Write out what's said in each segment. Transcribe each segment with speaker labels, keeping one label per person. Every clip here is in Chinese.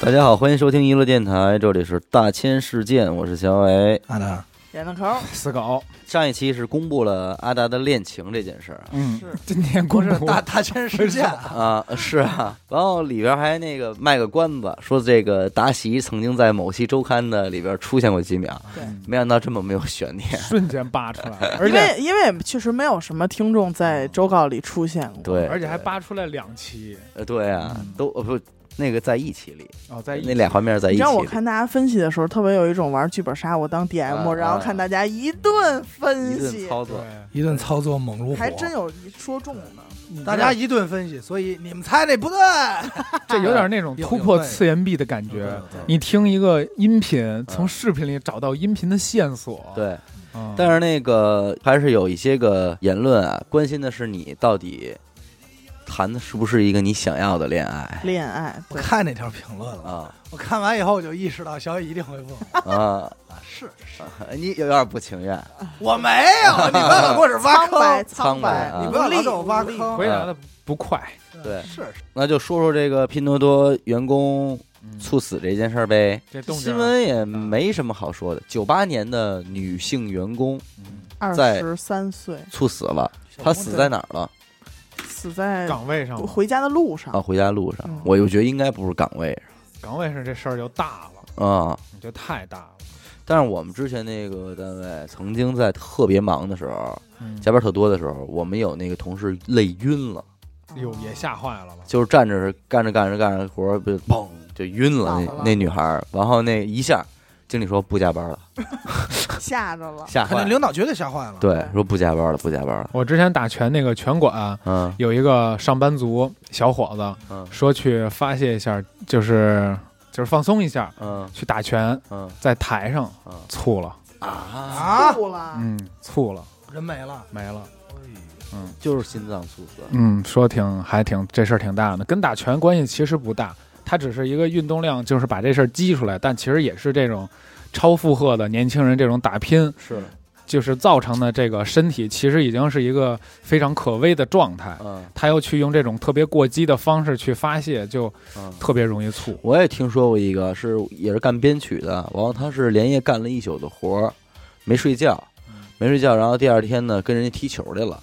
Speaker 1: 大家好，欢迎收听娱乐电台，这里是大千世界，我是小伟。
Speaker 2: 阿达
Speaker 3: 演的 抠，
Speaker 2: 死狗，
Speaker 1: 上一期是公布了阿达的恋情这件事儿
Speaker 2: 嗯
Speaker 3: 是，
Speaker 2: 今天
Speaker 3: 不
Speaker 2: 公
Speaker 3: 是
Speaker 2: 布
Speaker 3: 大大千世界，
Speaker 1: 啊，啊是啊，然后里边还那个卖个关子，说这个达喜曾经在某期周刊的里边出现过几秒，
Speaker 3: 对
Speaker 1: 没想到这么没有悬念。
Speaker 2: 瞬间扒出来了，而
Speaker 3: 因
Speaker 2: 且
Speaker 3: 为因为确实没有什么听众在周告里出现过，
Speaker 1: 嗯对，
Speaker 2: 而且还扒出来两期
Speaker 1: 呃对啊，都呃不那个在一起里，
Speaker 2: 哦，在一
Speaker 1: 那俩画面在一
Speaker 3: 你
Speaker 1: 起
Speaker 3: 知
Speaker 1: 里。
Speaker 3: 道我看大家分析的时候，特别有一种玩剧本杀，我当 DM，、
Speaker 1: 啊
Speaker 3: 然后看大家一顿分
Speaker 1: 一顿
Speaker 3: 析，
Speaker 1: 操作，
Speaker 2: 对，
Speaker 4: 一顿操作猛如
Speaker 3: 还
Speaker 4: 虎，
Speaker 3: 真有一说中的。
Speaker 4: 大家
Speaker 2: 一
Speaker 4: 一顿分析，所以你们猜那不对，
Speaker 2: 这有点那种
Speaker 4: 有
Speaker 2: 突破
Speaker 4: 有对
Speaker 2: 次元壁的感觉。你听一个音频，
Speaker 4: 嗯
Speaker 2: 从视频里找到音频的线索，
Speaker 1: 对，
Speaker 2: 嗯，
Speaker 1: 但是那个还是有一些个言论啊，关心的是你到底谈的是不是一个你想要的恋爱
Speaker 3: 恋爱，
Speaker 4: 我
Speaker 3: 对
Speaker 4: 看那条评论了，
Speaker 1: 啊
Speaker 4: 我看完以后我就意识到小雨一定会问 我，
Speaker 1: 啊！哎
Speaker 4: 啊是是，
Speaker 1: 你有点不情愿，
Speaker 4: 我没 有，你不要老给我这挖
Speaker 3: 苍白
Speaker 4: 坑，
Speaker 3: 苍
Speaker 1: 白啊
Speaker 4: 你不要
Speaker 3: 无
Speaker 4: 老
Speaker 3: 力
Speaker 4: 给我挖
Speaker 3: 无力
Speaker 4: 坑，
Speaker 2: 回答的不快，
Speaker 1: 对
Speaker 4: 是是，
Speaker 1: 那就说说这个拼多多员工
Speaker 2: 嗯
Speaker 1: 猝死这件事儿呗。
Speaker 2: 这动静啊
Speaker 1: 新闻也没什么好说的。九八年的女性员工
Speaker 2: 嗯
Speaker 3: 二
Speaker 1: 在
Speaker 3: 十三岁，
Speaker 1: 猝死了，她死在哪儿了？
Speaker 3: 死
Speaker 1: 嗯
Speaker 3: 在
Speaker 2: 岗位上，
Speaker 3: 回家的路上。
Speaker 1: 啊，回家路上
Speaker 3: 嗯。
Speaker 1: 我就觉得应该不是岗位
Speaker 2: 岗位上这事儿就大了，
Speaker 1: 上啊。
Speaker 2: 你就太大了，
Speaker 1: 但是我们之前那个单位曾经在特别忙的时候，
Speaker 2: 嗯
Speaker 1: 加班特多的时候，我们有那个同事累晕了，
Speaker 4: 哎
Speaker 3: 嗯
Speaker 2: 哟也吓坏了吧？
Speaker 1: 就是站着干着干着干着活儿，不就砰就晕了
Speaker 3: 倒
Speaker 1: 那
Speaker 3: 了
Speaker 1: 那女孩儿，然后那一下，经理说不加班了，
Speaker 3: 吓着了，
Speaker 1: 吓
Speaker 4: 肯
Speaker 1: 坏
Speaker 4: 定
Speaker 1: 了，
Speaker 4: 领导绝对吓坏了，
Speaker 1: 对，说不加班了，不加班了，
Speaker 2: 我之前打拳那个拳馆啊
Speaker 1: 嗯
Speaker 2: 有一个上班族小伙子，
Speaker 1: 嗯
Speaker 2: 说去发泄一下，就是就是放松一下，
Speaker 1: 嗯
Speaker 2: 去打拳，
Speaker 1: 嗯
Speaker 2: 在台上
Speaker 1: 嗯
Speaker 2: 猝了，
Speaker 1: 啊，
Speaker 4: 啊，
Speaker 3: 吐了，
Speaker 2: 嗯，猝了，
Speaker 4: 人没了，
Speaker 2: 没了，
Speaker 1: 哎就是心脏猝死，
Speaker 2: 嗯，说挺还挺这事儿挺大的，跟打拳关系其实不大，它只是一个运动量，就是把这事儿激出来，但其实也是这种超负荷的年轻人这种打拼，
Speaker 1: 是，
Speaker 2: 就是造成的这个身体其实已经是一个非常可危的状态。
Speaker 1: 嗯
Speaker 2: 他又去用这种特别过激的方式去发泄，就
Speaker 1: 嗯。
Speaker 2: 特别容易猝。
Speaker 1: 我也听说过一个，是也是干编曲的，然后他是连夜干了一宿的活儿，没睡觉，没睡觉，然后第二天呢跟人家踢球去了，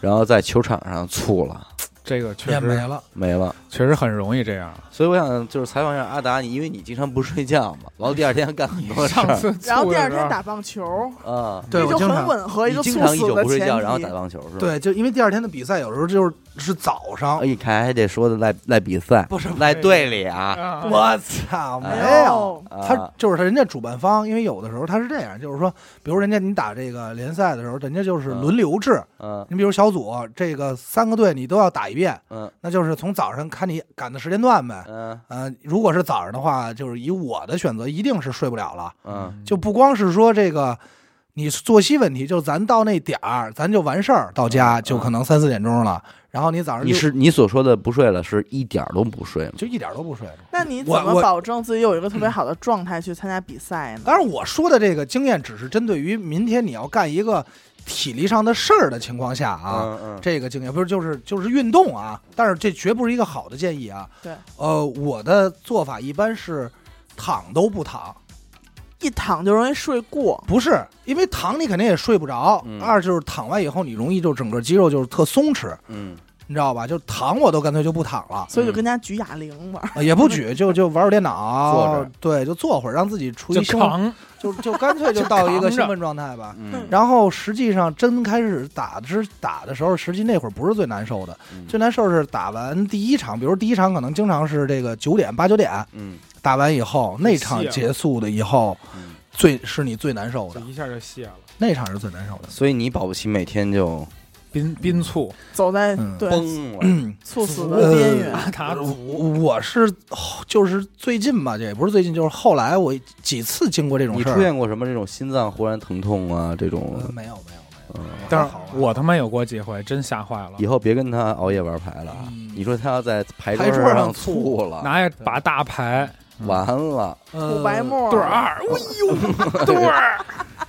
Speaker 1: 然后在球场上猝了，
Speaker 2: 这个确
Speaker 4: 也没
Speaker 2: 实
Speaker 4: 了，
Speaker 1: 没了。
Speaker 2: 确实很容易这样。
Speaker 1: 所以我想就是采访一下阿达，你因为你经常不睡觉嘛，然后第二天干很多事
Speaker 2: 上
Speaker 1: 儿
Speaker 2: 次
Speaker 3: 然后
Speaker 2: 猝
Speaker 3: 第
Speaker 2: 的
Speaker 3: 二
Speaker 2: 时候
Speaker 3: 天打棒球，
Speaker 1: 啊，
Speaker 4: 对
Speaker 3: 这
Speaker 4: 我
Speaker 3: 就
Speaker 4: 经
Speaker 3: 很
Speaker 4: 常。
Speaker 3: 吻合一
Speaker 1: 你
Speaker 3: 个猝
Speaker 1: 经常一
Speaker 3: 死
Speaker 1: 宿
Speaker 3: 的
Speaker 1: 不睡
Speaker 3: 前
Speaker 1: 觉，然后打
Speaker 3: 提。
Speaker 1: 棒球是吧？，
Speaker 4: 对，就因为第二天的比赛有时候就是是早上
Speaker 1: 哎，，你看还得说的赖赖比赛，
Speaker 4: 不是
Speaker 1: 赖队里啊，
Speaker 2: 啊
Speaker 4: 我操，没
Speaker 3: 哎
Speaker 4: 有。
Speaker 3: 呦，
Speaker 1: 啊
Speaker 4: 他就是他，人家主办方，因为有的时候他是这样，就是说，比如人家你打这个联赛的时候，人家就是
Speaker 1: 嗯
Speaker 4: 轮流制，
Speaker 1: 嗯
Speaker 4: 你比如小组这个三个队你都要打一遍，
Speaker 1: 嗯
Speaker 4: 那就是从早上看你赶的时间段呗。
Speaker 1: 嗯
Speaker 4: 呃，如果是早上的话，就是以我的选择，一定是睡不了了，
Speaker 1: 嗯，
Speaker 4: 就不光是说这个。你作息问题，就咱到那点儿，咱就完事儿，到家
Speaker 1: 嗯
Speaker 4: 就可能三四点钟了。然后你早上
Speaker 1: 你
Speaker 4: 六
Speaker 1: 是你所说的不睡了，是一点儿都不睡吗？
Speaker 4: 就一点儿都不睡了。
Speaker 3: 那你怎
Speaker 4: 我
Speaker 3: 么
Speaker 4: 我
Speaker 3: 保证自己有一个特别好的状态去参加比赛呢？
Speaker 1: 啊
Speaker 4: 当然，我说的这个经验只是针对于明天你要干一个体力上的事儿的情况下啊，
Speaker 1: 嗯嗯
Speaker 4: 这个经验不是就是就是运动啊，但是这绝不是一个好的建议啊。
Speaker 3: 对，
Speaker 4: 呃，我的做法一般是躺都不躺，
Speaker 3: 一躺就容易睡过，
Speaker 4: 不是因为躺你肯定也睡不着，
Speaker 1: 嗯
Speaker 4: 二就是躺完以后你容易就整个肌肉就是特松弛，
Speaker 1: 嗯，
Speaker 4: 你知道吧？就躺我都干脆就不躺了。
Speaker 3: 所以就跟家举哑铃
Speaker 1: 嗯
Speaker 3: 玩儿。
Speaker 4: 呃也不举，就就玩会儿电
Speaker 1: 坐
Speaker 4: 脑
Speaker 1: 着，
Speaker 4: 对，就坐会儿，让自己处于
Speaker 2: 就
Speaker 4: 兴，
Speaker 2: 扛，
Speaker 4: 就就干脆就到一
Speaker 2: 扛着
Speaker 4: 个兴奋状态吧。
Speaker 1: 嗯
Speaker 4: 然后实际上真开始打之打的时候，实际那会儿不是最难受的，
Speaker 1: 嗯
Speaker 4: 最难受是打完第一场，比如第一场可能经常是这个九点八九点
Speaker 1: 嗯
Speaker 4: 打完以后，那场
Speaker 2: 谢了
Speaker 4: 结束的以后，
Speaker 1: 嗯，
Speaker 4: 最是你最难受
Speaker 2: 就
Speaker 4: 的，
Speaker 2: 一下就泄了，
Speaker 4: 那场是最难受的。
Speaker 1: 所以你保不齐每天就
Speaker 2: 宾宾醋
Speaker 3: 走在
Speaker 4: 嗯
Speaker 3: 对
Speaker 1: 崩了。
Speaker 3: 猝死的边缘。
Speaker 2: 阿达
Speaker 4: 我我是就是最近吧，这也不是最近，就是后来我几次经过这种
Speaker 1: 你
Speaker 4: 事
Speaker 1: 出
Speaker 4: 儿，
Speaker 1: 现过什么这种心脏忽然疼痛啊？这种
Speaker 4: 呃没有没有没有，
Speaker 1: 嗯
Speaker 2: 但
Speaker 4: 还
Speaker 2: 是
Speaker 4: 好吧
Speaker 2: 我他妈有过几回，真吓坏了
Speaker 1: 以，后别跟他熬夜玩牌了啊。
Speaker 4: 嗯
Speaker 1: 你说他要在牌
Speaker 4: 牌
Speaker 1: 桌
Speaker 4: 桌
Speaker 1: 上
Speaker 4: 上
Speaker 1: 吐了，
Speaker 2: 拿一把大牌
Speaker 1: 完了，
Speaker 3: 吐白
Speaker 4: 呃
Speaker 3: 沫
Speaker 2: 对儿
Speaker 3: 儿，
Speaker 2: 二，哎呦，对儿，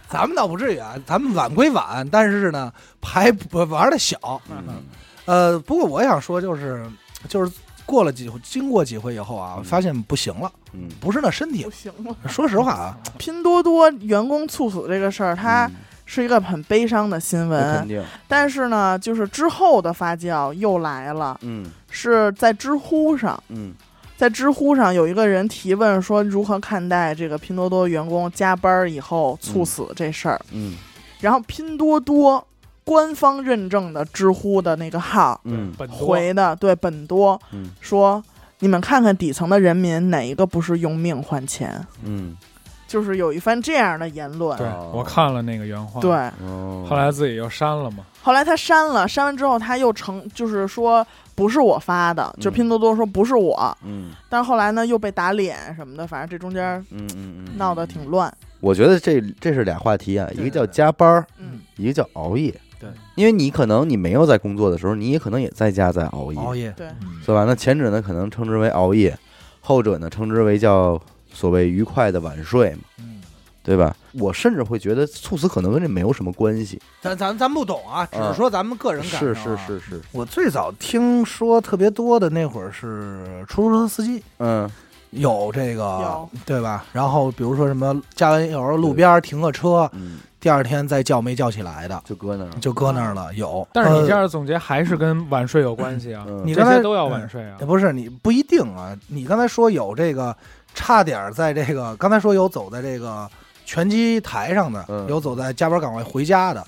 Speaker 4: 咱们倒不至于啊，咱们晚归晚，但是呢，牌不玩的小。
Speaker 1: 嗯
Speaker 4: 呃，不过我想说就是就是过了几回，经过几回以后啊
Speaker 1: 嗯，
Speaker 4: 发现不行了，
Speaker 1: 嗯，
Speaker 4: 不是那身体
Speaker 3: 不。行了。
Speaker 4: 说实话啊，
Speaker 3: 拼多多员工猝死这个事儿，它
Speaker 1: 嗯
Speaker 3: 是一个很悲伤的新
Speaker 1: 那肯
Speaker 3: 闻，
Speaker 1: 定，
Speaker 3: 但是呢，就是之后的发酵又来了，
Speaker 1: 嗯
Speaker 3: 是在知乎上，
Speaker 1: 嗯
Speaker 3: 在知乎上有一个人提问说如何看待这个拼多多员工加班儿以后猝死这事儿，
Speaker 1: 嗯
Speaker 3: 然后拼多多官方认证的知乎的那个号
Speaker 1: 嗯
Speaker 2: 本多
Speaker 3: 回的对本多
Speaker 1: 嗯
Speaker 3: 说，你们看看底层的人民哪一个不是用命换钱，
Speaker 1: 嗯，
Speaker 3: 就是有一番这样的言论，
Speaker 2: 对
Speaker 1: 哦
Speaker 2: 我看了那个原话，，
Speaker 3: 对
Speaker 1: 哦，
Speaker 2: 后来自己又删了嘛，
Speaker 3: 后来他删了，删完之后他又成，就是说不是我发的，就
Speaker 1: 嗯
Speaker 3: 拼多多说不是我，
Speaker 1: 嗯
Speaker 3: 但是后来呢又被打脸什么的，反正这中间
Speaker 1: 嗯嗯嗯，
Speaker 3: 闹得挺乱。
Speaker 1: 我觉得这这是俩话题啊，一个
Speaker 4: 对
Speaker 1: 叫加班儿，
Speaker 3: 嗯，
Speaker 1: 一个叫熬夜。
Speaker 4: 对，
Speaker 1: 因为你可能你没有在工作的时候，你也可能也在家在熬夜，
Speaker 4: 熬夜，
Speaker 3: 对，
Speaker 1: 对吧？那前者呢，可能称之为熬夜，后者呢，称之为叫所谓愉快的晚睡嘛，
Speaker 4: 嗯，
Speaker 1: 对吧？我甚至会觉得猝死可能跟这没有什么关系。
Speaker 4: 咱咱咱不懂啊，只是说咱们个人感
Speaker 1: 是
Speaker 4: 受啊
Speaker 1: 是是是，
Speaker 4: 我最早听说特别多的那会儿是出租车司机
Speaker 1: 嗯
Speaker 4: 有这个
Speaker 3: 有，
Speaker 4: 对吧？然后比如说什么加完油路边停个车，
Speaker 1: 嗯，
Speaker 4: 第二天再叫没叫起来的，
Speaker 1: 就搁那儿。
Speaker 4: 就搁那儿了。有，
Speaker 2: 但是你这
Speaker 4: 呃
Speaker 2: 样总结还是跟晚睡有关系啊，
Speaker 1: 嗯
Speaker 4: 你
Speaker 2: 这
Speaker 4: 刚才嗯
Speaker 2: 些都要晚睡啊
Speaker 4: 也，不是你不一定啊。你刚才说有这个差点儿在这个，刚才说有走在这个拳击台上的，
Speaker 1: 嗯
Speaker 4: 有走在加班岗位回家的。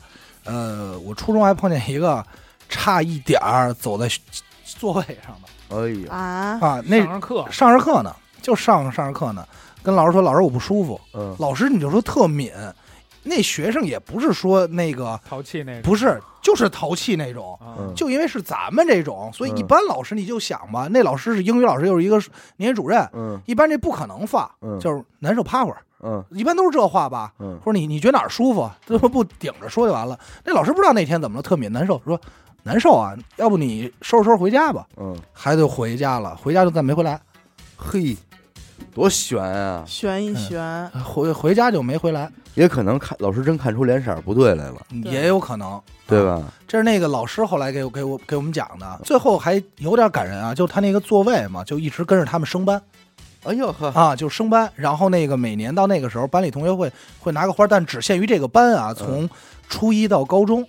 Speaker 4: 呃，我初中还碰见一个差一点儿走在座位上的
Speaker 1: 哎呦，
Speaker 3: 啊，
Speaker 4: 啊，那
Speaker 2: 上上课
Speaker 4: 上着课呢，就上上着课呢，跟老师说老师我不舒服，
Speaker 1: 嗯
Speaker 4: 老师你就说特敏，那学生也不是说那个
Speaker 2: 淘气那种，
Speaker 4: 不是，就是淘气那种。
Speaker 2: 啊，
Speaker 1: 嗯
Speaker 4: 就因为是咱们这种，所以
Speaker 1: 嗯
Speaker 4: 一般老师你就想吧，那老师是英语老师，又是一个年级主任，
Speaker 1: 嗯
Speaker 4: 一般这不可能发，
Speaker 1: 嗯
Speaker 4: 就是难受趴会儿，
Speaker 1: 嗯
Speaker 4: 一般都是这话吧。
Speaker 1: 嗯，
Speaker 4: 或者你你觉得哪儿舒服，这不不顶着说就完了。那老师不知道那天怎么了，特敏难受，说难受啊，要不你收拾收拾回家吧。
Speaker 1: 嗯，
Speaker 4: 孩子就回家了，回家就再没回来，
Speaker 1: 嘿，多悬啊！
Speaker 3: 悬一悬，
Speaker 4: 回回家就没回来，
Speaker 1: 也可能看老师真看出脸色儿不对来了，
Speaker 3: 对
Speaker 4: 也有可能，
Speaker 1: 对？吧？
Speaker 4: 这是那个老师后来给我给我给我们讲的，最后还有点感人啊，就他那个座位嘛，就一直跟着他们升班。
Speaker 1: 哎呦呵，
Speaker 4: 啊，就升班，然后那个每年到那个时候，班里同学会会拿个花，但只限于这个班啊，从初一到高中，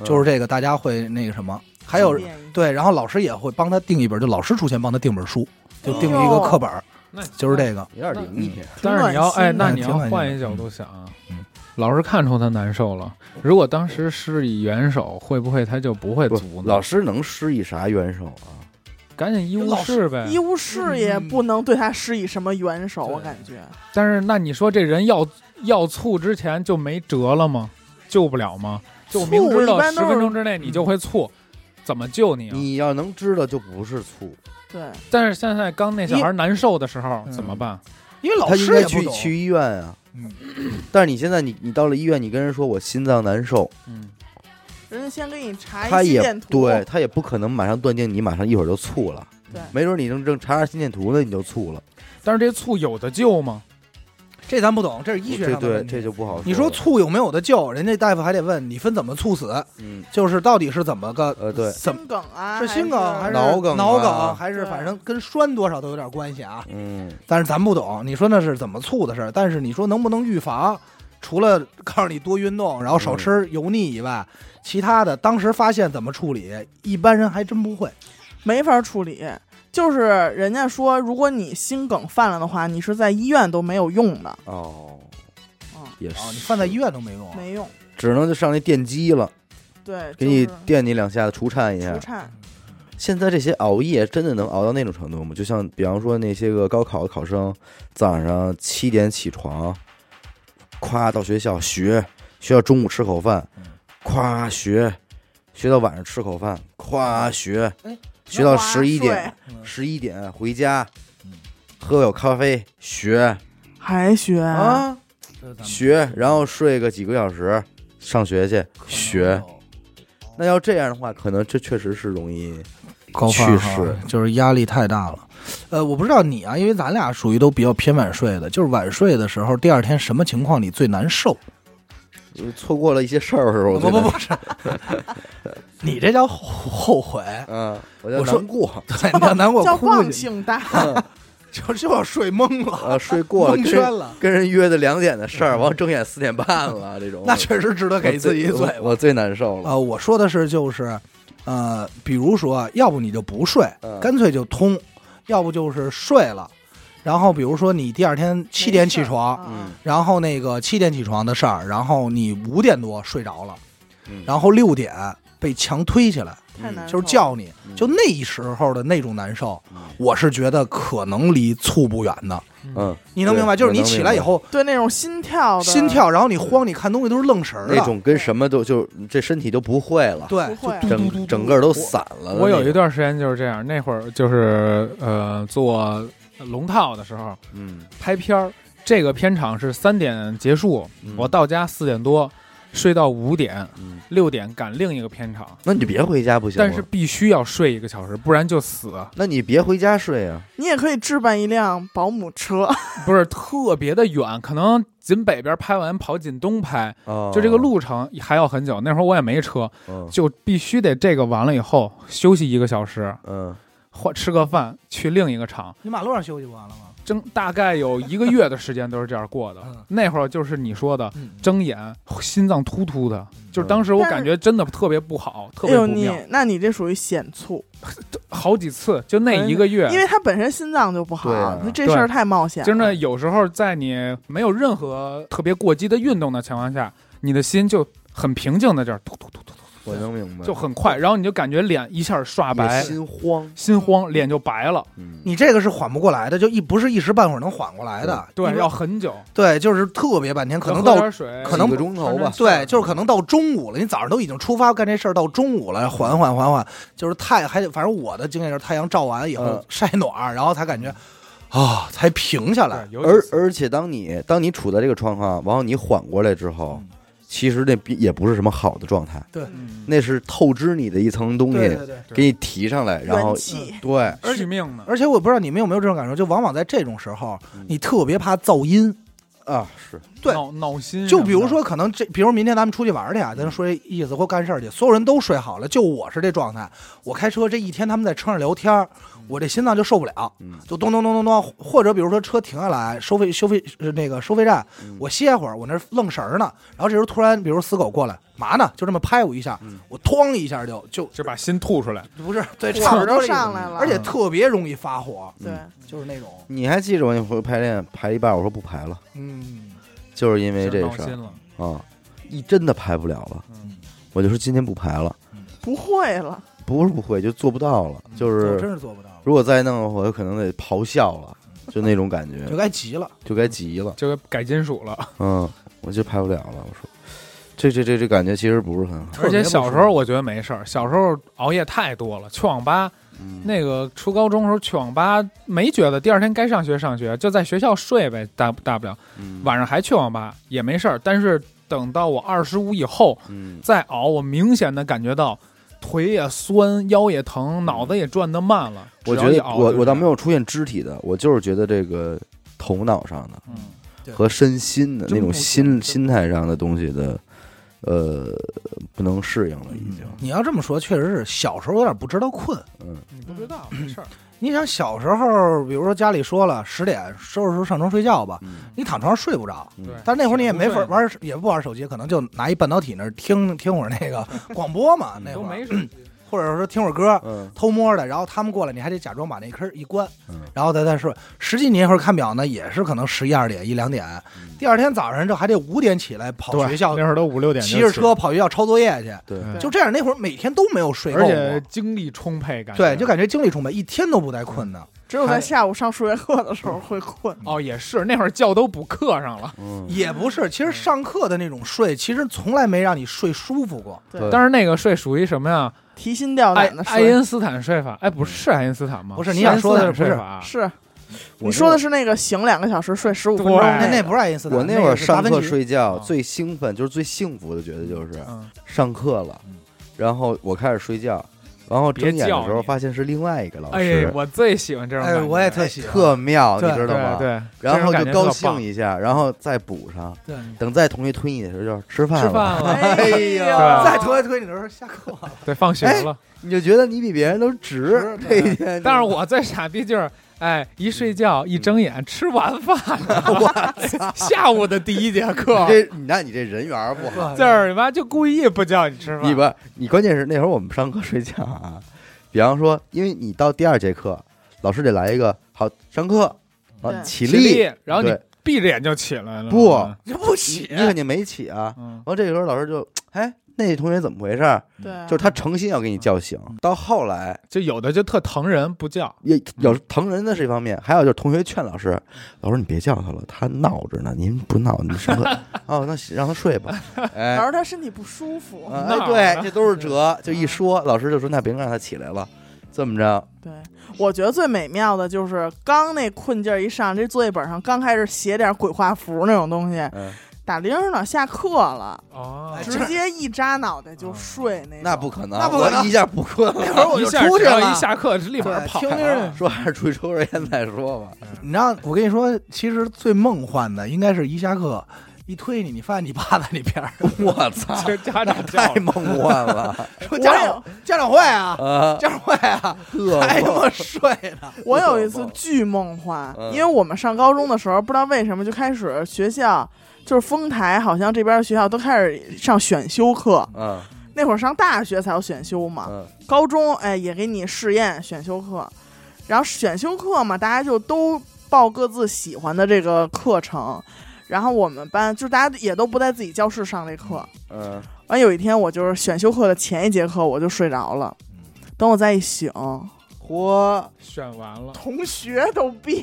Speaker 1: 嗯
Speaker 4: 就是这个大家会那个什么，还有
Speaker 3: 经典一
Speaker 4: 对，然后老师也会帮他定一本，就老师出钱帮他定本书，就定
Speaker 3: 哎
Speaker 4: 一
Speaker 3: 呦
Speaker 4: 个课本儿，
Speaker 2: 那
Speaker 4: 就是。这个，
Speaker 1: 有点灵异片，
Speaker 2: 但是你要
Speaker 3: 挺
Speaker 2: 哎，
Speaker 3: 暖心的
Speaker 2: 那你要
Speaker 4: 挺暖心的
Speaker 2: 换一角度想啊
Speaker 4: 嗯，
Speaker 2: 老师看出他难受了，如果当时施以援手，会不会他就不会
Speaker 1: 不
Speaker 2: 足呢？
Speaker 1: 老师能施以啥援手啊？
Speaker 2: 赶紧医务
Speaker 4: 老
Speaker 2: 室呗。
Speaker 3: 医务室也
Speaker 4: 嗯
Speaker 3: 不能对他施以什么援手，
Speaker 4: 对
Speaker 3: 我感觉
Speaker 2: 但是那你说这人要要猝之前就没辙了吗？救不了吗？就明知
Speaker 3: 猝一
Speaker 2: 道
Speaker 3: 般
Speaker 2: 十
Speaker 3: 都是
Speaker 2: 分钟之内你就会猝，怎么救你啊？
Speaker 1: 你要能知道就不是醋，
Speaker 3: 对，
Speaker 2: 但是现在刚那小孩难受的时候
Speaker 3: 嗯
Speaker 4: 你
Speaker 2: 怎么办？
Speaker 4: 因为老
Speaker 1: 他应
Speaker 4: 师
Speaker 1: 该
Speaker 4: 也不
Speaker 1: 去
Speaker 4: 懂，
Speaker 1: 去医院啊。
Speaker 4: 嗯
Speaker 1: 但是你现在你你到了医院，你跟人说我心脏难受，
Speaker 2: 嗯，
Speaker 3: 人家先给你查
Speaker 1: 他
Speaker 3: 一心
Speaker 1: 也
Speaker 3: 电图，
Speaker 1: 对他也不可能马上断定你马上一会儿就猝了，
Speaker 3: 对
Speaker 1: 没准你正正查查心电图呢你就猝了，
Speaker 2: 但是这猝有的救吗？
Speaker 4: 这咱不懂，这是医学
Speaker 1: 这
Speaker 4: 上的
Speaker 1: 对
Speaker 4: 问题。
Speaker 1: 这就不好
Speaker 4: 你说
Speaker 1: 了
Speaker 4: 猝有没有的救？人家大夫还得问你分怎么猝死，
Speaker 1: 嗯
Speaker 4: 就是到底是怎么个
Speaker 1: 呃 对
Speaker 4: 怎么
Speaker 3: 心梗啊，
Speaker 4: 是心梗还是
Speaker 1: 脑梗啊
Speaker 4: 脑梗还是
Speaker 3: 对
Speaker 4: 反正跟栓多少都有点关系啊。
Speaker 1: 嗯
Speaker 4: 但是咱不懂，你说那是怎么促的事儿？但是你说能不能预防？除了告诉你多运动，然后少吃油腻以外，其他的当时发现怎么处理，一般人还真不会。
Speaker 3: 没法处理。就是人家说，如果你心梗犯了的话，你是在医院都没有用的，
Speaker 1: 哦
Speaker 3: 嗯，
Speaker 1: 也
Speaker 4: 啊
Speaker 1: 是，
Speaker 4: 你放在医院都没用啊，
Speaker 3: 没用。
Speaker 1: 只能就上那电击了，
Speaker 3: 对，
Speaker 1: 给你
Speaker 3: 就是
Speaker 1: 电你两下子除颤一下
Speaker 3: 除，颤，
Speaker 1: 现在这些熬夜真的能熬到那种程度吗？就像比方说那些个高考的考生，早上七点起床，咵到学校学，学校中午吃口饭
Speaker 4: 嗯，
Speaker 1: 咵学，学到晚上吃口饭，咵学
Speaker 4: 哎，
Speaker 1: 学到
Speaker 3: 呱呱
Speaker 1: 十一点，
Speaker 3: 睡
Speaker 4: 嗯
Speaker 1: 十一点回家
Speaker 4: 嗯，
Speaker 1: 喝口咖啡学
Speaker 3: 还学啊？
Speaker 1: 啊学，然后睡个几个小时，上学去学。那要这样的话，可能这确实是容易，
Speaker 4: 高
Speaker 1: 发
Speaker 4: 去
Speaker 1: 哈
Speaker 4: 世就是压力太大了。呃，我不知道你啊，因为咱俩属于都比较偏晚睡的，就是晚睡的时候，第二天什么情况你最难受？
Speaker 1: 呃错过了一些事儿，是吧我觉
Speaker 4: 不
Speaker 1: 得
Speaker 4: 不 不是，你这叫后悔，
Speaker 1: 嗯，我叫
Speaker 4: 我说
Speaker 1: 难过，
Speaker 4: 对，你要难过
Speaker 3: 叫
Speaker 4: 哭
Speaker 3: 忘
Speaker 4: 去，
Speaker 3: 性大，
Speaker 4: 就就要睡懵 了，
Speaker 1: 啊，睡过了，
Speaker 4: 蒙
Speaker 1: 跟
Speaker 4: 圈了，
Speaker 1: 跟人约的两点的事儿，完睁眼四点半了，啊这种
Speaker 4: 那确实值得
Speaker 1: 我
Speaker 4: 给自己一
Speaker 1: 最
Speaker 4: 嘴巴。
Speaker 1: 我我最难受了。
Speaker 4: 呃，我说的是就是，呃，比如说啊，要不你就不睡，
Speaker 1: 嗯
Speaker 4: 干脆就通；要不就是睡了，然后比如说你第二天七点起床，
Speaker 1: 嗯
Speaker 3: 啊，
Speaker 4: 然后那个七点起床的事儿，然后你五点多睡着了，
Speaker 1: 嗯
Speaker 4: 然后六点被强推起来，
Speaker 3: 太难
Speaker 4: 就是
Speaker 3: 受了
Speaker 4: 叫你，
Speaker 1: 嗯
Speaker 4: 就那时候的那种难受，
Speaker 1: 嗯
Speaker 4: 我是觉得可能离猝不远的。
Speaker 1: 嗯，
Speaker 4: 你能
Speaker 1: 对
Speaker 4: 明白？就是
Speaker 1: 我
Speaker 4: 你
Speaker 1: 能
Speaker 4: 起
Speaker 1: 明
Speaker 4: 来以
Speaker 1: 白
Speaker 4: 后
Speaker 3: 对那种心跳的
Speaker 4: 心跳，然后你慌，你看东西都是愣神儿的
Speaker 1: 那种跟什么都就这身体就不会了，
Speaker 4: 对，
Speaker 3: 不会
Speaker 4: 就嘟嘟嘟
Speaker 1: 整整个都散了。
Speaker 2: 我有
Speaker 1: 段，
Speaker 2: 一段时间就是这样，那会儿就是呃做龙套的时候
Speaker 1: 嗯，
Speaker 2: 拍片儿，这个片场是三点结束，
Speaker 1: 嗯
Speaker 2: 我到家四点多，睡到五点，
Speaker 1: 嗯
Speaker 2: 六点赶另一个片场，
Speaker 1: 那你就别回家不行吗？
Speaker 2: 但是必须要睡一个小时，不然就死。
Speaker 1: 那你别回家睡啊，
Speaker 3: 你也可以置办一辆保姆车，
Speaker 2: 不是特别的远，可能仅北边拍完跑锦东拍，
Speaker 1: 哦
Speaker 2: 就这个，路程还要很久。那会儿我也没车，
Speaker 1: 嗯
Speaker 2: 就必须得这个完了以后休息一个小时，
Speaker 1: 嗯，
Speaker 2: 或吃个饭去另一个场。
Speaker 4: 你马路上休息不完了吗？
Speaker 2: 争大概有一个月的时间都是这样过
Speaker 4: 嗯
Speaker 2: 的。那会儿就是你说的
Speaker 4: 嗯
Speaker 2: 睁眼，心脏突突的，就是当时我感觉真的特别不好，
Speaker 3: 嗯哎
Speaker 2: 特别
Speaker 3: 呦
Speaker 2: 不
Speaker 3: 你
Speaker 2: 妙，，
Speaker 3: 那你这属于显猝，
Speaker 2: 好几次，就那一个月
Speaker 3: 因。为他本身心脏就不好，
Speaker 1: 对啊
Speaker 3: 那这事儿太冒险了。
Speaker 2: 真的，有时候在你没有任何特别过激的运动的情况下，你的心就很平静的这样突突突突突
Speaker 1: 我能明白，
Speaker 2: 就很快，然后你就感觉脸一下刷白
Speaker 1: 也，心慌，
Speaker 2: 心慌，脸就白了。
Speaker 1: 嗯，
Speaker 4: 你这个是缓不过来的，就一不是一时半会儿能缓过来的。
Speaker 2: 嗯对，
Speaker 4: 一
Speaker 2: 要很久，
Speaker 4: 对，就是特别半天，可能
Speaker 2: 要喝
Speaker 4: 到
Speaker 2: 点水，
Speaker 4: 可能
Speaker 1: 几个钟头吧
Speaker 2: 反，
Speaker 4: 对，就是可能到中午了。你早上都已经出发干这事儿，到中午了，缓缓缓缓，就是太还得，反正我的经验就是太阳照完以后、
Speaker 1: 嗯
Speaker 4: 晒暖儿，然后才感觉啊，才平下来
Speaker 2: 对。有
Speaker 1: 而
Speaker 2: 几次
Speaker 1: 而且当你当你处在这个状况，然后你缓过来之后
Speaker 4: 嗯，
Speaker 1: 其实那比也不是什么好的状态，
Speaker 2: 嗯
Speaker 1: 那是透支你的一层东
Speaker 4: 对
Speaker 1: 西，
Speaker 4: 对对。
Speaker 1: 给你提上来，然后
Speaker 3: 元气，
Speaker 1: 对，
Speaker 4: 而且
Speaker 2: 续命呢，
Speaker 4: 而且我不知道你们有没有这种感受，就往往在这种时候
Speaker 1: 嗯，
Speaker 4: 你特别怕噪音。
Speaker 1: 啊，是，
Speaker 4: 对
Speaker 2: 闹闹心。
Speaker 4: 就比如说，，可能这，比如明天咱们出去玩儿去啊，咱说这意思或干事儿去，所有人都睡好了，就我是这状态。我开车这一天，他们在车上聊天儿，我这心脏就受不了，
Speaker 1: 嗯
Speaker 4: 就咚咚咚咚咚。或者比如说车停下来，收费收费呃那个收费站
Speaker 1: 嗯，
Speaker 4: 我歇会儿，我那儿愣神儿呢。然后这时候突然，比如死狗过来，嘛呢？就这么拍我一下
Speaker 1: 嗯，
Speaker 4: 我咣一下就就
Speaker 2: 就把心吐出来，
Speaker 4: 不是对，
Speaker 3: 火
Speaker 1: 嗯
Speaker 4: 差不
Speaker 3: 儿
Speaker 4: 多
Speaker 3: 都
Speaker 4: 这意思，
Speaker 3: 上来了，
Speaker 4: 而且特别容易发火，
Speaker 3: 对，
Speaker 4: 就是那种
Speaker 1: 你还记着我那回排练排一半，我说不排了，
Speaker 4: 嗯，
Speaker 1: 就是因为这
Speaker 2: 闹
Speaker 1: 事
Speaker 2: 心
Speaker 1: 儿
Speaker 2: 了。
Speaker 1: 啊，一真的排不了了，
Speaker 2: 嗯
Speaker 1: 我就说今天不排了，
Speaker 3: 不会了，
Speaker 1: 不是不会，就做不到了，就
Speaker 4: 我
Speaker 1: 是
Speaker 4: 真是做不到了，
Speaker 1: 如果再弄的话，我可能得咆哮了，就那种感
Speaker 4: 就
Speaker 1: 觉，
Speaker 4: 该急了。
Speaker 1: 就该急了，
Speaker 2: 就改金属了，
Speaker 1: 嗯，我就排不了了，我说，这这这这感觉其实不是很好，
Speaker 4: 特
Speaker 2: 而
Speaker 4: 别
Speaker 2: 且
Speaker 4: 不舒
Speaker 2: 小时
Speaker 4: 服
Speaker 2: 候我觉得没事儿，小时候熬夜太多了，去网吧，
Speaker 1: 嗯
Speaker 2: 那个初高中时候去网吧没觉得，第二天该上学上学，就在学校睡呗，大大不了
Speaker 1: 嗯
Speaker 2: 晚上还去网吧也没事儿。但是等到我二十五以后，
Speaker 1: 嗯
Speaker 2: 再熬，我明显的感觉到腿也酸，腰也疼，脑子也转得慢了。
Speaker 1: 我觉
Speaker 2: 只要一
Speaker 1: 得
Speaker 2: 熬
Speaker 1: 我
Speaker 2: 就是
Speaker 1: 我倒没有出现肢体的，我就是觉得这个头脑上的
Speaker 2: 这样，嗯，
Speaker 1: 和身心的
Speaker 4: 真
Speaker 1: 那种
Speaker 4: 不行
Speaker 1: 心
Speaker 4: 真
Speaker 1: 心态上的东西的，呃，不能适应了已经。
Speaker 4: 嗯你要这么说，确实是小时候有点不知道困。
Speaker 1: 嗯
Speaker 2: 你不知 道没事儿，
Speaker 4: 你想小时候，比如说家里说了十点收拾收拾上床睡觉吧，
Speaker 1: 嗯，
Speaker 4: 你躺床上睡不着。
Speaker 1: 嗯
Speaker 2: 对。
Speaker 4: 但那会儿你也没
Speaker 2: 不
Speaker 4: 法
Speaker 2: 睡
Speaker 4: 玩，也不玩手机，可能就拿一半导体那儿听听会儿那 个广播嘛，那
Speaker 2: 嗯都
Speaker 4: 会
Speaker 2: 没
Speaker 4: 儿，
Speaker 2: 手 机，
Speaker 4: 或者说听会儿歌，
Speaker 1: 嗯
Speaker 4: 偷摸的，然后他们过来，你还得假装把那坑一关
Speaker 1: 嗯，
Speaker 4: 然后再再睡。实际你那会儿看表呢，也是可能十一二点一两点，
Speaker 1: 嗯
Speaker 4: 第二天早上这还得五点起来跑
Speaker 1: 啊
Speaker 2: 对
Speaker 4: 学校
Speaker 2: 那，会儿都五六点就
Speaker 4: 骑着
Speaker 2: 起
Speaker 4: 车跑学校抄作业去，
Speaker 1: 对，
Speaker 2: 对
Speaker 4: 就这样。那会儿每天都没有睡够
Speaker 2: 而
Speaker 4: 过，
Speaker 2: 且精力充沛，感觉
Speaker 4: 对，就感觉精力充沛，一天都不带困的。
Speaker 1: 嗯
Speaker 3: 只有在
Speaker 4: 还
Speaker 3: 下午上数学课的时候会困。
Speaker 2: 哦，也是那会儿觉都补课上了，
Speaker 1: 嗯，
Speaker 4: 也不是，其实上课的那种睡，其实从来没让你睡舒服过。
Speaker 1: 对
Speaker 2: 但是那个睡属于什么呀？
Speaker 3: 提心吊
Speaker 2: 爱
Speaker 3: 胆的
Speaker 2: 爱
Speaker 3: 睡，
Speaker 2: 因斯坦睡法？哎，不是
Speaker 1: 嗯
Speaker 2: 是爱因斯坦吗？
Speaker 4: 不是你想说的
Speaker 2: 爱因斯坦
Speaker 4: 不是
Speaker 2: 睡法？
Speaker 3: 是
Speaker 1: 我
Speaker 3: 你
Speaker 1: 就
Speaker 3: 说的是那个醒两个小时睡十五分钟
Speaker 2: 啊对
Speaker 4: 那
Speaker 2: 哎
Speaker 4: 那
Speaker 3: 那
Speaker 4: 不是爱因斯坦，
Speaker 1: 我那
Speaker 4: 个
Speaker 1: 会儿
Speaker 4: 是
Speaker 1: 上
Speaker 4: 达芬
Speaker 1: 课
Speaker 4: 奇，
Speaker 1: 睡觉
Speaker 2: 啊
Speaker 1: 最兴奋，就是最幸福的，觉得就是
Speaker 2: 嗯，
Speaker 1: 上课了
Speaker 4: 嗯，
Speaker 1: 然后我开始睡觉，然后睁眼
Speaker 2: 别
Speaker 1: 的
Speaker 2: 叫
Speaker 1: 时候
Speaker 2: 你
Speaker 1: 发现是另外一个老
Speaker 2: 哎
Speaker 1: 师，，
Speaker 2: 我最喜欢这种感
Speaker 4: 哎，
Speaker 2: 觉，
Speaker 4: 我也特喜欢。
Speaker 1: 特妙，你
Speaker 4: 对
Speaker 1: 知道
Speaker 2: 对
Speaker 1: 吗？
Speaker 2: 对，
Speaker 1: 然后
Speaker 2: 这种感
Speaker 1: 就
Speaker 2: 觉
Speaker 1: 高
Speaker 2: 特
Speaker 1: 兴
Speaker 2: 棒
Speaker 1: 一下，然后再补上。
Speaker 4: 对，
Speaker 1: 等再同学推你的时候，就是吃饭
Speaker 2: 吃饭了，
Speaker 1: 哎呀
Speaker 2: 对
Speaker 4: 再推一推你的时候 下课了，
Speaker 2: 对，放学
Speaker 1: 哎
Speaker 2: 了。
Speaker 1: 你就觉得你比别人都值
Speaker 4: 值。
Speaker 1: 这
Speaker 4: 对
Speaker 1: 一天就，
Speaker 2: 但是我最傻逼就是，哎，一睡觉一睁眼吃完饭了， 下午的第一节课
Speaker 1: 你，这，你那你这人缘儿不好。
Speaker 4: 对
Speaker 2: 就是你妈就故意不叫你吃饭，
Speaker 1: 你不，你关键是那会儿我们上课睡觉啊，比方说，因为你到第二节课，老师得来一个好上课，啊
Speaker 3: 对
Speaker 1: 起
Speaker 2: 起
Speaker 1: 立，
Speaker 2: 立，然后你
Speaker 1: 对
Speaker 2: 闭着眼就起来了，
Speaker 1: 不
Speaker 2: 嗯
Speaker 4: 你不
Speaker 1: 你
Speaker 4: 起
Speaker 1: 你，肯定没起啊。
Speaker 2: 嗯
Speaker 1: 然后这个时候老师就，哎，那同学怎么回事儿？
Speaker 2: 嗯
Speaker 3: 对，
Speaker 1: 嗯就是他诚心要给你叫醒。到后来
Speaker 2: 就有的就特疼人不叫，
Speaker 1: 也有疼人的是一方面，还有就是同学劝老师，老师你别叫他了，他闹着呢，您不闹，你上课哦，那行让他睡吧。哎
Speaker 3: 老，师他身体不舒服，
Speaker 1: 啊
Speaker 2: 闹
Speaker 1: 哎，
Speaker 2: 呢
Speaker 1: 对，这都是辙。就一说，老师就说那别让他起来了，这么着，
Speaker 3: 对，我觉得最美妙的就是刚那困劲儿一上，这作业本上刚开始写点鬼画符那种东西，
Speaker 1: 嗯，
Speaker 3: 打铃儿呢，下课了，
Speaker 2: 哦
Speaker 4: 哎
Speaker 3: 直接一扎脑袋就睡那种
Speaker 1: 哦那不可能，
Speaker 4: 那不可能
Speaker 1: 我一下不困了。
Speaker 4: 那会儿我
Speaker 2: 一
Speaker 4: 就
Speaker 2: 下
Speaker 4: 出
Speaker 2: 只
Speaker 4: 去
Speaker 2: 要
Speaker 4: 了。
Speaker 2: 一下课立马
Speaker 4: 对
Speaker 2: 跑
Speaker 4: 听着
Speaker 1: 说还是出去抽根烟再说吧。
Speaker 4: 你知道，我跟你说，其实最梦幻的应该是一下课一推你，你发现你爸在里边 儿，
Speaker 1: 我操，
Speaker 2: 这家长叫
Speaker 1: 太梦幻了
Speaker 4: 说家长家长会啊，
Speaker 1: 啊！
Speaker 4: 家长会 啊，
Speaker 1: 特
Speaker 4: 还他
Speaker 1: 梦
Speaker 4: 妈睡呢，
Speaker 3: 我有一次巨梦幻
Speaker 1: 嗯，
Speaker 3: 因为我们上高中的时候，不知道为什么就开始学校就是丰台，好像这边的学校都开始上选修课。
Speaker 1: 嗯
Speaker 3: 那会儿上大学才有选修嘛，
Speaker 1: 嗯
Speaker 3: 高中哎也给你试验选修课，然后选修课嘛，大家就都报各自喜欢的这个课程。然后我们班就大家也都不在自己教室上这课。
Speaker 1: 嗯，
Speaker 3: 完有一天我就是选修课的前一节课我就睡着了，
Speaker 1: 嗯
Speaker 3: 等我再一醒，
Speaker 1: 嚯，
Speaker 2: 选完 了，
Speaker 3: 同学都变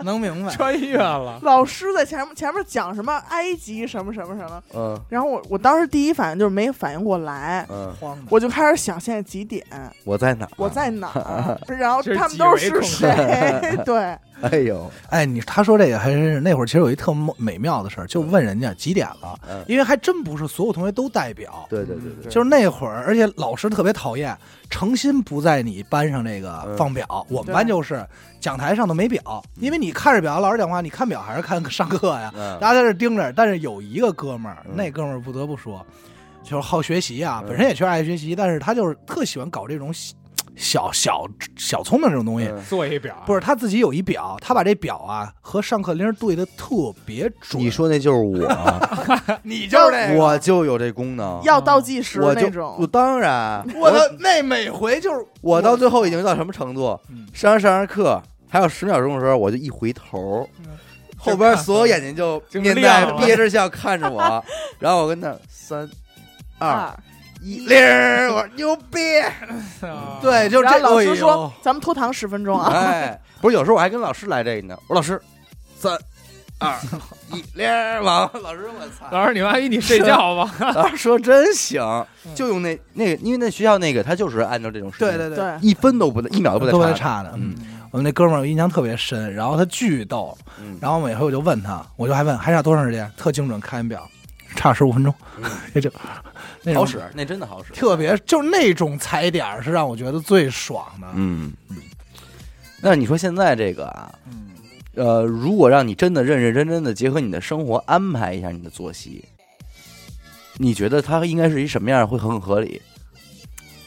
Speaker 4: 能明白？
Speaker 2: 穿越了，
Speaker 3: 老师在前面前面讲什么埃及什么什么什么，
Speaker 1: 嗯
Speaker 3: 然后我我当时第一反应就是没反应过来，
Speaker 1: 嗯，
Speaker 4: 慌的，
Speaker 3: 我就开始想现在几点，
Speaker 1: 我在哪儿？啊
Speaker 3: 我在哪儿，然后
Speaker 2: 这是
Speaker 3: 他们都
Speaker 2: 几维
Speaker 3: 是
Speaker 2: 空
Speaker 3: 谁， 对，
Speaker 1: 哎呦，
Speaker 4: 哎，你他说这个还真是那会儿，其实有一特美妙的事儿，就问人家几点了，
Speaker 1: 嗯，
Speaker 4: 因为还真不是所有同学都代表，
Speaker 1: 对对对对，
Speaker 4: 就是那会儿，而且老师特别讨厌，诚心不在你班上这个
Speaker 1: 嗯
Speaker 4: 放表。我们班
Speaker 3: 对
Speaker 4: 就是讲台上都没表，因为你看着表，老师讲话，你看表还是看上课呀？
Speaker 1: 嗯
Speaker 4: 大家在这盯着，但是有一个哥们儿，
Speaker 1: 嗯
Speaker 4: 那哥们儿不得不说，就是好学习啊，
Speaker 1: 嗯
Speaker 4: 本身也确实爱学习，但是他就是特喜欢搞这种小小小小聪明这种东西。
Speaker 1: 嗯
Speaker 2: 做一表，
Speaker 4: 不是他自己有一表，他把这表啊和上课铃儿对的特别准。
Speaker 1: 你说那就是我，
Speaker 4: 你就是这个，
Speaker 1: 我就有这功能，
Speaker 3: 要倒计时
Speaker 1: 我
Speaker 3: 那
Speaker 1: 就我
Speaker 3: 种，
Speaker 1: 当然，
Speaker 4: 我的那每回就是
Speaker 1: 我到最后已经到什么程度？
Speaker 2: 嗯，
Speaker 1: 上着上着课还有十秒钟的时候，我就一回头
Speaker 2: 嗯，
Speaker 1: 后边所有 眼睛就
Speaker 2: 就
Speaker 1: 面带
Speaker 2: 亮了
Speaker 1: 憋着笑看 着我，然后我跟那儿三二
Speaker 3: 二，
Speaker 1: 一铃儿，我说牛逼！
Speaker 2: 啊
Speaker 4: 对，就
Speaker 3: 然
Speaker 4: 这
Speaker 3: 后老师
Speaker 4: 哎呦
Speaker 3: 说咱们拖堂十分钟啊，
Speaker 1: 哎，不是，有时候我还跟老师来这个呢，我说老师三 二一铃儿，完了，老师我操！
Speaker 2: 老师你妈逼你睡觉吧，
Speaker 1: 老师啊说真行，
Speaker 2: 嗯
Speaker 1: 就用那那个，因为那学校那个他就是按照这种时间
Speaker 4: 对对，
Speaker 3: 对，
Speaker 1: 一分都不带，一秒都不带
Speaker 4: 都在
Speaker 1: 差
Speaker 4: 差的。
Speaker 1: 嗯
Speaker 4: 我们那哥们儿我印象特别深，然后他巨逗，
Speaker 1: 的。嗯，
Speaker 4: 然后每回我就问他，我就还问还差多长时间，特精准，看一表，差十五分钟，也就那
Speaker 1: 好
Speaker 4: 种
Speaker 1: 使，那真的好使。
Speaker 4: 特别就是那种踩点儿是让我觉得最爽的。
Speaker 1: 嗯，那你说现在这个啊，
Speaker 2: 嗯，
Speaker 1: 呃，如果让你真的认认真真的结合你的生活安排一下你的作息，你觉得它应该是一什么样会很合理？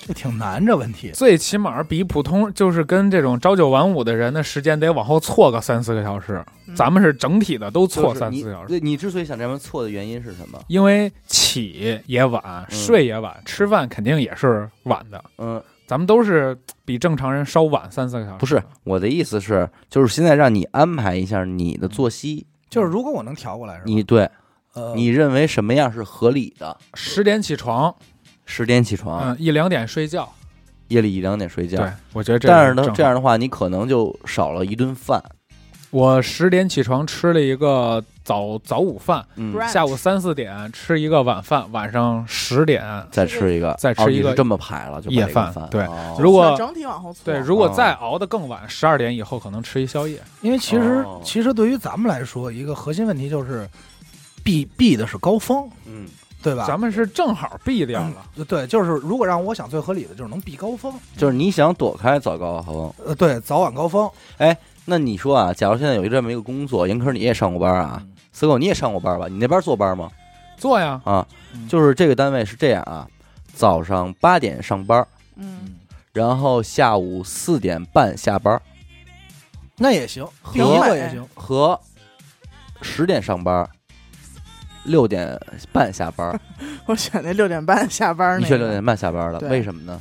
Speaker 4: 这挺难这问
Speaker 1: 嗯
Speaker 4: 题，
Speaker 2: 最起码比普通就是跟这种朝九晚五的人的时间得往后错个三四个小时，
Speaker 3: 嗯
Speaker 2: 咱们是整体的都
Speaker 1: 就
Speaker 2: 错
Speaker 1: 是
Speaker 2: 三
Speaker 1: 你
Speaker 2: 四个小时。
Speaker 1: 对你之所以想这么错的原因是什么？
Speaker 2: 因为起也晚，睡也晚，吃饭肯定也是晚的。
Speaker 1: 嗯，
Speaker 2: 咱们都是比正常人稍晚三四个小时。
Speaker 1: 不是，我的意思是，就是现在让你安排一下你的作息，
Speaker 4: 就是如果我能调过来，是吧？
Speaker 1: 你对
Speaker 2: 嗯
Speaker 4: 呃，
Speaker 1: 你认为什么样是合理的？
Speaker 2: 十点起床，
Speaker 1: 十点起床，
Speaker 2: 嗯，一两点睡觉。
Speaker 1: 夜里一两点睡觉。
Speaker 2: 对，我觉得这
Speaker 1: 但是呢，
Speaker 2: 正好
Speaker 1: 这样的话，你可能就少了一顿饭。
Speaker 2: 我十点起床吃了一个早早午饭，
Speaker 1: 嗯，
Speaker 3: Brunch
Speaker 2: 下午三四点吃一个晚饭，晚上十点。
Speaker 1: 再吃一个，
Speaker 2: 再吃
Speaker 1: 哦
Speaker 2: 一
Speaker 1: 你
Speaker 2: 个
Speaker 1: 是这么排了，就把
Speaker 2: 夜
Speaker 1: 这个
Speaker 2: 饭
Speaker 1: 饭。
Speaker 2: 对
Speaker 1: 哦
Speaker 2: 如果
Speaker 3: 整体往后错，
Speaker 2: 对，如果再熬得更晚，十二点以后可能吃一宵夜。
Speaker 4: 因为其实
Speaker 1: 哦
Speaker 4: 其实对于咱们来说，一个核心问题就是。避避的是高峰，
Speaker 1: 嗯，
Speaker 4: 对吧？嗯
Speaker 2: 咱们是正好避掉了，
Speaker 4: 对，就是如果让我想最合理的，就是能避高峰，
Speaker 1: 就是你想躲开早高峰，
Speaker 4: 呃，对，早晚高峰，
Speaker 1: 那你说啊，假如现在有这么一个工作，严科你也上过班啊
Speaker 4: 嗯，
Speaker 1: 死狗你也上过班吧？你那边坐班吗？
Speaker 2: 做呀，
Speaker 1: 啊
Speaker 2: 嗯，
Speaker 1: 就是这个单位是这样啊，早上八点上班，
Speaker 3: 嗯，
Speaker 1: 然后下午四点半下班，
Speaker 4: 那也行，避一
Speaker 3: 和
Speaker 4: 个也行，
Speaker 1: 和十点上班，六点半下班。
Speaker 3: 我选那六点半下班
Speaker 1: 你
Speaker 3: 那
Speaker 1: 选六
Speaker 2: 嗯
Speaker 3: 个，
Speaker 1: 点半下班了，
Speaker 3: 对
Speaker 1: 为什么呢？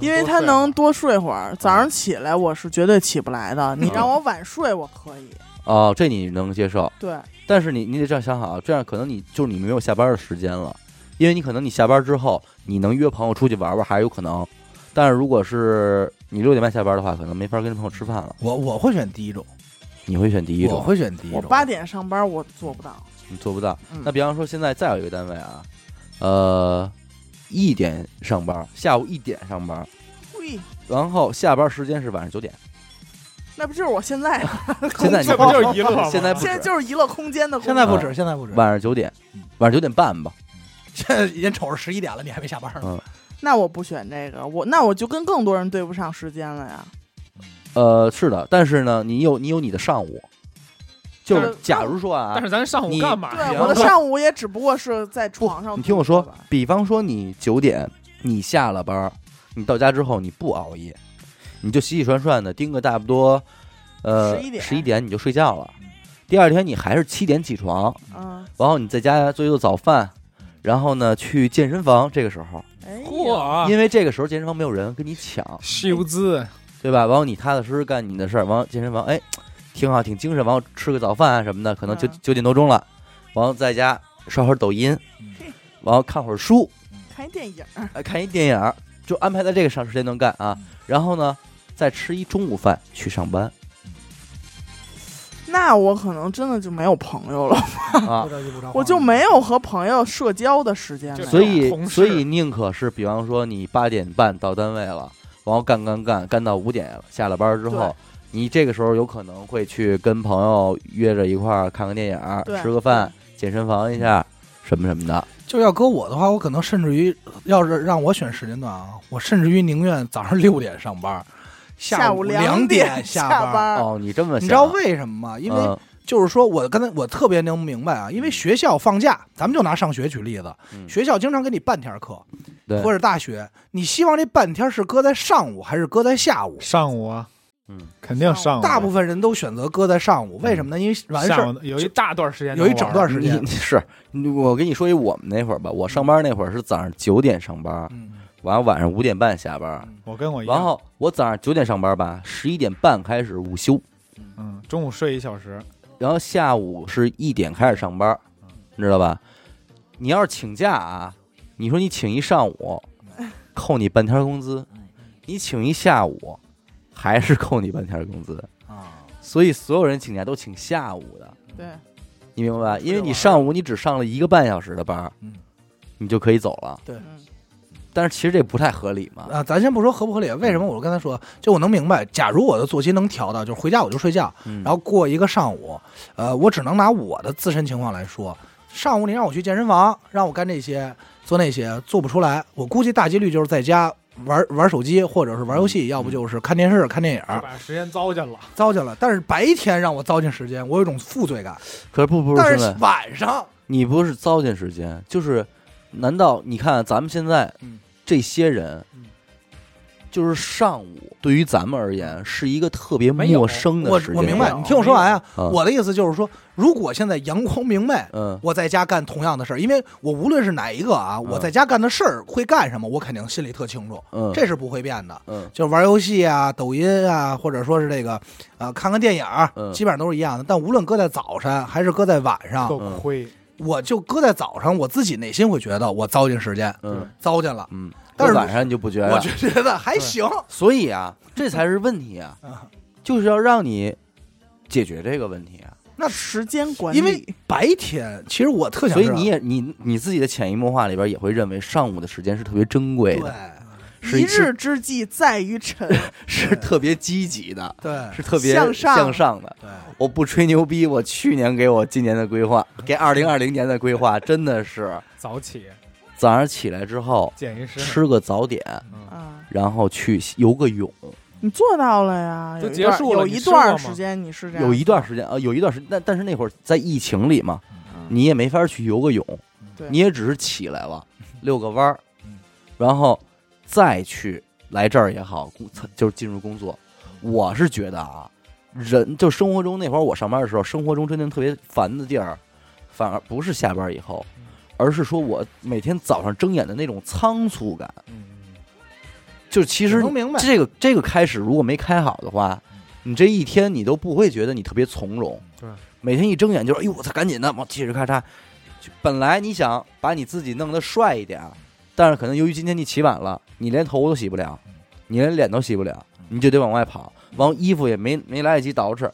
Speaker 3: 因为他能多睡会儿。早上起来我是绝对起不来的，你
Speaker 1: 嗯
Speaker 3: 让我晚睡我可以。
Speaker 1: 哦，这你能接受，
Speaker 3: 对，
Speaker 1: 但是你你得这样想好，啊这样可能你就是你没有下班的时间了，因为你可能你下班之后你能约朋友出去玩玩还是有可能，但是如果是你六点半下班的话，可能没法跟朋友吃饭了。
Speaker 4: 我我会选第一种，
Speaker 1: 你会选第一
Speaker 4: 我
Speaker 1: 种，
Speaker 4: 会选第一
Speaker 3: 我
Speaker 4: 种，
Speaker 3: 八点上班我做不到。
Speaker 1: 你做不到。
Speaker 3: 嗯
Speaker 1: 那比方说现在再有一个单位啊，呃，一点上班，下午一点上班，
Speaker 3: 喂，
Speaker 1: 然后下班时间是晚上九点。
Speaker 3: 那不就是我现 在？
Speaker 1: 现在你
Speaker 2: 这不就是一乐吗？
Speaker 1: 现在不
Speaker 3: 现在
Speaker 1: 止
Speaker 3: 就是娱乐空间的工作。
Speaker 4: 现在不止，现在不止，
Speaker 1: 晚上九点，晚上九点半吧。
Speaker 4: 现在已经瞅着十一点了，你还没下班
Speaker 1: 嗯
Speaker 4: 呢，
Speaker 3: 那我不选这个，我那我就跟更多人对不上时间了呀。
Speaker 1: 呃，是的，但是呢，你有你有你的上午，就
Speaker 2: 但
Speaker 1: 是
Speaker 2: 是
Speaker 1: 假如说啊
Speaker 2: 但，是咱上午
Speaker 1: 你
Speaker 2: 干嘛
Speaker 3: 对，
Speaker 1: 行
Speaker 2: 哎呀？
Speaker 3: 我的上午也只不过是在床上。
Speaker 1: 你听我说，比方说你九点你下了班儿，你到家之后你不熬夜，你就洗洗涮涮的盯个差不多，呃，
Speaker 3: 11点
Speaker 1: 十一点你就睡觉了。第二天你还是七点起床，
Speaker 3: 嗯，
Speaker 1: 然后你在家做一做早饭，然后呢去健身房。这个时候，
Speaker 3: 哎呀，
Speaker 2: 嚯，
Speaker 1: 因为这个时候健身房没有人跟你抢，
Speaker 2: 修姿，
Speaker 1: 对吧？然后你踏踏实实干你的事儿，完了健身房，哎，挺好，挺精神。完了吃个早饭啊什么的，可能九
Speaker 3: 嗯
Speaker 1: 九点多钟了，完了在家刷会儿抖音
Speaker 4: 嗯，
Speaker 1: 完了看会儿书，
Speaker 3: 看一电影，
Speaker 1: 哎，看一电影儿，就安排在这个上时间段干啊
Speaker 4: 嗯。
Speaker 1: 然后呢，再吃一中午饭去上班
Speaker 3: 那我可能真的就没有朋友了，
Speaker 1: 啊
Speaker 4: 不。着急不着慌
Speaker 3: 我就没有和朋友社交的时间了。
Speaker 2: 哦就
Speaker 1: 所
Speaker 2: 同
Speaker 1: 以，
Speaker 2: 事
Speaker 1: 所以宁可是，比方说你八点半到单位了，然后干干干干到五点了，下了班儿之后
Speaker 3: 对。
Speaker 1: 你这个时候有可能会去跟朋友约着一块儿看个电影儿
Speaker 3: 对，
Speaker 1: 吃个饭，健身房一下，什么什么的。
Speaker 4: 就要搁我的话，我可能甚至于要是让我选时间段啊，我甚至于宁愿早上六点上班，
Speaker 3: 下
Speaker 4: 午
Speaker 3: 两
Speaker 4: 点
Speaker 3: 下
Speaker 4: 班。
Speaker 3: 班，
Speaker 1: 哦，你这么想，
Speaker 4: 啊你知道为什么吗？因为
Speaker 1: 嗯
Speaker 4: 就是说我刚才我特别能明白啊，因为学校放假，咱们就拿上学举例子，
Speaker 1: 嗯
Speaker 4: 学校经常给你半天课，
Speaker 1: 对
Speaker 4: 或者大学，你希望这半天是搁在上午还是搁在下午？
Speaker 2: 上午啊，
Speaker 1: 嗯，
Speaker 2: 肯定上午啊，
Speaker 4: 大部分人都选择搁在上午，为什么呢？因为完事
Speaker 2: 下
Speaker 4: 儿
Speaker 2: 午有一大段时间能
Speaker 4: 有
Speaker 2: 玩，
Speaker 4: 一整段时间
Speaker 1: 你，是你我跟你说一我们那会儿吧，我上班那会儿是早上九点上班，
Speaker 4: 嗯，
Speaker 1: 完了晚上五点半下班，
Speaker 2: 我跟我一
Speaker 1: 然
Speaker 2: 样，
Speaker 1: 后我早上九点上班吧，十一点半开始午休，
Speaker 2: 嗯，中午睡一小时，
Speaker 1: 然后下午是一点开始上班，你知道吧？你要是请假啊，你说你请一上午，扣你半天工资；你请一下午，还是扣你半天工资。
Speaker 4: 啊，
Speaker 1: 所以所有人请假都请下午的，
Speaker 3: 对，
Speaker 1: 你明白吧？因为
Speaker 2: 玩
Speaker 1: 你
Speaker 2: 儿
Speaker 1: 上午你只上了一个半小时的班儿
Speaker 4: 嗯，
Speaker 1: 你就可以走了。
Speaker 3: 嗯，
Speaker 1: 但是其实这不太合理嘛。
Speaker 4: 啊，咱先不说合不合理，为什么我跟他说，就我能明白，假如我的作息能调到，就是回家我就睡觉，
Speaker 1: 然
Speaker 4: 然后过一个上午，呃，我只能拿我的自身情况来说，上午你让我去健身房，让我干这些做那些，做不出来，我估计大几率就是在家玩玩手机，或者是玩游
Speaker 1: 嗯
Speaker 4: 戏，要不就是看电视、看电
Speaker 2: 就
Speaker 1: 啊
Speaker 4: 影，
Speaker 2: 把时间糟践了。
Speaker 4: 糟践了。但是白天让我糟践时间，我有一种负罪感，
Speaker 1: 可是不不是
Speaker 4: 但
Speaker 1: 孙
Speaker 4: 是
Speaker 1: 子，
Speaker 4: 晚上，
Speaker 1: 你不是糟践时间，就是难道你看啊咱们现在
Speaker 4: 嗯
Speaker 1: 这些人
Speaker 4: 嗯，
Speaker 1: 就是上午对于咱们而言是一个特别
Speaker 2: 没有
Speaker 1: 陌生的
Speaker 4: 我
Speaker 1: 时间
Speaker 4: 我明白，
Speaker 1: 段
Speaker 4: 你听我说完啊，
Speaker 1: 嗯
Speaker 4: 我的意思就是说，如果现在阳光明媚，
Speaker 1: 嗯
Speaker 4: 我在家干同样的事儿，因为我无论是哪一个啊，我在家干的事儿会干什么，我肯定心里特清楚，
Speaker 1: 嗯，
Speaker 4: 这是不会变的。
Speaker 1: 嗯
Speaker 4: 就是玩游戏啊、抖音啊，或者说是这个，呃，看看电影儿，
Speaker 1: 嗯
Speaker 4: 基本上都是一样的。但无论搁在早晨还是搁在晚上，
Speaker 2: 特亏，
Speaker 4: 我就搁在早上，我自己内心会觉得我糟践时间，
Speaker 1: 嗯
Speaker 4: 糟践了。
Speaker 1: 嗯，
Speaker 4: 但是
Speaker 1: 晚上你就不觉
Speaker 4: 我
Speaker 1: 得啊
Speaker 4: 就，觉得还行，
Speaker 1: 所以啊，这才是问题啊，
Speaker 4: 啊
Speaker 1: 就是要让你解决这个问题啊。
Speaker 4: 那
Speaker 3: 时间管理，
Speaker 4: 因为白天其实我特想
Speaker 1: 所
Speaker 4: 知
Speaker 1: 以
Speaker 4: 道，
Speaker 1: 你也你你自己的潜移默化里边也会认为上午的时间是特别珍贵
Speaker 4: 对
Speaker 1: 的，是
Speaker 3: 一日之计在于 晨，
Speaker 1: 是特别积极的，
Speaker 4: 对
Speaker 1: 是特别
Speaker 3: 向上
Speaker 1: 向上的。
Speaker 4: 对，
Speaker 1: 我不吹牛逼，我去年给我今年的规划，给二零二零年的规划，真的是
Speaker 2: 早起
Speaker 1: 早上起来之后
Speaker 2: 见一师，
Speaker 1: 吃个早点，
Speaker 2: 嗯
Speaker 3: 啊，
Speaker 1: 然后去游个泳。
Speaker 3: 你做到了呀，
Speaker 2: 都
Speaker 3: 有一
Speaker 2: 结
Speaker 3: 段
Speaker 2: 束了
Speaker 3: 有
Speaker 2: 你
Speaker 3: 一
Speaker 2: 吃
Speaker 3: 段
Speaker 2: 过吗
Speaker 3: 时间你是这样，
Speaker 1: 有一段时间啊，有一段时间，但但是那会儿在疫情里嘛，
Speaker 3: 嗯
Speaker 1: 你也没法去游个泳
Speaker 3: 对，
Speaker 1: 你也只是起来 了遛个弯儿
Speaker 4: 嗯，
Speaker 1: 然后再去来这儿也好，工就是进入工作。我是觉得啊，人就生活中那会儿我上班的时候，生活中真正特别烦的地儿，反而不是下班以后
Speaker 2: 嗯，
Speaker 1: 而是说我每天早上睁眼的那种仓促感。
Speaker 2: 嗯，
Speaker 1: 就其实
Speaker 4: 能明白嗯
Speaker 1: 这个这个开始如果没开好的话，你这一天你都不会觉得你特别从容。
Speaker 2: 嗯对，
Speaker 1: 每天一睁眼就是哎呦，我操，赶紧的，往起着咔嚓。就本来你想把你自己弄得帅一点儿，但是可能由于今天你起晚了，你连头都洗不了，你连脸都洗不了，你就得往外跑，完衣服也没没来得及捯饬，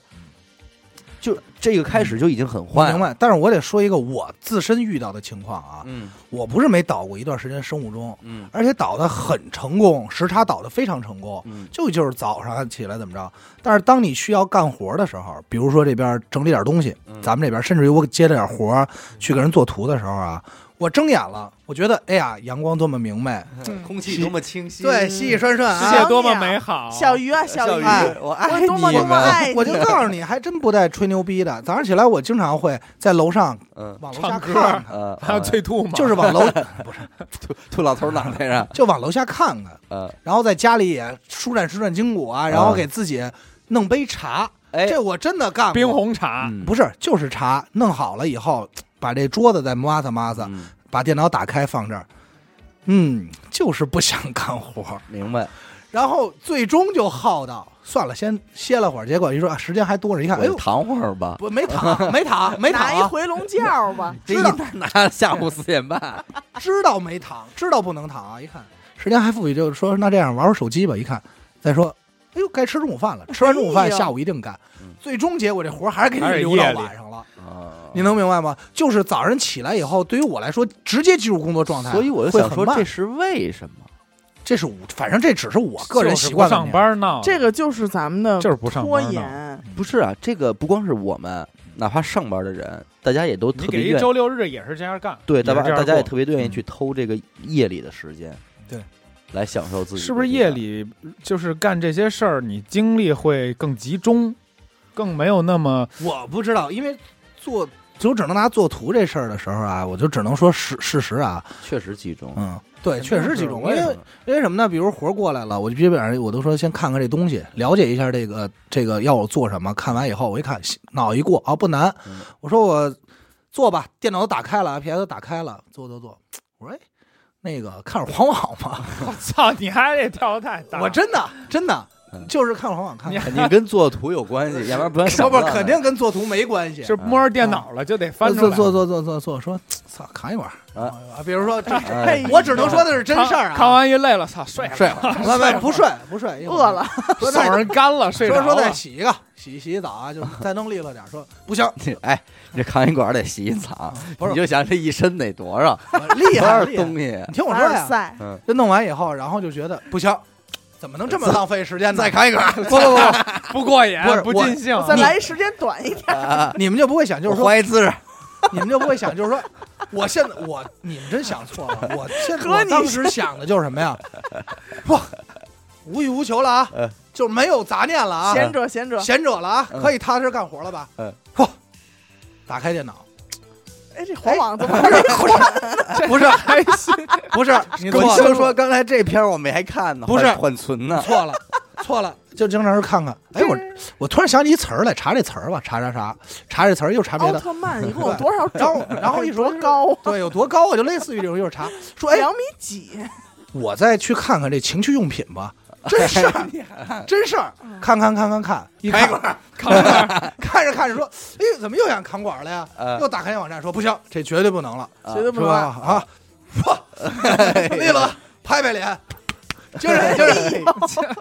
Speaker 1: 就这个开始就已经很
Speaker 4: 我
Speaker 1: 坏了。
Speaker 4: 明白。但是我得说一个我自身遇到的情况啊，
Speaker 1: 嗯
Speaker 4: 我不是没倒过一段时间生物钟，
Speaker 1: 嗯
Speaker 4: 而且倒的很成功，时差倒的非常成功。
Speaker 1: 嗯
Speaker 4: 就就是早上起来怎么着，但是当你需要干活的时候，比如说这边整理点东西，
Speaker 1: 嗯
Speaker 4: 咱们这边甚至于我接了点活儿去给人做图的时候啊，我睁眼了，我觉得哎呀，阳光多么明媚，
Speaker 3: 嗯
Speaker 1: 空气多么清新，
Speaker 4: 对，细细顺顺
Speaker 2: 世
Speaker 4: 啊
Speaker 2: 界。多么美好，
Speaker 3: 小鱼啊，
Speaker 1: 小
Speaker 3: 鱼，
Speaker 4: 哎
Speaker 1: 我
Speaker 3: 我
Speaker 1: 爱你
Speaker 3: 多么多么
Speaker 1: 们，
Speaker 3: 爱你，
Speaker 4: 我就告诉你，还真不带吹牛逼的。早上起来，我经常会在楼上
Speaker 1: 嗯
Speaker 4: 往楼下
Speaker 2: 唱歌
Speaker 4: 看看，
Speaker 1: 呃，
Speaker 2: 还有最吐嘛，
Speaker 4: 就是往楼
Speaker 1: 吐吐老头儿脑袋上，
Speaker 4: 就往楼下看看，
Speaker 1: 呃，
Speaker 4: 然后在家里也舒展舒展筋骨啊，然后给自己弄杯茶。
Speaker 1: 哎，
Speaker 4: 这我真的干过，
Speaker 2: 冰红茶，
Speaker 1: 嗯
Speaker 4: 不是就是茶，弄好了以后，把这桌子再抹擦抹擦，
Speaker 1: 嗯
Speaker 4: 把电脑打开放这儿。嗯，就是不想干活儿，
Speaker 1: 明白，
Speaker 4: 然后最终就耗到算了，先歇了会儿。结果一说、啊时间还多着，一看，哎
Speaker 1: 我
Speaker 4: 呦，
Speaker 1: 躺会儿吧。
Speaker 4: 不没躺，没躺，没躺
Speaker 3: 拿一
Speaker 4: 啊，
Speaker 3: 回笼觉儿吧，
Speaker 1: 这一
Speaker 4: 知道
Speaker 1: 拿下午四点半，
Speaker 4: 知道没躺，知道不能躺啊。一看时间还富裕，就说那这样玩会儿手机吧。一看，再说，哎呦，该吃中午饭了。吃完中午
Speaker 3: 哎
Speaker 4: 饭，
Speaker 3: 呦
Speaker 4: 下午一定干。
Speaker 1: 嗯
Speaker 4: 最终结果这活儿还是给你
Speaker 2: 还是
Speaker 4: 留到
Speaker 2: 夜里
Speaker 4: 晚上了。
Speaker 1: 啊
Speaker 4: 你能明白吗？就是早上起来以后，对于我来说，直接进入工作状态，
Speaker 1: 所以我就
Speaker 4: 会
Speaker 1: 想
Speaker 4: 很
Speaker 1: 说，
Speaker 4: 慢
Speaker 1: 这是为什么？
Speaker 4: 这是我，反正这只是我个人习惯
Speaker 2: 就
Speaker 4: 的
Speaker 2: 是不上班闹，
Speaker 3: 这个就是咱们的
Speaker 2: 就是不上
Speaker 3: 拖
Speaker 2: 班闹。
Speaker 3: 延，
Speaker 4: 嗯
Speaker 1: 不是啊，这个不光是我们，哪怕上班的人，大家也都
Speaker 2: 你
Speaker 1: 特别
Speaker 2: 给一
Speaker 1: 愿
Speaker 2: 周六日也是这样干，
Speaker 1: 对，
Speaker 2: 也
Speaker 1: 大
Speaker 2: 是
Speaker 1: 家
Speaker 2: 这样
Speaker 1: 大家也
Speaker 2: 过
Speaker 1: 特别愿意
Speaker 4: 嗯
Speaker 1: 去偷这个夜里的时间，
Speaker 4: 对，
Speaker 1: 来享受自己的
Speaker 2: 是不是
Speaker 1: 这个
Speaker 2: 夜里就是干这些事儿，你精力会更集中，更没有那么
Speaker 4: 念。我不知道，因为做就只能拿做图这事儿的时候啊，我就只能说事事实啊，
Speaker 1: 确实集 中？
Speaker 4: 嗯，对，
Speaker 2: 肯定
Speaker 4: 确实
Speaker 2: 是
Speaker 4: 集中，
Speaker 2: 我也
Speaker 4: 因为因为什么呢？比如活儿过来了，我就基本上我都说先看看这东西，了解一下这个这个要我做什么。看完以后，我一看脑一过啊，不难
Speaker 1: 嗯，
Speaker 4: 我说我做吧，电脑都打开了，PS 都打开了，做做做。我说哎，那个看会儿黄网吧，
Speaker 2: 我操，你还得跳得太大，
Speaker 4: 我真的真的
Speaker 1: 嗯
Speaker 4: 就是看会儿黄网看
Speaker 2: 你。
Speaker 1: 肯定跟做图有关 系，要不然不然
Speaker 4: 不
Speaker 1: 想
Speaker 4: 不
Speaker 1: 到，呢
Speaker 4: 肯定跟做图没关系。
Speaker 2: 就是摸着电脑了就得翻出
Speaker 4: 做
Speaker 2: 来，
Speaker 4: 做做做做做，说操，扛一会儿
Speaker 1: 啊
Speaker 4: 啊！比如 说，这
Speaker 1: 哎
Speaker 4: 我只能说的是真事儿啊。
Speaker 2: 看完一累了，操，睡了
Speaker 4: 睡会儿，不不不睡不睡，一会儿
Speaker 3: 饿了。
Speaker 4: 说
Speaker 2: 手
Speaker 4: 再
Speaker 2: 上干了，睡着
Speaker 4: 说
Speaker 2: 了
Speaker 4: 说再洗一个，洗洗洗澡啊，就再弄利落点儿。说不 行，
Speaker 1: 哎，你这抗疫馆得洗一澡，
Speaker 4: 啊不是
Speaker 1: 你就想这一身得多少
Speaker 4: 我厉
Speaker 1: 多
Speaker 4: 害
Speaker 1: 少
Speaker 4: 厉害，
Speaker 1: 东西，
Speaker 4: 你听我啊说
Speaker 3: 凡尔
Speaker 4: 呀，
Speaker 3: 赛，
Speaker 4: 就弄完以后，然后就觉得不行，怎么能这么浪费时间呢？再扛一个， 不不
Speaker 2: 不过瘾
Speaker 4: 不是，
Speaker 2: 不
Speaker 4: 我
Speaker 2: 尽兴，
Speaker 3: 再来一时间短一点，
Speaker 4: 不，你们就不会想，就
Speaker 1: 啊
Speaker 4: 是
Speaker 1: 我
Speaker 4: 说，
Speaker 1: 换一姿势，
Speaker 4: 你们就不会想，就是说，我现在我你们真想错了，我现
Speaker 3: 哥
Speaker 4: 我
Speaker 3: 你
Speaker 4: 当时想的就是什么呀？不，无欲无求了啊
Speaker 1: 嗯，
Speaker 4: 就没有杂念了啊，
Speaker 3: 贤者贤者，
Speaker 4: 贤者了啊，
Speaker 1: 嗯
Speaker 4: 可以踏实干活了吧？
Speaker 1: 嗯，
Speaker 4: 嚯，打开电脑，
Speaker 3: 哎，这黄 网怎么还没回来？
Speaker 4: 不是
Speaker 2: 开心，
Speaker 4: 不是，你
Speaker 1: 我
Speaker 4: 错
Speaker 1: 就
Speaker 4: 了，
Speaker 1: 说刚才这篇我没还看呢，
Speaker 4: 不是
Speaker 1: 缓缓存呢，
Speaker 4: 错了，错了，就经常是看看。哎，我我突然想起一词儿来，查这词儿吧，查查查，查这词儿又查别
Speaker 3: 奥
Speaker 4: 的。
Speaker 3: 特曼一共有多少
Speaker 4: 然后
Speaker 3: 种？
Speaker 4: 然后一说
Speaker 3: 多高？
Speaker 4: 对，有多高啊？就类似于这种，又是查说，哎，
Speaker 3: 两米几？
Speaker 4: 我再去看看这情趣用品吧，真事儿，真事儿，看看看看看，一看 看着看着说，哎，怎么又想看管了呀？
Speaker 1: 呃
Speaker 4: 又打开网站说不行，这绝对不能了，
Speaker 1: 啊
Speaker 3: 绝对
Speaker 4: 是
Speaker 3: 不能
Speaker 4: 吧？
Speaker 3: 啊！
Speaker 4: 啊，哇，累了，拍拍脸，精神
Speaker 3: 哎
Speaker 4: 哎精神，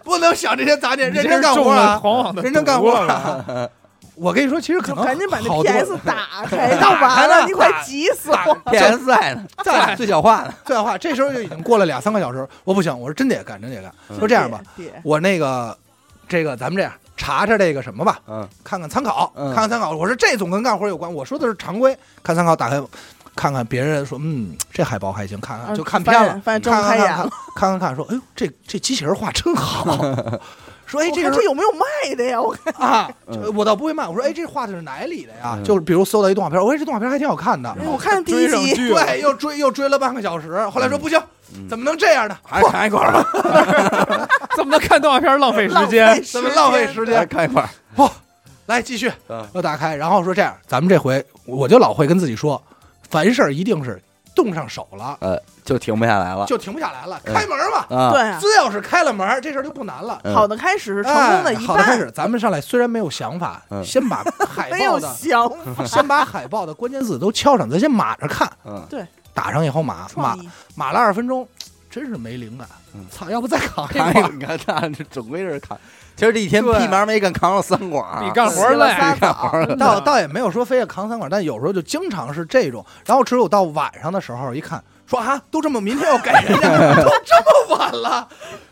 Speaker 4: 不能想这些杂念，认
Speaker 2: 你
Speaker 4: 真
Speaker 2: 这
Speaker 4: 干活
Speaker 2: 中
Speaker 4: 啊
Speaker 2: 了！黄网的
Speaker 4: 认真干
Speaker 2: 毒
Speaker 4: 活
Speaker 2: 了吧，
Speaker 4: 啊！我跟你说，其实可
Speaker 3: 就
Speaker 4: 能
Speaker 3: 赶紧把那
Speaker 4: 好多
Speaker 3: PS 打开就
Speaker 4: 打开
Speaker 3: 完
Speaker 4: 了
Speaker 3: 了，你快
Speaker 4: 打
Speaker 3: 急死 我！
Speaker 1: ，PS 赛呢，
Speaker 4: 在
Speaker 1: 最小化呢，
Speaker 4: 对啊话，这时候就已经过了俩三个小时，我不行，我说真得干，真得干。
Speaker 1: 嗯
Speaker 4: 说这样吧，
Speaker 3: 别， 别
Speaker 4: 我那个这个咱们这样查查这个什么吧，
Speaker 1: 嗯
Speaker 4: 看看参考，
Speaker 1: 嗯
Speaker 4: 看看参考。我说这总跟干活有关，我说的是常规，看参考，打开看看别人说，嗯，这海报还行，看
Speaker 3: 嗯
Speaker 4: 看就看片了，
Speaker 3: 发现睁
Speaker 4: 看
Speaker 3: 不开
Speaker 4: 看看
Speaker 3: 眼
Speaker 4: 看
Speaker 3: 了。
Speaker 4: 看看看，说，哎呦，这这机器人画 真好。说，哎，
Speaker 3: 我
Speaker 4: 这
Speaker 3: 看
Speaker 4: 个
Speaker 3: 这有没有卖的呀？我看
Speaker 4: 啊，
Speaker 1: 嗯
Speaker 4: 这我倒不会骂，我说，哎，这画的是哪里的呀？
Speaker 1: 嗯
Speaker 4: 就是比如搜到一动画片，我说哎这动画片还挺好看的，
Speaker 1: 嗯
Speaker 3: 哎我看第一
Speaker 2: 追上
Speaker 3: 集，
Speaker 2: 剧了
Speaker 4: 对，又追又追了半个小时，后来说
Speaker 1: 嗯
Speaker 4: 不行，
Speaker 1: 嗯
Speaker 4: 怎么能这样呢？
Speaker 1: 还是看一块儿吧，
Speaker 2: 怎么能看动画片浪费时
Speaker 3: 浪
Speaker 2: 间
Speaker 3: 费？
Speaker 4: 怎么浪费时
Speaker 1: 还是
Speaker 4: 间？
Speaker 1: 看一块儿，
Speaker 4: 来继续
Speaker 1: 嗯，
Speaker 4: 又打开，然后说这样，咱们这回我就老会跟自己说，凡事一定是动上手了
Speaker 1: 呃，就停不下来了，
Speaker 4: 就停不下来了，
Speaker 1: 嗯
Speaker 4: 开门嘛，
Speaker 1: 啊，
Speaker 3: 对啊
Speaker 4: 只，要是开了门，这事儿就不难了。
Speaker 1: 嗯
Speaker 3: 好的开始是成功的
Speaker 4: 哎
Speaker 3: 一
Speaker 4: 好的开
Speaker 3: 半，
Speaker 4: 始，咱们上来虽然没有想法，
Speaker 1: 嗯
Speaker 4: 先把海
Speaker 3: 没
Speaker 4: 报
Speaker 3: 有
Speaker 4: 的
Speaker 3: 想法，
Speaker 4: 先把海报的关键字都敲上，咱先码着看，
Speaker 1: 嗯，
Speaker 4: 打上以后码码
Speaker 3: 创意
Speaker 4: 码了二十分钟，真是没灵感
Speaker 1: 嗯。
Speaker 4: 操，要不再扛一
Speaker 1: 扛
Speaker 4: 会儿
Speaker 1: 一个，那这总归是扛。其实这一天
Speaker 2: 对
Speaker 1: 屁忙没干，扛了三管儿，
Speaker 2: 比干活
Speaker 3: 死了
Speaker 2: 累
Speaker 3: 仨
Speaker 1: 干活儿
Speaker 3: 枣
Speaker 2: 到
Speaker 4: 倒倒也没有说非要扛三管，但有时候就经常是这种。然后只有到晚上的时候，一看说啊，都这么明天要给人家， 都这么晚了，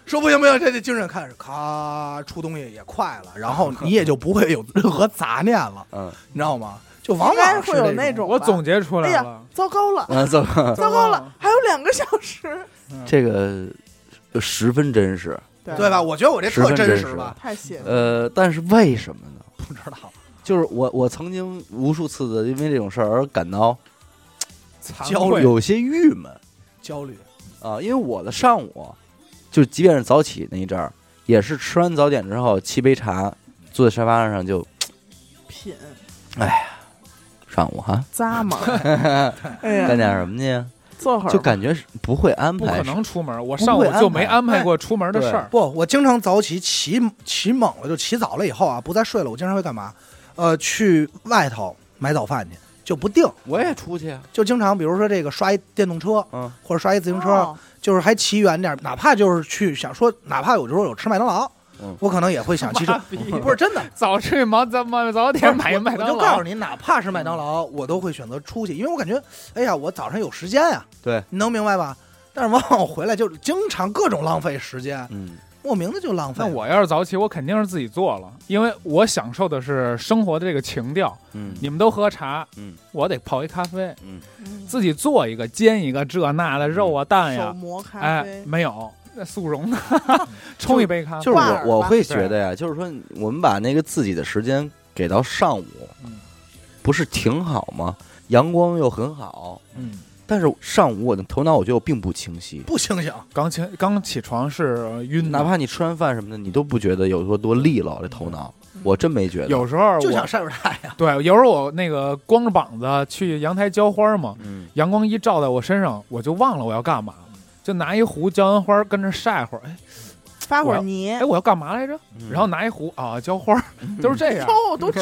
Speaker 4: 说不行不行，这得精神看着，咔出东西也快了，然后你也就不会有任何杂念了，
Speaker 1: 嗯
Speaker 4: 你知道吗？就往
Speaker 3: 应该
Speaker 4: 往是
Speaker 3: 会有那
Speaker 4: 那
Speaker 3: 种吧。
Speaker 2: 我总结出
Speaker 3: 哎
Speaker 2: 来
Speaker 3: 呀
Speaker 2: 了，，
Speaker 3: 糟糕了，
Speaker 1: 嗯，走，
Speaker 3: 糟糕了，还有两个小时，
Speaker 2: 嗯
Speaker 1: 这个十分真实。
Speaker 4: 对吧？？我觉得我这特真实吧，
Speaker 3: 太邪了，
Speaker 1: 呃，但是为什么呢？
Speaker 4: 不知道
Speaker 1: 就是我我曾经无数次的因为这种事儿而感到
Speaker 2: 惭愧
Speaker 1: 有些郁闷
Speaker 4: 焦虑，
Speaker 1: 啊，因为我的上午就即便是早起那一阵儿，也是吃完早点之后沏杯茶，坐在沙发上就
Speaker 3: 品
Speaker 1: 上午哈，
Speaker 3: 咂嘛，哎
Speaker 1: 干
Speaker 3: 呀，
Speaker 1: 点什么去呀？
Speaker 3: 坐会儿吧，
Speaker 1: 就感觉是不会安
Speaker 2: 不可
Speaker 1: 排，
Speaker 2: 能出门，我
Speaker 1: 不会
Speaker 2: 上午就
Speaker 1: 安排
Speaker 2: 没安排过出门的事儿。
Speaker 4: 不，我经常早起起起猛了，就起早了以后啊，不再睡了，我经常会干嘛？呃，去外头买早饭去，就不定。
Speaker 1: 我也出去啊，
Speaker 4: 就经常比如说这个刷一电动车，
Speaker 1: 嗯
Speaker 4: 或者刷一自行车，
Speaker 3: 哦
Speaker 4: 就是还骑远点儿，哪怕就是去想说，哪怕有时候有吃麦当劳，
Speaker 1: 嗯
Speaker 4: 我可能也会 想骑车。不
Speaker 2: 不
Speaker 4: 是
Speaker 2: 是
Speaker 4: 真 的，
Speaker 2: 早睡忙咱们早点买一
Speaker 4: 我
Speaker 2: 麦
Speaker 4: 我
Speaker 2: 当
Speaker 4: 就告诉
Speaker 2: 劳。嗯
Speaker 4: 你，哪怕是麦当劳，我都会选择出去，因为我感觉，哎呀，我早上有时间呀、
Speaker 1: 对，
Speaker 4: 你能明白吧？但是往往回来就经常各种浪费时间，
Speaker 1: 嗯
Speaker 4: 莫名的就浪费
Speaker 2: 那
Speaker 4: 了。
Speaker 2: 我要是早起，我肯定是自己做了，因为我享受的是生活的这个情调。
Speaker 1: 嗯
Speaker 2: 你们都喝茶，
Speaker 1: 嗯，
Speaker 2: 我得泡一咖啡，
Speaker 3: 嗯
Speaker 2: 自己做一个煎一个这那的肉啊蛋
Speaker 3: 手
Speaker 2: 呀，
Speaker 3: 磨咖
Speaker 2: 哎
Speaker 3: 啡，，
Speaker 2: 没有那速溶的， 冲一杯咖啡。
Speaker 1: 就是
Speaker 3: 挂耳
Speaker 1: 我我
Speaker 3: 吧
Speaker 1: 会觉得呀，就是说我们把那个自己的时间给到上午
Speaker 2: 嗯，
Speaker 1: 不是挺好吗？阳光又很好，
Speaker 4: 嗯，
Speaker 1: 但是上午我的头脑我觉得我并不清晰，
Speaker 4: 不清醒，
Speaker 2: 刚起刚起床是晕的，
Speaker 1: 哪怕你吃完饭什么的，你都不觉得有多多利落这头脑，我真没觉得。
Speaker 2: 有时候
Speaker 4: 就
Speaker 2: 我
Speaker 4: 想晒会儿太阳。
Speaker 2: 对，有时候我那个光着膀子去阳台浇花嘛，
Speaker 1: 嗯，
Speaker 2: 阳光一照在我身上，我就忘了我要干嘛了，就拿一壶浇完花跟着晒会儿。哎
Speaker 3: 发会儿泥
Speaker 2: 哎，，我要干嘛来着？
Speaker 1: 嗯
Speaker 2: 然后拿一壶啊浇花，都是这 样，
Speaker 3: 哟，都这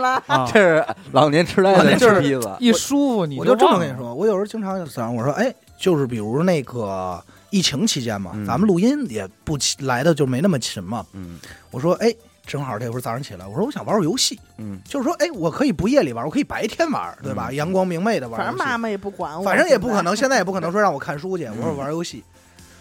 Speaker 3: 了
Speaker 2: 啊
Speaker 1: 这，是老年痴呆
Speaker 4: 老
Speaker 1: 的
Speaker 4: 年
Speaker 1: 吃
Speaker 4: 痴呆
Speaker 1: 逼子，
Speaker 2: 一舒服你
Speaker 4: 我就这么
Speaker 2: 忘
Speaker 4: 跟你
Speaker 2: 了，
Speaker 4: 说，我有时候经常就想，我说，哎，就是比如那个疫情期间嘛，
Speaker 1: 嗯
Speaker 4: 咱们录音也不勤来的就没那么勤嘛，
Speaker 1: 嗯
Speaker 4: 我说，哎，正好这会儿早上起来，我说我想玩会儿游戏，
Speaker 1: 嗯，
Speaker 4: 就是说，哎，我可以不夜里玩，我可以白天玩，对吧？
Speaker 1: 嗯
Speaker 4: 阳光明媚的玩游
Speaker 3: 反
Speaker 4: 戏，
Speaker 3: 正妈妈也不管我，
Speaker 4: 反正也不可能，
Speaker 3: 现
Speaker 4: 现
Speaker 3: 在
Speaker 4: 在也不可能说让我看书去，我
Speaker 1: 嗯
Speaker 4: 说玩游戏，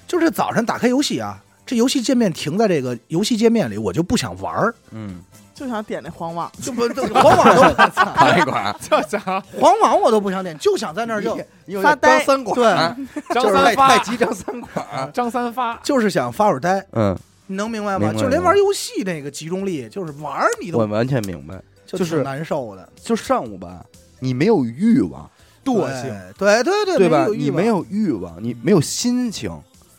Speaker 4: 就是早上打开游戏啊，这游戏界面停在这个游戏界面里，我就不想玩儿，
Speaker 1: 嗯，
Speaker 3: 就想点那黄网，
Speaker 4: 就不就往往 都
Speaker 1: 咖啡馆，
Speaker 2: 就想
Speaker 4: 往往我都不想点，就想在那儿就
Speaker 1: 你有
Speaker 3: 发
Speaker 1: 点张
Speaker 3: 呆
Speaker 1: 三管，
Speaker 2: 张
Speaker 1: 就是
Speaker 2: 三
Speaker 1: 太太
Speaker 2: 发，
Speaker 1: 极张三管，
Speaker 2: 张三发，
Speaker 4: 就是想发会儿呆，
Speaker 1: 嗯，
Speaker 4: 你能明白
Speaker 1: 明
Speaker 4: 吗？
Speaker 1: 白
Speaker 4: 就连
Speaker 1: 明白
Speaker 4: 玩游戏那个集中力，就是玩儿你
Speaker 1: 我
Speaker 4: 都
Speaker 1: 完全明白。
Speaker 4: 就
Speaker 1: 就是
Speaker 4: 挺难受的，
Speaker 1: 就上午吧，你没有欲望，
Speaker 2: 惰性，
Speaker 4: 对对对
Speaker 1: 对吧？
Speaker 4: 欲
Speaker 1: 你
Speaker 4: 望
Speaker 1: 没有欲望，你没有心情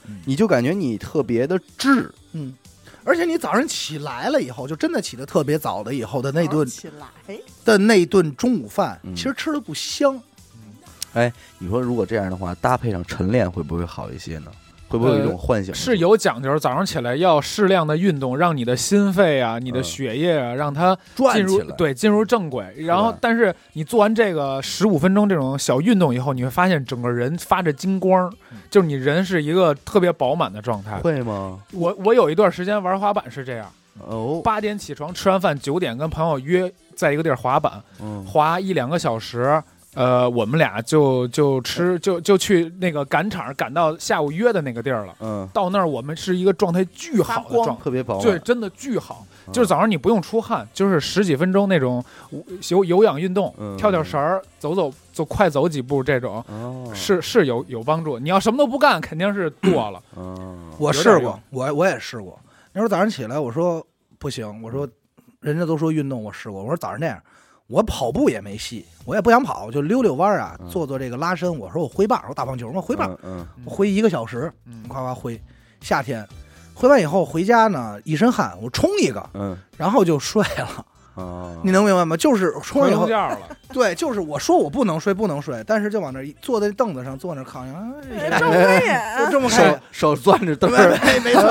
Speaker 4: 嗯，
Speaker 1: 你就感觉你特别的滞。
Speaker 4: 嗯，而且你早上起来了以后，就真的起得特别早的以后的那顿
Speaker 3: 起来，哎
Speaker 4: 的那顿中午饭，
Speaker 1: 嗯
Speaker 4: 其实吃的不香，
Speaker 1: 你说如果这样的话，搭配上晨练会不会好一些呢？会不会有一种唤醒？
Speaker 2: 是有讲究，早上起来要适量的运动，让你的心肺啊、你的
Speaker 1: 嗯
Speaker 2: 血液啊，让它进
Speaker 1: 转起
Speaker 2: 入
Speaker 1: 来，
Speaker 2: 对进入正轨。然后
Speaker 1: 吧，
Speaker 2: 但是你做完这个十五分钟这种小运动以后，你会发现整个人发着金光
Speaker 4: 嗯，
Speaker 2: 就是你人是一个特别饱满的状态。
Speaker 1: 会吗？
Speaker 2: 我我有一段时间玩滑板是这样，
Speaker 1: 哦，
Speaker 2: 八点起床，吃完饭九点跟朋友约在一个地儿滑板，
Speaker 1: 嗯，
Speaker 2: 滑一两个小时。呃，我们俩就就吃就就去那个赶场，赶到下午约的那个地儿了。
Speaker 1: 嗯，
Speaker 2: 到那儿我们是一个状态巨好
Speaker 3: 发
Speaker 2: 的
Speaker 3: 光
Speaker 2: 状态，
Speaker 1: 特别饱
Speaker 2: 对，
Speaker 1: 满，
Speaker 2: 真的巨好。
Speaker 1: 嗯
Speaker 2: 就是早上你不用出汗，就是十几分钟那种有有氧运动
Speaker 1: 嗯，
Speaker 2: 跳跳绳儿，走走走快走几步这种，
Speaker 1: 哦，
Speaker 2: 是是有有帮助。你要什么都不干，肯定是剁了。
Speaker 1: 哦，
Speaker 4: 我
Speaker 2: 有
Speaker 4: 试
Speaker 2: 点
Speaker 4: 过
Speaker 2: 用，
Speaker 4: 我我也试过。那时候早上起来，我说不行，我说人家都说运动，我试过，我说早上这样，我跑步也没戏，我也不想跑，就溜溜弯儿啊
Speaker 1: 嗯，
Speaker 4: 做做这个拉伸。我说我挥棒，我打棒球嘛，挥棒，
Speaker 1: 嗯嗯
Speaker 4: 我挥一个小时，
Speaker 2: 嗯，
Speaker 4: 夸夸挥。夏天挥完以后回家呢，一身汗，我冲一个，
Speaker 1: 嗯，
Speaker 4: 然后就睡了。
Speaker 1: 哦，
Speaker 4: 你能明白吗？就是冲完
Speaker 2: 回
Speaker 4: 以
Speaker 2: 笼
Speaker 4: 后
Speaker 2: 觉，了，
Speaker 4: 对，就是我说我不能睡，不能睡，但是就往那儿一坐在凳子上，坐那儿炕上，
Speaker 3: 哎
Speaker 4: 哎
Speaker 3: 睁 开眼
Speaker 4: 就，这么看
Speaker 1: 手。手攥着灯
Speaker 4: 没
Speaker 1: 儿，
Speaker 4: 没没错，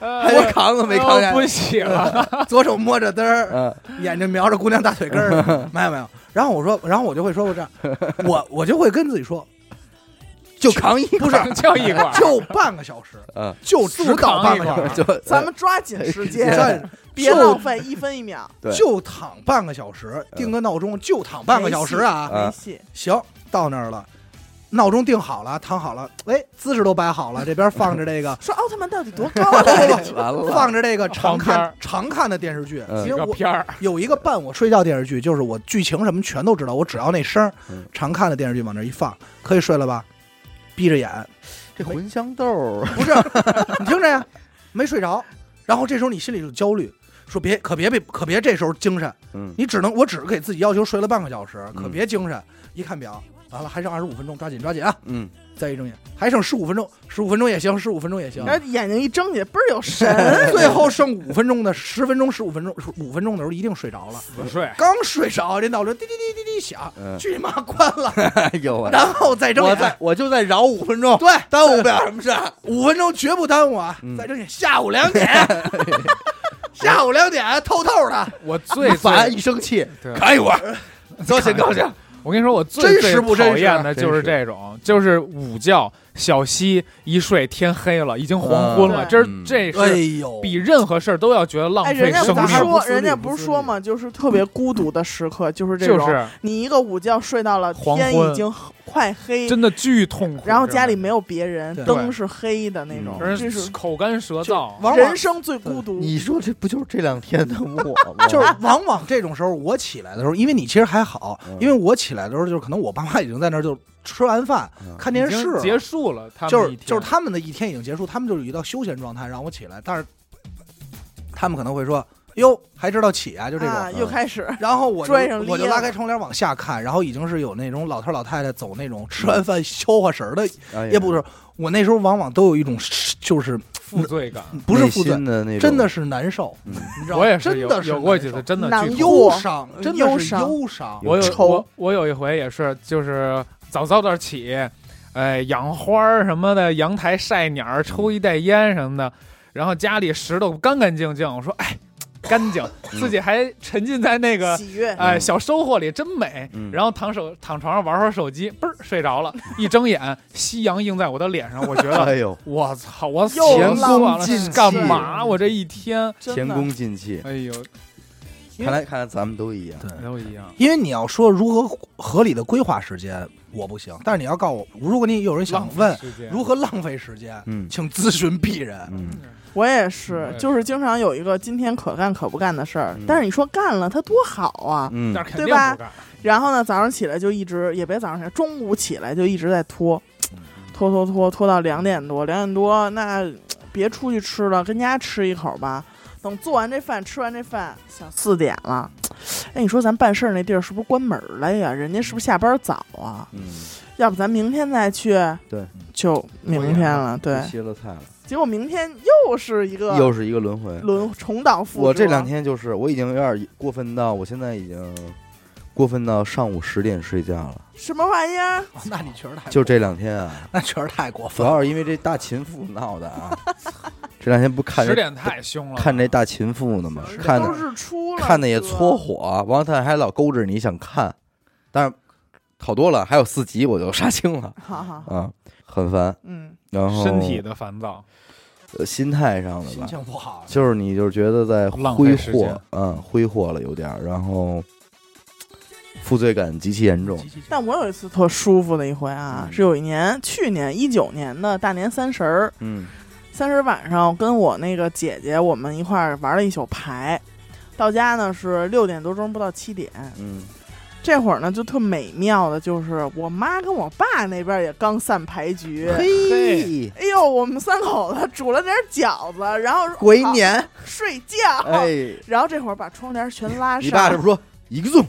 Speaker 2: 哎
Speaker 4: 我扛 都没扛
Speaker 3: 哦
Speaker 4: 下
Speaker 2: 哎呦
Speaker 4: 来
Speaker 2: 不。洗
Speaker 3: 啊
Speaker 2: 了。
Speaker 4: 左手摸着嘚儿，
Speaker 1: 嗯
Speaker 4: 眼睛瞄着姑娘大腿根儿，没有没有。然后我说，然后我就会说我这样，我我就会跟自己说，
Speaker 1: 就扛一
Speaker 4: 不是，
Speaker 2: 就一块儿，
Speaker 4: 就半个小时，
Speaker 1: 嗯，
Speaker 4: 就只倒半个小时，
Speaker 1: 就
Speaker 3: 咱们抓紧时 间，
Speaker 4: 算
Speaker 3: 别
Speaker 4: 就
Speaker 3: 浪费一分一秒，
Speaker 1: 对
Speaker 4: 就躺半个小时，定个闹钟就躺半个小时 啊。
Speaker 1: 嗯
Speaker 3: 没戏。
Speaker 4: 行，到那儿了，闹钟定好了，躺好了，哎，姿势都摆好了，这边放着 这个
Speaker 3: 说奥特曼到底多
Speaker 4: 不
Speaker 3: 高？啊
Speaker 4: 不
Speaker 1: 完
Speaker 4: 不，
Speaker 1: 了，
Speaker 4: 放着这个常
Speaker 2: 黄片
Speaker 4: 看
Speaker 2: 儿
Speaker 4: 常看的电视剧，
Speaker 1: 嗯
Speaker 4: 因
Speaker 2: 一
Speaker 4: 为
Speaker 2: 个
Speaker 4: 我
Speaker 2: 片儿，
Speaker 4: 有一个伴我睡觉电视剧，就是我剧情什么全都知道，我只要那声儿
Speaker 1: 嗯
Speaker 4: 常看的电视剧往那儿一放，可以睡了吧？闭着眼，
Speaker 1: 这茴香豆儿，
Speaker 4: 不是，你听着呀，没睡着。然后这时候你心里就焦虑，说别可别被可别这时候精神，
Speaker 1: 嗯，
Speaker 4: 你只能我只是给自己要求睡了半个小时，可
Speaker 1: 嗯
Speaker 4: 别精神。一看表，完了还剩二十五分钟，抓紧抓紧啊！
Speaker 1: 嗯，
Speaker 4: 再一睁眼还剩十五分钟，十五分钟也行，十五分钟也行。
Speaker 3: 然后眼睛一睁起来，倍儿有神。
Speaker 4: 哎最后剩五分钟的十分钟、十五分钟、五分钟的时候一定睡着了。
Speaker 2: 死睡。
Speaker 4: 刚睡着，这闹铃滴滴滴滴滴响，
Speaker 1: 嗯
Speaker 4: 去你妈关了，
Speaker 1: 哎呦喂，
Speaker 4: 然后再睁
Speaker 1: 我
Speaker 4: 眼。
Speaker 1: 再我就再饶五 分钟，
Speaker 4: 对，
Speaker 1: 耽误不了什么事儿。
Speaker 4: 五分钟绝不耽误啊！
Speaker 1: 嗯
Speaker 4: 再睁眼，下午 两点，下午两点透透的，
Speaker 2: 我最
Speaker 1: 烦，
Speaker 2: 最
Speaker 1: 一，生气
Speaker 2: 对
Speaker 1: 砍一会 儿，高兴高兴。
Speaker 2: 我跟你说，我
Speaker 4: 真
Speaker 2: 最
Speaker 4: 实
Speaker 2: 最
Speaker 4: 不真实
Speaker 2: 讨厌的就
Speaker 1: 真
Speaker 2: 是
Speaker 1: 实
Speaker 2: 这种，就是午觉、小息一睡，天黑了，已经黄昏了，
Speaker 3: 嗯
Speaker 2: 这
Speaker 1: 嗯
Speaker 2: 是这
Speaker 4: 哎
Speaker 2: 是
Speaker 4: 呦，
Speaker 2: 比任何事儿都要觉得 浪
Speaker 3: 哎，
Speaker 2: 费
Speaker 3: 人家
Speaker 2: 生
Speaker 3: 不是
Speaker 4: 还
Speaker 2: 命，
Speaker 4: 不
Speaker 3: 说，
Speaker 4: 自律
Speaker 3: 人家
Speaker 4: 不
Speaker 3: 不是
Speaker 4: 自
Speaker 3: 说
Speaker 4: 律
Speaker 3: 嘛，就是特别孤独的时刻，就是这种，
Speaker 2: 就是
Speaker 3: 你一个午觉睡到了
Speaker 2: 黄
Speaker 3: 天
Speaker 2: 昏
Speaker 3: 已经快黑，
Speaker 2: 真的巨痛苦。
Speaker 3: 然后家里
Speaker 2: 真
Speaker 3: 没有别人，
Speaker 4: 对
Speaker 3: 灯是黑的那种
Speaker 2: 的，
Speaker 1: 嗯
Speaker 2: 让
Speaker 3: 这是
Speaker 2: 人口干舌燥。
Speaker 4: 往往
Speaker 3: 人生最孤独。
Speaker 1: 你说这不就是这两天的我吗？
Speaker 4: 就是 往往这种时候，我起来的时候，因为你其实还好
Speaker 1: 嗯，
Speaker 4: 因为我起来的时候，就是可能我爸妈已经在那儿就吃完饭
Speaker 1: 嗯
Speaker 4: 看
Speaker 2: 已
Speaker 4: 电视
Speaker 2: 经
Speaker 4: 了，
Speaker 2: 结束了，他们
Speaker 4: 就是
Speaker 2: 一天
Speaker 4: 就是他们的一天已经结束，他们就是一到休闲状态让我起来，但是他们可能会说：“哟，还知道起啊？”就这种。
Speaker 3: 啊，又开始
Speaker 4: 然后我就
Speaker 3: 拽上
Speaker 4: 我就
Speaker 3: 链
Speaker 4: 拉
Speaker 3: 子
Speaker 4: 开窗帘往下看，然后已经是有那种老头老太太走那种吃完饭消化神儿的，
Speaker 1: 哎呀
Speaker 4: 也不是我那时候往往都有一种就是
Speaker 2: 负罪感。
Speaker 4: 不是
Speaker 1: 内
Speaker 4: 负罪
Speaker 1: 心，的那种，
Speaker 4: 真的是难受，
Speaker 1: 嗯
Speaker 4: 你知道吗？
Speaker 2: 我也是
Speaker 4: 真
Speaker 2: 有
Speaker 4: 的是
Speaker 2: 有过几
Speaker 4: 难
Speaker 2: 次
Speaker 4: 受
Speaker 2: 真的
Speaker 3: 难
Speaker 2: 巨痛苦
Speaker 3: 过
Speaker 4: 忧伤，真的
Speaker 3: 忧
Speaker 4: 是
Speaker 3: 伤
Speaker 4: 忧伤。
Speaker 2: 我有
Speaker 3: 愁
Speaker 2: 我我有一回也是，就是早早点起，呃，养花儿什么的，阳台晒鸟儿，抽一袋烟什么的，然后家里拾掇干干净净。我说，哎，干净，自己还沉浸在那 个。
Speaker 3: 喜悦，
Speaker 2: 哎，
Speaker 1: 嗯
Speaker 2: 小收获里真美。
Speaker 1: 嗯
Speaker 2: 然后躺手躺床上玩会儿手机，嘣儿睡着了。一睁眼，夕阳映在我的脸上，我觉得
Speaker 1: 哎呦，
Speaker 2: 我操，我死
Speaker 3: 又
Speaker 1: 前
Speaker 3: 浪
Speaker 1: 功
Speaker 2: 了
Speaker 1: 尽
Speaker 3: 是
Speaker 1: 弃
Speaker 2: 干嘛？我这一天，
Speaker 3: 真
Speaker 1: 前
Speaker 3: 的
Speaker 1: 功尽弃。
Speaker 2: 哎呦，
Speaker 4: 因为
Speaker 1: 看来看来咱们都一样。
Speaker 2: 都一样。
Speaker 4: 因为你要说如何合理的规划时间，我不行。但是你要告诉我，如果你有人
Speaker 2: 浪
Speaker 4: 想
Speaker 2: 费
Speaker 4: 问
Speaker 2: 时间
Speaker 4: 如何浪费时间，
Speaker 1: 嗯
Speaker 4: 请咨询 鄙人。
Speaker 1: 嗯，
Speaker 3: 我也是
Speaker 2: 嗯，
Speaker 3: 就是经常有一个今天可干可不干的事儿
Speaker 1: 嗯，
Speaker 3: 但是你说干了它多好啊。
Speaker 1: 嗯
Speaker 2: 但是肯
Speaker 3: 对
Speaker 2: 定
Speaker 3: 吧
Speaker 2: 不干。
Speaker 3: 然后呢，早上起来就一直也别早上起来，中午起来就一直在拖，
Speaker 1: 嗯
Speaker 3: 拖拖拖拖到两点多，两点多那别出去吃了，跟家吃一口吧。等做完这饭，吃完这饭，小四点了。哎，你说咱办事儿那地儿是不是关门儿了呀？人家是不是下班早啊？
Speaker 1: 嗯，
Speaker 3: 要不咱明天再去？
Speaker 1: 对，
Speaker 3: 就明天了。对，
Speaker 1: 歇了菜了，
Speaker 3: 结果明天又是一个
Speaker 1: 又是一个轮回。
Speaker 3: 轮重蹈覆辙。
Speaker 1: 我这两天就是，我已经有点过分到，我现在已经过分到上午十点睡觉了。
Speaker 3: 什么玩意儿？
Speaker 4: 哦那你确实太
Speaker 1: 就这两天 啊，
Speaker 4: 那确实太过
Speaker 1: 主
Speaker 4: 分了。
Speaker 1: 要是因为这大秦妇闹的啊。这两天不看
Speaker 2: 十
Speaker 1: 这
Speaker 2: 点太凶了，
Speaker 1: 看这大秦妇呢吗？
Speaker 4: 是
Speaker 1: 看
Speaker 3: 都
Speaker 1: 的
Speaker 3: 日出了，
Speaker 1: 看的也
Speaker 3: 哥
Speaker 1: 搓。火，王探还老勾着你想看，但是好多了，还有四集我就杀青了
Speaker 3: 好好，好
Speaker 1: 啊，很烦。
Speaker 3: 嗯，
Speaker 1: 然后
Speaker 2: 身体的烦躁，
Speaker 1: 呃心态上的
Speaker 4: 心
Speaker 1: 吧，
Speaker 4: 情不好，
Speaker 1: 就是你就是觉得在
Speaker 2: 浪费
Speaker 1: 挥
Speaker 2: 时间
Speaker 1: 霍，嗯，挥霍了有点儿，然后负罪感极其严重。
Speaker 4: 极其
Speaker 3: 但我有一次特舒服的一回啊，
Speaker 1: 嗯
Speaker 3: 是有一年，去年一九年的大年三十儿，
Speaker 1: 嗯
Speaker 3: 三十晚上跟我那个姐姐我们一块儿玩了一宿牌，到家呢是六点多钟，不到七点。
Speaker 1: 嗯
Speaker 3: 这会儿呢就特美妙的，就是我妈跟我爸那边也刚散牌局，
Speaker 2: 嘿，
Speaker 3: 哎呦，我们三口子煮了点饺子，然后
Speaker 1: 过一
Speaker 3: 好
Speaker 1: 年，
Speaker 3: 睡觉，
Speaker 1: 哎，
Speaker 3: 然后这会儿把窗帘全拉
Speaker 1: 你爸是
Speaker 3: 啊上
Speaker 1: 不。是说一个粽？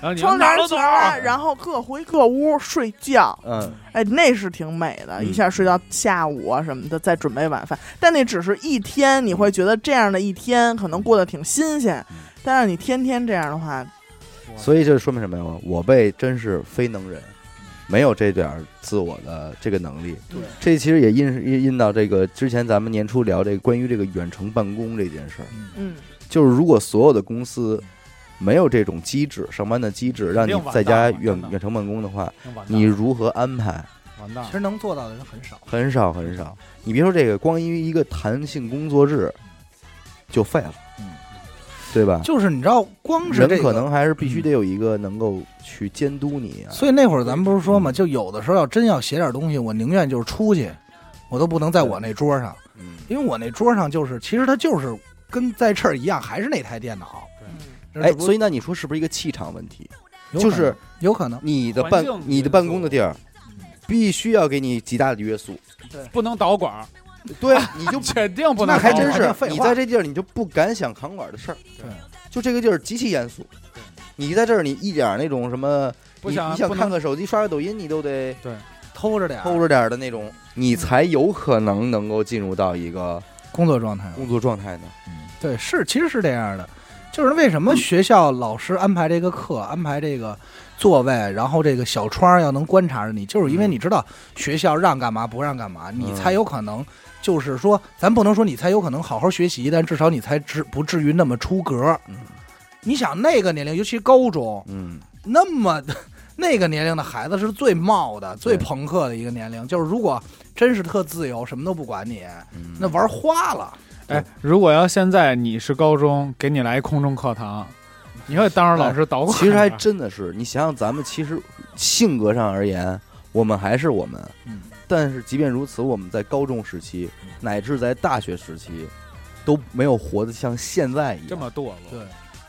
Speaker 2: 然后你
Speaker 3: 窗
Speaker 2: 们哪
Speaker 3: 帘
Speaker 2: 儿都
Speaker 3: 全
Speaker 2: 走，
Speaker 1: 啊
Speaker 3: 拉，然后各回各屋睡觉。
Speaker 1: 嗯，
Speaker 3: 哎，那是挺美的，
Speaker 1: 嗯
Speaker 3: 一下睡到下午啊什么的，再准备晚饭。但那只是一天，你会觉得这样的一天可能过得挺新鲜
Speaker 1: 嗯，
Speaker 3: 但是你天天这样的话，
Speaker 1: 所以这说明什么呀？我辈真是非能人，没有这点儿自我的这个能力。
Speaker 4: 对，
Speaker 1: 这其实也印印印到这个之前咱们年初聊这个关于这个远程办公这件事儿，
Speaker 3: 嗯，
Speaker 1: 就是如果所有的公司没有这种机制，上班的机制，让你
Speaker 2: 肯定完蛋
Speaker 1: 在家
Speaker 2: 了
Speaker 1: 远
Speaker 2: 真的
Speaker 1: 远程办公的话，
Speaker 2: 那完蛋
Speaker 1: 你如何安排？
Speaker 2: 完蛋
Speaker 4: 其，实能做到的人很少。
Speaker 1: 很少很少。你别说这个，光因为一个弹性工作制就废了，
Speaker 4: 嗯，
Speaker 1: 对吧？
Speaker 4: 就是你知道，光是这
Speaker 1: 人
Speaker 4: 个
Speaker 1: 可能还是必须得有一个能够去监督你啊。
Speaker 4: 所以那会儿咱们不是说嘛，
Speaker 1: 嗯
Speaker 4: 就有的时候要真要写点东西，我宁愿就是出去，我都不能在我那桌上，
Speaker 1: 嗯
Speaker 4: 因为我那桌上就是，其实它就是跟在这儿一样，还是那台电脑。
Speaker 3: 嗯
Speaker 1: 哎，所
Speaker 4: 以
Speaker 1: 以那你说是不是一个气场问题？就是
Speaker 4: 有可能，
Speaker 1: 你的
Speaker 2: 环
Speaker 1: 办
Speaker 2: 境因素
Speaker 1: 你的办公的地儿，必须要给你极大的约束。
Speaker 2: 不能导管儿，
Speaker 1: 对， 你就
Speaker 2: 肯定不能
Speaker 1: 那
Speaker 2: 导管
Speaker 1: 还
Speaker 2: 儿，
Speaker 1: 真
Speaker 4: 那
Speaker 1: 是，
Speaker 4: 废话
Speaker 1: 你在这地儿你就不敢想扛管的事儿。
Speaker 4: 对，
Speaker 1: 就这个地儿极其严肃。你在这儿，你一点儿那种什么，
Speaker 2: 不
Speaker 1: 你
Speaker 2: 想
Speaker 1: 你想
Speaker 2: 不
Speaker 1: 看
Speaker 2: 能
Speaker 1: 看手机、刷刷抖音，你都得
Speaker 4: 偷着点儿
Speaker 1: 偷着点儿的那种，你才有可能能够进入到一个
Speaker 4: 工作状态。
Speaker 1: 工作状态呢。
Speaker 4: 对，是其实是这样的，就是为什么学校老师安排这个课，安排这个座位，然后这个小窗儿要能观察着你，就是因为
Speaker 1: 嗯
Speaker 4: 你知道学校让干嘛不让干嘛，你
Speaker 1: 嗯
Speaker 4: 才有可能。就是说，咱不能说你才有可能好好学习，但至少你才至不至于那么出格。
Speaker 1: 嗯
Speaker 4: 你想那个年龄，尤其高中
Speaker 1: 嗯，
Speaker 4: 那么 那个年龄的孩子是最冒的、最
Speaker 1: 对
Speaker 4: 朋克的一个年龄。就是如果真是特自由，什么都不管你，
Speaker 1: 嗯
Speaker 4: 那玩花了。
Speaker 2: 哎，如果要现在你是高中，给你来一空中课堂，你会当着老师捣鼓、
Speaker 1: 其实还真的是，你想想，咱们其实性格上而言，我们还是我们。
Speaker 4: 嗯
Speaker 1: 但是即便如此，我们在高中时期乃至在大学时期，都没有活得像现在一样。
Speaker 2: 这么堕落。
Speaker 4: 对，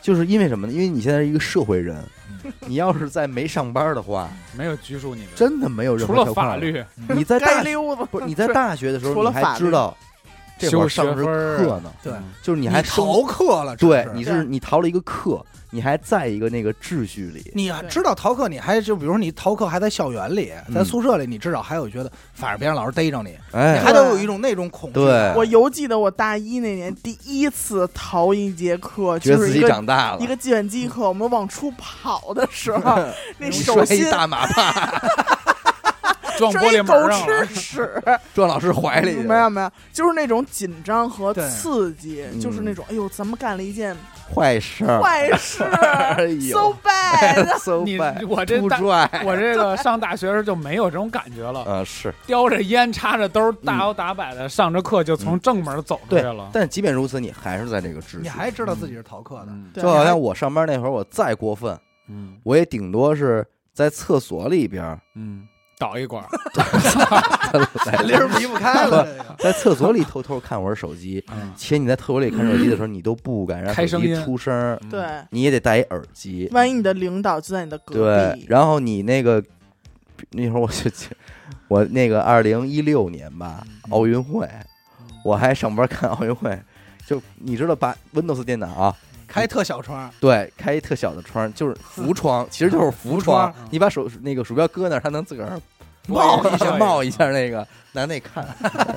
Speaker 1: 就是因为什么呢？因为你现在是一个社会人，你要是在没上班的话，
Speaker 2: 没有拘束你的，
Speaker 1: 真的没有任
Speaker 2: 除
Speaker 1: 何
Speaker 2: 了
Speaker 1: 条框
Speaker 2: 法。律，
Speaker 1: 你在
Speaker 3: 该
Speaker 1: 大
Speaker 3: 溜达
Speaker 1: 不是你在大学的时
Speaker 3: 除
Speaker 1: 候，
Speaker 3: 了
Speaker 1: 你
Speaker 3: 法
Speaker 1: 还
Speaker 3: 律
Speaker 1: 知道这会
Speaker 2: 修
Speaker 1: 儿
Speaker 2: 学
Speaker 1: 上的是
Speaker 2: 分儿
Speaker 1: 课呢，
Speaker 4: 对，
Speaker 1: 就是嗯你
Speaker 4: 啊你
Speaker 1: 还生
Speaker 4: 逃课了，
Speaker 1: 对
Speaker 4: 真是
Speaker 1: 你
Speaker 3: 对
Speaker 1: 是你逃了一个课，你还在一个那个秩序里。
Speaker 4: 你
Speaker 3: 对
Speaker 4: 知道逃课，你还就比如说你逃课还在校园里，在
Speaker 1: 嗯
Speaker 4: 宿舍里，你至少还有觉得，反正别让老师逮着你，你
Speaker 1: 哎
Speaker 4: 还得有一种那种恐惧。
Speaker 1: 对
Speaker 3: 我犹记得我大一那年第一次逃一节 课，
Speaker 1: 觉得
Speaker 3: 就是
Speaker 1: 自
Speaker 3: 一
Speaker 1: 己
Speaker 3: 个
Speaker 1: 长大了嗯
Speaker 3: 一，个计算机课，我们往出跑的时候， 那
Speaker 1: 你
Speaker 3: 手
Speaker 1: 摔一
Speaker 3: 心
Speaker 1: 大马趴，
Speaker 2: 撞玻
Speaker 3: 摔
Speaker 2: 璃
Speaker 3: 狗
Speaker 2: 门上了
Speaker 3: 吃。屎，
Speaker 1: 撞老师怀里去
Speaker 3: 没有
Speaker 1: 了，
Speaker 3: 没有，就是那种紧张和
Speaker 4: 对
Speaker 3: 刺激，
Speaker 1: 嗯
Speaker 3: 就是那种哎呦，咱们干了一件
Speaker 1: 坏事儿，
Speaker 3: 坏事
Speaker 1: 哎 呦
Speaker 3: ，so bad，
Speaker 1: so
Speaker 2: 你
Speaker 1: bad，啊
Speaker 2: 我这
Speaker 1: 不
Speaker 2: 大
Speaker 1: 拽，
Speaker 2: 我这个上大学时候就没有这种感觉了，
Speaker 1: 呃是。
Speaker 2: 叼着烟插着兜，大摇大摆的上着课就从正门走出去了。
Speaker 1: 但即便如此，你还是在这个秩序里。
Speaker 4: 你还知道自己是逃课的，
Speaker 2: 嗯
Speaker 3: 对
Speaker 1: 就好像我上班那会儿，我再过分，
Speaker 2: 嗯
Speaker 1: 我也顶多是在厕所里边 儿，
Speaker 2: 嗯，倒一管儿，
Speaker 4: 离儿离不开了。这
Speaker 1: 在
Speaker 4: 个
Speaker 1: 厕所里偷偷看会儿手机。
Speaker 2: 嗯
Speaker 1: 且你在厕所里看手机的时候，你都不敢让
Speaker 2: 开
Speaker 1: 手
Speaker 2: 声
Speaker 1: 机
Speaker 2: 音
Speaker 1: 出声儿，
Speaker 3: 对，
Speaker 1: 你也得戴一耳机。
Speaker 3: 万一你的领导就在你的隔
Speaker 1: 对
Speaker 3: 壁，，
Speaker 1: 然后你那个那会儿我就记我那个二零一六年吧，奥运会，我还上班看奥运会，就你知道把 Windows 电脑啊，
Speaker 4: 开特小窗，
Speaker 1: 对，开一特小的窗，就是浮窗，其实就是浮窗
Speaker 4: 浮窗，
Speaker 1: 你把手那个鼠标搁那儿，它能自个儿
Speaker 2: 冒
Speaker 1: 一下，冒一下那个，拿那看，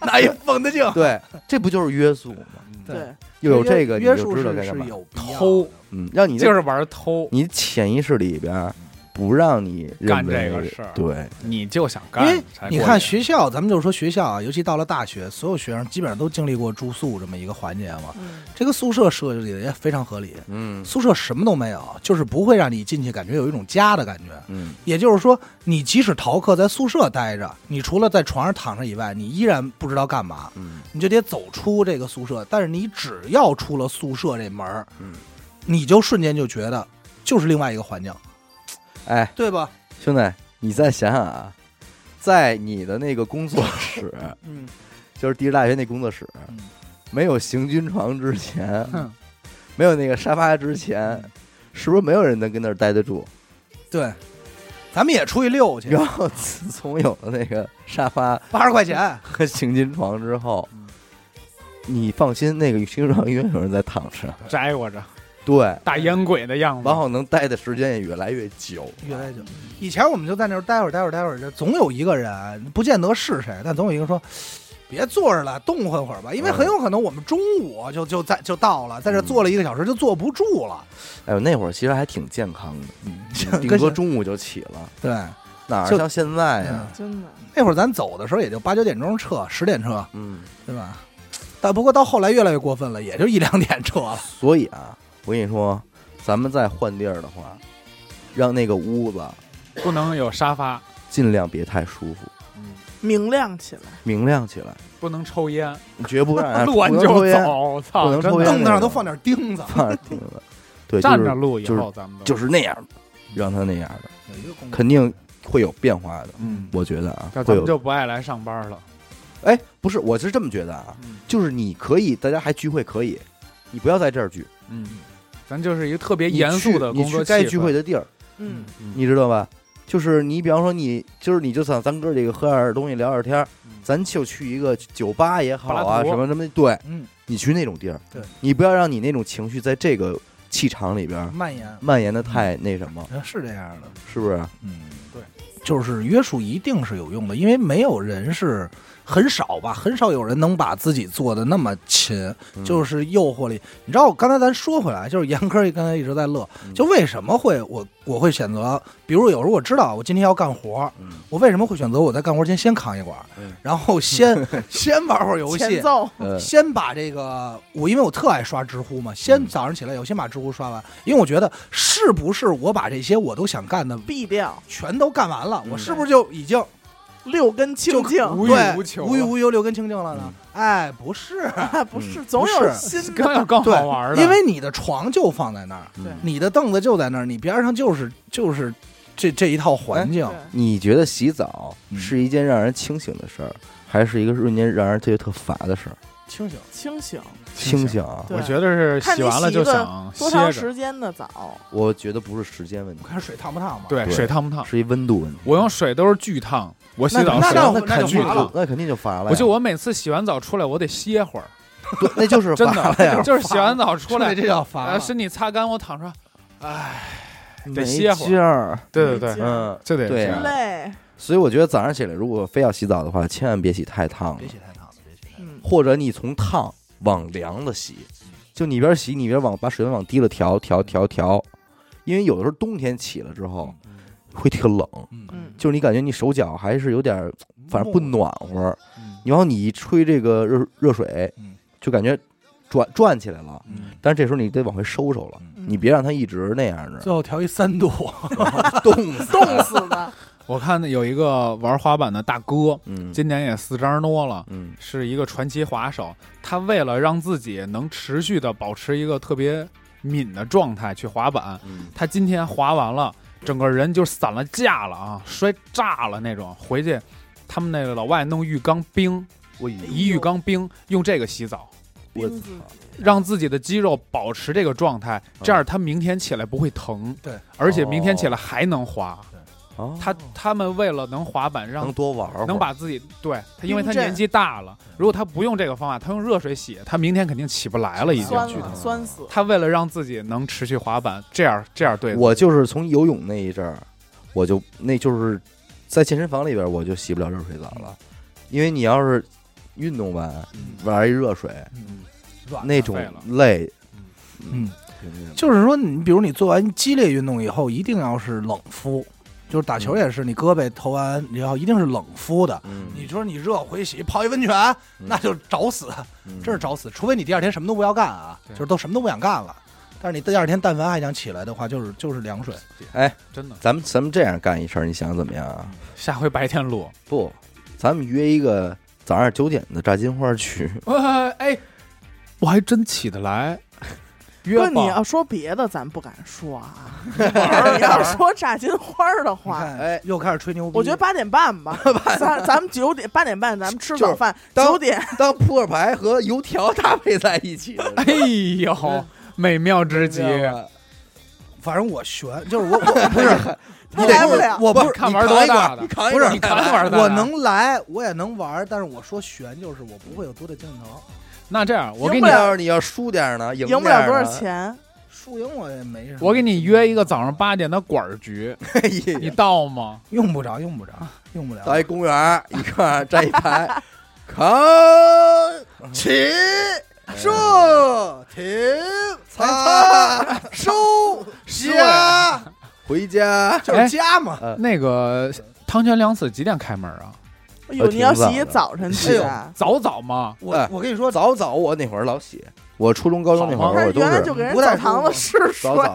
Speaker 1: 拿一放大镜，对， 这不就是约束吗？
Speaker 2: 嗯
Speaker 4: 对
Speaker 3: 对，
Speaker 1: 又有这个，你
Speaker 4: 约
Speaker 1: 就
Speaker 4: 束
Speaker 1: 知道
Speaker 4: 是
Speaker 1: 该干
Speaker 4: 是
Speaker 1: 嘛。
Speaker 4: 有必要的
Speaker 2: 偷，
Speaker 1: 嗯，让你的
Speaker 2: 就是玩偷。
Speaker 1: 你潜意识里边儿不让你认
Speaker 2: 干这个
Speaker 1: 为
Speaker 2: 事儿
Speaker 1: 对，
Speaker 2: 你就想
Speaker 4: 因
Speaker 2: 干
Speaker 4: 为
Speaker 2: 才过瘾，
Speaker 4: 你看学校，咱们就是说学校啊，尤其到了大学，所有学生基本上都经历过住宿这么一个环节嘛。
Speaker 3: 嗯
Speaker 4: 这个宿舍设计的也非常合理，
Speaker 1: 嗯
Speaker 4: 宿舍什么都没有，就是不会让你进去感觉有一种家的感觉。
Speaker 1: 嗯
Speaker 4: 也就是说，你即使逃课在宿舍待着，你除了在床上躺着以外，你依然不知道干嘛，
Speaker 1: 嗯
Speaker 4: 你就得走出这个宿舍。但是你只要出了宿舍这门儿，
Speaker 1: 嗯，
Speaker 4: 你就瞬间就觉得就是另外一个环境，
Speaker 1: 哎，
Speaker 4: 对吧？
Speaker 1: 兄弟，你再想想啊，在你的那个工作室，
Speaker 4: 嗯，
Speaker 1: 就是地质大学那工作室
Speaker 4: 嗯，
Speaker 1: 没有行军床之前，
Speaker 2: 哼
Speaker 1: 没有那个沙发之前
Speaker 4: 嗯，
Speaker 1: 是不是没有人能跟那儿待得住？
Speaker 4: 对，咱们也出去溜去，
Speaker 1: 然后自从有了那个沙发
Speaker 4: 八十块钱。
Speaker 1: 和行军床之后
Speaker 4: 嗯，
Speaker 1: 你放心，那个行军床永远有人在躺着，
Speaker 2: 摘我着
Speaker 1: 对，
Speaker 2: 大烟鬼的样子，
Speaker 1: 然后能待的时间也越来越久，
Speaker 4: 越来越久。以前我们就在那儿待会儿，待会儿，待会儿，这总有一个人，不见得是谁，但总有一个说。别坐着了，动换会儿吧，因为
Speaker 1: 嗯
Speaker 4: 很有可能我们中午就就在就到了，在这坐了一个小时就坐不住了。
Speaker 1: 哎呦，那会儿其实还挺健康的， 顶
Speaker 4: 跟
Speaker 1: 多
Speaker 4: 现
Speaker 1: 中午就起了，
Speaker 4: 对，
Speaker 1: 哪儿
Speaker 4: 就
Speaker 1: 像现在呀？
Speaker 4: 嗯
Speaker 3: 真的，
Speaker 4: 那会儿咱走的时候也就八九点钟撤，十点撤，
Speaker 1: 嗯，
Speaker 4: 对吧？但不过到后来越来越过分了，也就一两点撤了。
Speaker 1: 所以啊，我跟你说，咱们再换地儿的话，让那个屋子
Speaker 2: 不能有沙发，
Speaker 1: 尽量别太舒服，
Speaker 3: 明亮起来，
Speaker 1: 明亮起来，
Speaker 2: 不能抽烟，
Speaker 1: 绝不让 人
Speaker 2: 录完
Speaker 1: 哎不能
Speaker 2: 就
Speaker 1: 抽烟
Speaker 2: 走，操，
Speaker 1: 不能
Speaker 2: 真
Speaker 1: 抽
Speaker 2: 的
Speaker 1: 烟
Speaker 4: 凳子上都放点钉子，
Speaker 1: 放着听 着，对，就
Speaker 2: 站着
Speaker 1: 是
Speaker 2: 录以
Speaker 1: 就是
Speaker 2: 后咱们都
Speaker 1: 就是那样的，让他那样的，
Speaker 4: 有一个功能
Speaker 1: 肯定会有变化的。
Speaker 2: 嗯，
Speaker 1: 我觉得啊，
Speaker 2: 那
Speaker 1: 会
Speaker 2: 咱们
Speaker 1: 有
Speaker 2: 就不爱来上班了，
Speaker 1: 哎，不是，我是这么觉得啊，
Speaker 2: 嗯
Speaker 1: 就是你可以，大家还聚会可以，你不要在这儿聚，
Speaker 2: 嗯，咱就是一个特别
Speaker 1: 你
Speaker 2: 严肃
Speaker 1: 去
Speaker 2: 的
Speaker 1: 你
Speaker 2: 工
Speaker 1: 去
Speaker 2: 作
Speaker 1: 该
Speaker 2: 气
Speaker 1: 聚
Speaker 2: 氛
Speaker 1: 会，的地儿，
Speaker 3: 嗯，
Speaker 2: 嗯
Speaker 1: 你知道吧？就是你，比方说你，就是你就想咱哥几个喝点东西聊点天儿
Speaker 2: 嗯，
Speaker 1: 咱就去一个酒吧也好
Speaker 2: 柏拉
Speaker 1: 啊，
Speaker 2: 图
Speaker 1: 什么什么，对
Speaker 4: 嗯
Speaker 1: 你去那种地儿，
Speaker 4: 对
Speaker 1: 你不要让你那种情绪在这个气场里边儿
Speaker 4: 蔓延，嗯
Speaker 1: 蔓延的太
Speaker 2: 嗯
Speaker 1: 那什么，
Speaker 4: 是这样的。
Speaker 1: 是不是？
Speaker 4: 嗯，
Speaker 2: 对，
Speaker 4: 就是约束一定是有用的，因为没有人是很少吧，很少有人能把自己做的那么勤，
Speaker 1: 嗯
Speaker 4: 就是是诱惑力。你知道，我刚才咱说回来，就是严科刚才一直在乐，
Speaker 1: 嗯
Speaker 4: 就为什么会我我会选择，比如有时候我知道我今天要干活，我为什么会选择我在干活前先扛一管儿
Speaker 1: 嗯，
Speaker 4: 然后 先先玩会儿游
Speaker 3: 前
Speaker 4: 戏。
Speaker 3: 奏，
Speaker 1: 呃，
Speaker 4: 先把这个我，因为我特爱刷知乎嘛，先
Speaker 1: 嗯
Speaker 4: 早上起来有先把知乎刷完，因为我觉得是不是我把这些我都想干的
Speaker 3: 毙掉
Speaker 4: 全都干完了，
Speaker 1: 嗯
Speaker 4: 我是不是就已经
Speaker 3: 六根清
Speaker 4: 就
Speaker 3: 净，
Speaker 2: 无欲
Speaker 4: 对
Speaker 2: 无求
Speaker 4: 无欲
Speaker 2: 了
Speaker 4: 无忧、六根清净了呢？哎，不是，
Speaker 3: 啊 不是
Speaker 1: 嗯
Speaker 3: 总
Speaker 4: 不
Speaker 3: 有
Speaker 4: 是
Speaker 3: 新
Speaker 2: 更有
Speaker 3: 的，
Speaker 2: 更
Speaker 4: 对
Speaker 2: 好玩的，
Speaker 4: 因为你的床就放在那儿，
Speaker 1: 嗯
Speaker 3: 对
Speaker 4: 你的凳子就在那儿，你边上就是就是这这一套环境。
Speaker 3: 哎对
Speaker 1: 你觉得洗澡
Speaker 4: 嗯
Speaker 1: 是一件让人清醒的事儿，还是一个瞬间让人觉得特乏的事儿？
Speaker 4: 清醒，
Speaker 3: 清醒，
Speaker 1: 清醒啊，
Speaker 3: 对
Speaker 2: 我觉得是
Speaker 3: 看
Speaker 2: 洗
Speaker 3: 你
Speaker 2: 完了
Speaker 3: 洗
Speaker 2: 就
Speaker 3: 一个
Speaker 2: 想
Speaker 3: 多长
Speaker 2: 歇着，
Speaker 3: 时间的澡？
Speaker 1: 我觉得不是时间问题，
Speaker 4: 看水烫不烫嘛？，
Speaker 2: 对，
Speaker 1: 对
Speaker 2: 水烫不烫？
Speaker 1: 是一温度问题。
Speaker 2: 我用水都是巨烫，我洗
Speaker 4: 那
Speaker 2: 澡
Speaker 4: 那
Speaker 2: 水
Speaker 4: 那
Speaker 1: 那
Speaker 4: 我那
Speaker 1: 肯
Speaker 4: 就
Speaker 1: 定
Speaker 4: 乏了
Speaker 1: 那肯定就乏了呀。
Speaker 2: 我就我每次洗完澡出来，我得歇会儿，
Speaker 1: 对，那就是
Speaker 2: 真
Speaker 1: 乏了呀
Speaker 2: 的，，就是洗完澡出
Speaker 4: 出
Speaker 2: 来
Speaker 4: 来这叫
Speaker 2: 把
Speaker 4: 烦。
Speaker 2: 身体擦干，我躺上，哎，得
Speaker 1: 没
Speaker 2: 歇会儿
Speaker 1: 劲儿。
Speaker 2: 对对
Speaker 3: 没
Speaker 2: 对
Speaker 3: 劲，
Speaker 1: 嗯，
Speaker 2: 这得
Speaker 1: 对
Speaker 2: 这
Speaker 1: 啊
Speaker 2: 样
Speaker 3: 累，
Speaker 1: 所以我觉得早上起来如果非要洗澡的话，千万别洗太烫
Speaker 4: 别
Speaker 1: 了，
Speaker 4: 洗太烫了，别洗太烫了。
Speaker 3: 嗯，
Speaker 1: 或者你从烫往凉了洗，就你一边洗你一边往把水温往低了调调调调，因为有的时候冬天起了之后会特冷，
Speaker 3: 嗯
Speaker 1: 就是你感觉你手脚还是有点儿，反正不暖和。
Speaker 4: 嗯
Speaker 1: 你往你一吹这个热热水
Speaker 4: 嗯，
Speaker 1: 就感觉转转起来了，
Speaker 4: 嗯，
Speaker 1: 但是这时候你得往回收收了。
Speaker 3: 嗯
Speaker 1: 你别让它一直那样 的
Speaker 4: 最后调一三度，
Speaker 1: 冻死。
Speaker 3: 冻死的，
Speaker 2: 我看有一个玩滑板的大哥，
Speaker 1: 嗯
Speaker 2: 今年也四张多了。
Speaker 1: 嗯
Speaker 2: 是一个传奇滑手，他为了让自己能持续的保持一个特别敏的状态去滑板，
Speaker 1: 嗯，
Speaker 2: 他今天滑完了，整个人就散了架了啊，摔炸了那种。回去，他们那个老外弄浴缸冰，
Speaker 1: 我
Speaker 2: 一浴缸冰，用这个洗澡，
Speaker 1: 我
Speaker 3: 冰
Speaker 1: 操
Speaker 3: 子，
Speaker 2: 让自己的肌肉保持这个状态，这样他明天起来不会疼。
Speaker 4: 对，
Speaker 2: 而且明天起来还能滑。
Speaker 1: 哦
Speaker 2: 他他们为了能滑板，让
Speaker 1: 能多玩会儿
Speaker 2: 能把自己对他，因为他
Speaker 3: 冰镇
Speaker 2: 年纪大了，如果他不用这个方法，他用热水洗，他明天肯定起不来了，已经
Speaker 3: 酸
Speaker 2: 巨疼
Speaker 3: 了，。酸死，
Speaker 2: 他为了让自己能持续滑板，这样这样对
Speaker 1: 我就是从游泳那一阵儿，我就那就是在健身房里边，我就洗不了热水澡了，因为你要是运动完玩一热水，
Speaker 2: 嗯
Speaker 4: 软
Speaker 1: 那
Speaker 4: 的
Speaker 1: 种
Speaker 2: 废了
Speaker 1: 累
Speaker 2: 嗯，
Speaker 4: 嗯，
Speaker 1: 肯定的
Speaker 4: 就是说，你比如你做完激烈运动以后，一定要是冷敷，就是打球也是，你胳膊投完以后一定是冷敷的。你
Speaker 1: 嗯，
Speaker 4: 说你热回洗泡一温泉，那就找死，
Speaker 1: 嗯
Speaker 4: 真是找死。除非你第二天什么都不要干啊，
Speaker 2: 对
Speaker 4: 就是都什么都不想干了。但是你第二天但凡还想起来的话，就是就是凉水。
Speaker 2: 真的，
Speaker 1: 咱们咱们这样干一事儿，你想怎么样啊？
Speaker 2: 下回白天录。
Speaker 1: 不，咱们约一个早上九点的炸金花去。
Speaker 2: 呃哎，我还真起得来，约
Speaker 3: 哥，你
Speaker 2: 吧
Speaker 3: 要说别的，咱不敢说啊。你要说炸金花儿的
Speaker 4: 你
Speaker 3: 话，
Speaker 4: 看，
Speaker 1: 哎
Speaker 4: 又开始吹牛逼。
Speaker 3: 我觉得八点半 吧，咱咱们九点八点半咱们吃
Speaker 1: 就是
Speaker 3: 早饭，
Speaker 1: 当
Speaker 3: 九点
Speaker 1: 当扑克牌和油条搭配在一起的，
Speaker 2: 哎呦，美妙之极，
Speaker 1: 啊
Speaker 4: 反正我悬，就是我我不是，
Speaker 3: 他
Speaker 4: 你得
Speaker 3: 来不了
Speaker 4: 我不是
Speaker 2: 看玩多大的
Speaker 1: 你，扛一
Speaker 4: 不
Speaker 1: 管
Speaker 4: 是
Speaker 1: 儿，你
Speaker 2: 看
Speaker 1: 扛一管儿
Speaker 2: 玩儿多大
Speaker 4: 我能来，我也能玩，但是我说悬就是我不会有多大精神头，
Speaker 2: 那这样，我给
Speaker 1: 赢
Speaker 2: 你
Speaker 1: 不，了，你要输点儿呢，赢
Speaker 3: 赢不
Speaker 1: 点
Speaker 3: 了
Speaker 1: 儿
Speaker 3: 多少
Speaker 1: 呢。
Speaker 3: 钱。
Speaker 4: 输赢我也没什么。
Speaker 2: 我给你约一个早上八点的管儿局，
Speaker 1: 哎
Speaker 2: 你
Speaker 1: 呀
Speaker 2: 到吗？
Speaker 4: 用不着，用不着，用不
Speaker 1: 到
Speaker 4: 了
Speaker 1: 一。公园儿，一看站一排，扛起
Speaker 4: 哎射停
Speaker 1: 擦
Speaker 4: 哎 收
Speaker 1: 家，回家。
Speaker 2: 哎
Speaker 4: 就是家嘛。
Speaker 2: 那个汤泉凉子几点开门啊？
Speaker 3: 哎呦，
Speaker 1: 呃
Speaker 3: 你要
Speaker 1: 挺早
Speaker 3: 洗
Speaker 1: 的
Speaker 3: 早晨
Speaker 4: 哎
Speaker 3: 去
Speaker 4: 呦
Speaker 3: 啊？
Speaker 2: 早早吗？
Speaker 4: 我
Speaker 1: 哎
Speaker 4: 我跟你说，
Speaker 1: 早早我那会儿老写，我初中高中那会
Speaker 2: 好
Speaker 1: 儿
Speaker 3: 他
Speaker 1: 我都
Speaker 3: 原来
Speaker 1: 是
Speaker 3: 就给人
Speaker 4: 不太
Speaker 3: 澡堂子试水，
Speaker 1: 早早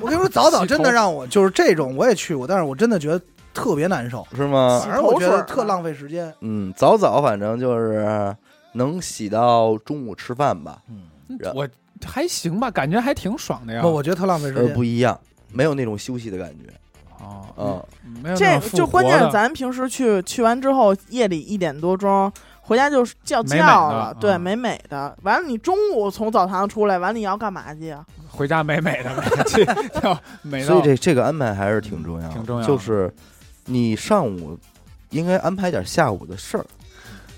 Speaker 4: 我跟你说，早早真的让我就是这种，我也去过，但是我真的觉得特别难受，
Speaker 1: 是吗？
Speaker 4: 反正我觉
Speaker 3: 洗头水
Speaker 4: 得
Speaker 3: 儿
Speaker 4: 特浪费时间。
Speaker 1: 嗯，早早反正就是能洗到中午吃饭吧，
Speaker 4: 嗯，
Speaker 1: 然
Speaker 2: 我还行吧，感觉还挺爽的呀。
Speaker 4: 不，我觉得特浪费时
Speaker 1: 呃，
Speaker 4: 间。
Speaker 1: 不一样，没有那种休息的感觉。
Speaker 2: 哦，
Speaker 1: 嗯，
Speaker 2: 没有那
Speaker 3: 这
Speaker 2: 种复
Speaker 3: 就关
Speaker 2: 活
Speaker 3: 键
Speaker 2: 的
Speaker 3: 是咱平时去去完之后，夜里一点多钟回家就叫觉
Speaker 2: 美美的
Speaker 3: 了，对，
Speaker 2: 嗯
Speaker 3: 美美的。完了，你中午从澡堂出来，完了你要干嘛去啊？
Speaker 2: 回家美美的，美到美
Speaker 1: 所以
Speaker 2: 到
Speaker 1: 这这个安排还是挺重要的，
Speaker 2: 挺重要的
Speaker 1: 就是你上午应该安排点下午的事儿，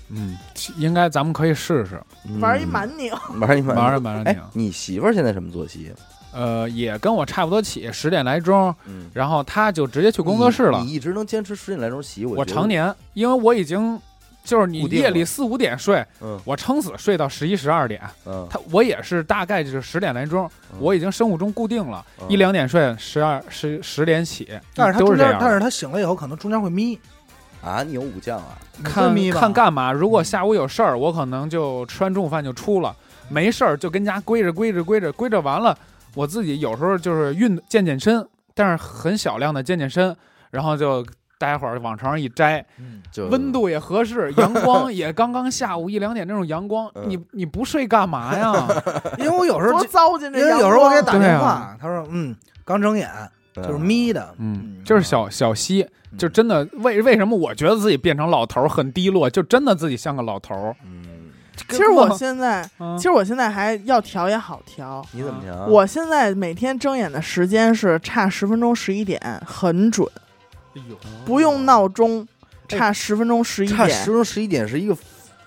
Speaker 2: 嗯，应该咱们可以试试
Speaker 1: 嗯
Speaker 3: 玩一满拧，
Speaker 1: 玩一满
Speaker 2: 玩儿玩儿
Speaker 1: 哎
Speaker 2: 拧。，
Speaker 1: 你媳妇儿现在什么作息？啊
Speaker 2: 呃，也跟我差不多起，十点来钟，
Speaker 1: 嗯，
Speaker 2: 然后他就直接去工作室了
Speaker 1: 你。你一直能坚持十点来钟洗，我觉
Speaker 2: 我
Speaker 1: 得
Speaker 2: 常年，因为我已经就是你
Speaker 1: 固定了
Speaker 2: 夜里四五点睡，
Speaker 1: 嗯
Speaker 2: 我撑死睡到十一十二点。
Speaker 1: 嗯，
Speaker 2: 他我也是大概就是十点来钟，
Speaker 1: 嗯
Speaker 2: 我已经生物钟固定了，
Speaker 1: 嗯
Speaker 2: 一两点睡，十二十十点起，
Speaker 4: 但是他
Speaker 2: 都
Speaker 4: 中
Speaker 2: 是这
Speaker 4: 间
Speaker 2: 样，的。
Speaker 4: 但是他醒了以后，可能中间会眯，
Speaker 1: 啊，你有午觉啊？
Speaker 4: 你会
Speaker 2: 看
Speaker 4: 眯吧
Speaker 2: 看干嘛。如
Speaker 1: 嗯
Speaker 2: 果下午有事儿，我可能就吃完中午饭就出了；没事儿就跟家归着归着归着归着，完了我自己有时候就是运健健身，但是很小量的健健身，然后就。待会儿往床上一摘，
Speaker 4: 嗯
Speaker 1: 就
Speaker 2: 温度也合 适，阳光也刚刚下午一两点那种阳光，
Speaker 1: 嗯
Speaker 2: 你你不睡干嘛 呀？
Speaker 4: 因为我有时候
Speaker 3: 多糟践
Speaker 4: 因
Speaker 3: 这
Speaker 4: 为
Speaker 3: 阳
Speaker 4: 有时候我给他
Speaker 3: 光
Speaker 4: 打
Speaker 2: 对
Speaker 4: 电
Speaker 2: 啊
Speaker 4: 话，他说嗯，刚睁眼
Speaker 1: 啊
Speaker 4: 就是眯的，
Speaker 2: 嗯，就是小小溪，
Speaker 4: 嗯
Speaker 2: 就真的为为什么我觉得自己变成老头儿很低落，就真的自己像个老头儿。
Speaker 1: 嗯，
Speaker 3: 其实我现在，
Speaker 2: 嗯
Speaker 3: 其实我现在还要调也好调。
Speaker 1: 你怎么调啊？
Speaker 3: 我现在每天睁眼的时间是差十分钟十一点，很准，
Speaker 2: 哎呦，
Speaker 3: 不用闹钟，
Speaker 1: 哎
Speaker 3: 差十分钟十一
Speaker 1: 差十
Speaker 3: 点。
Speaker 1: 分钟十一点是一个，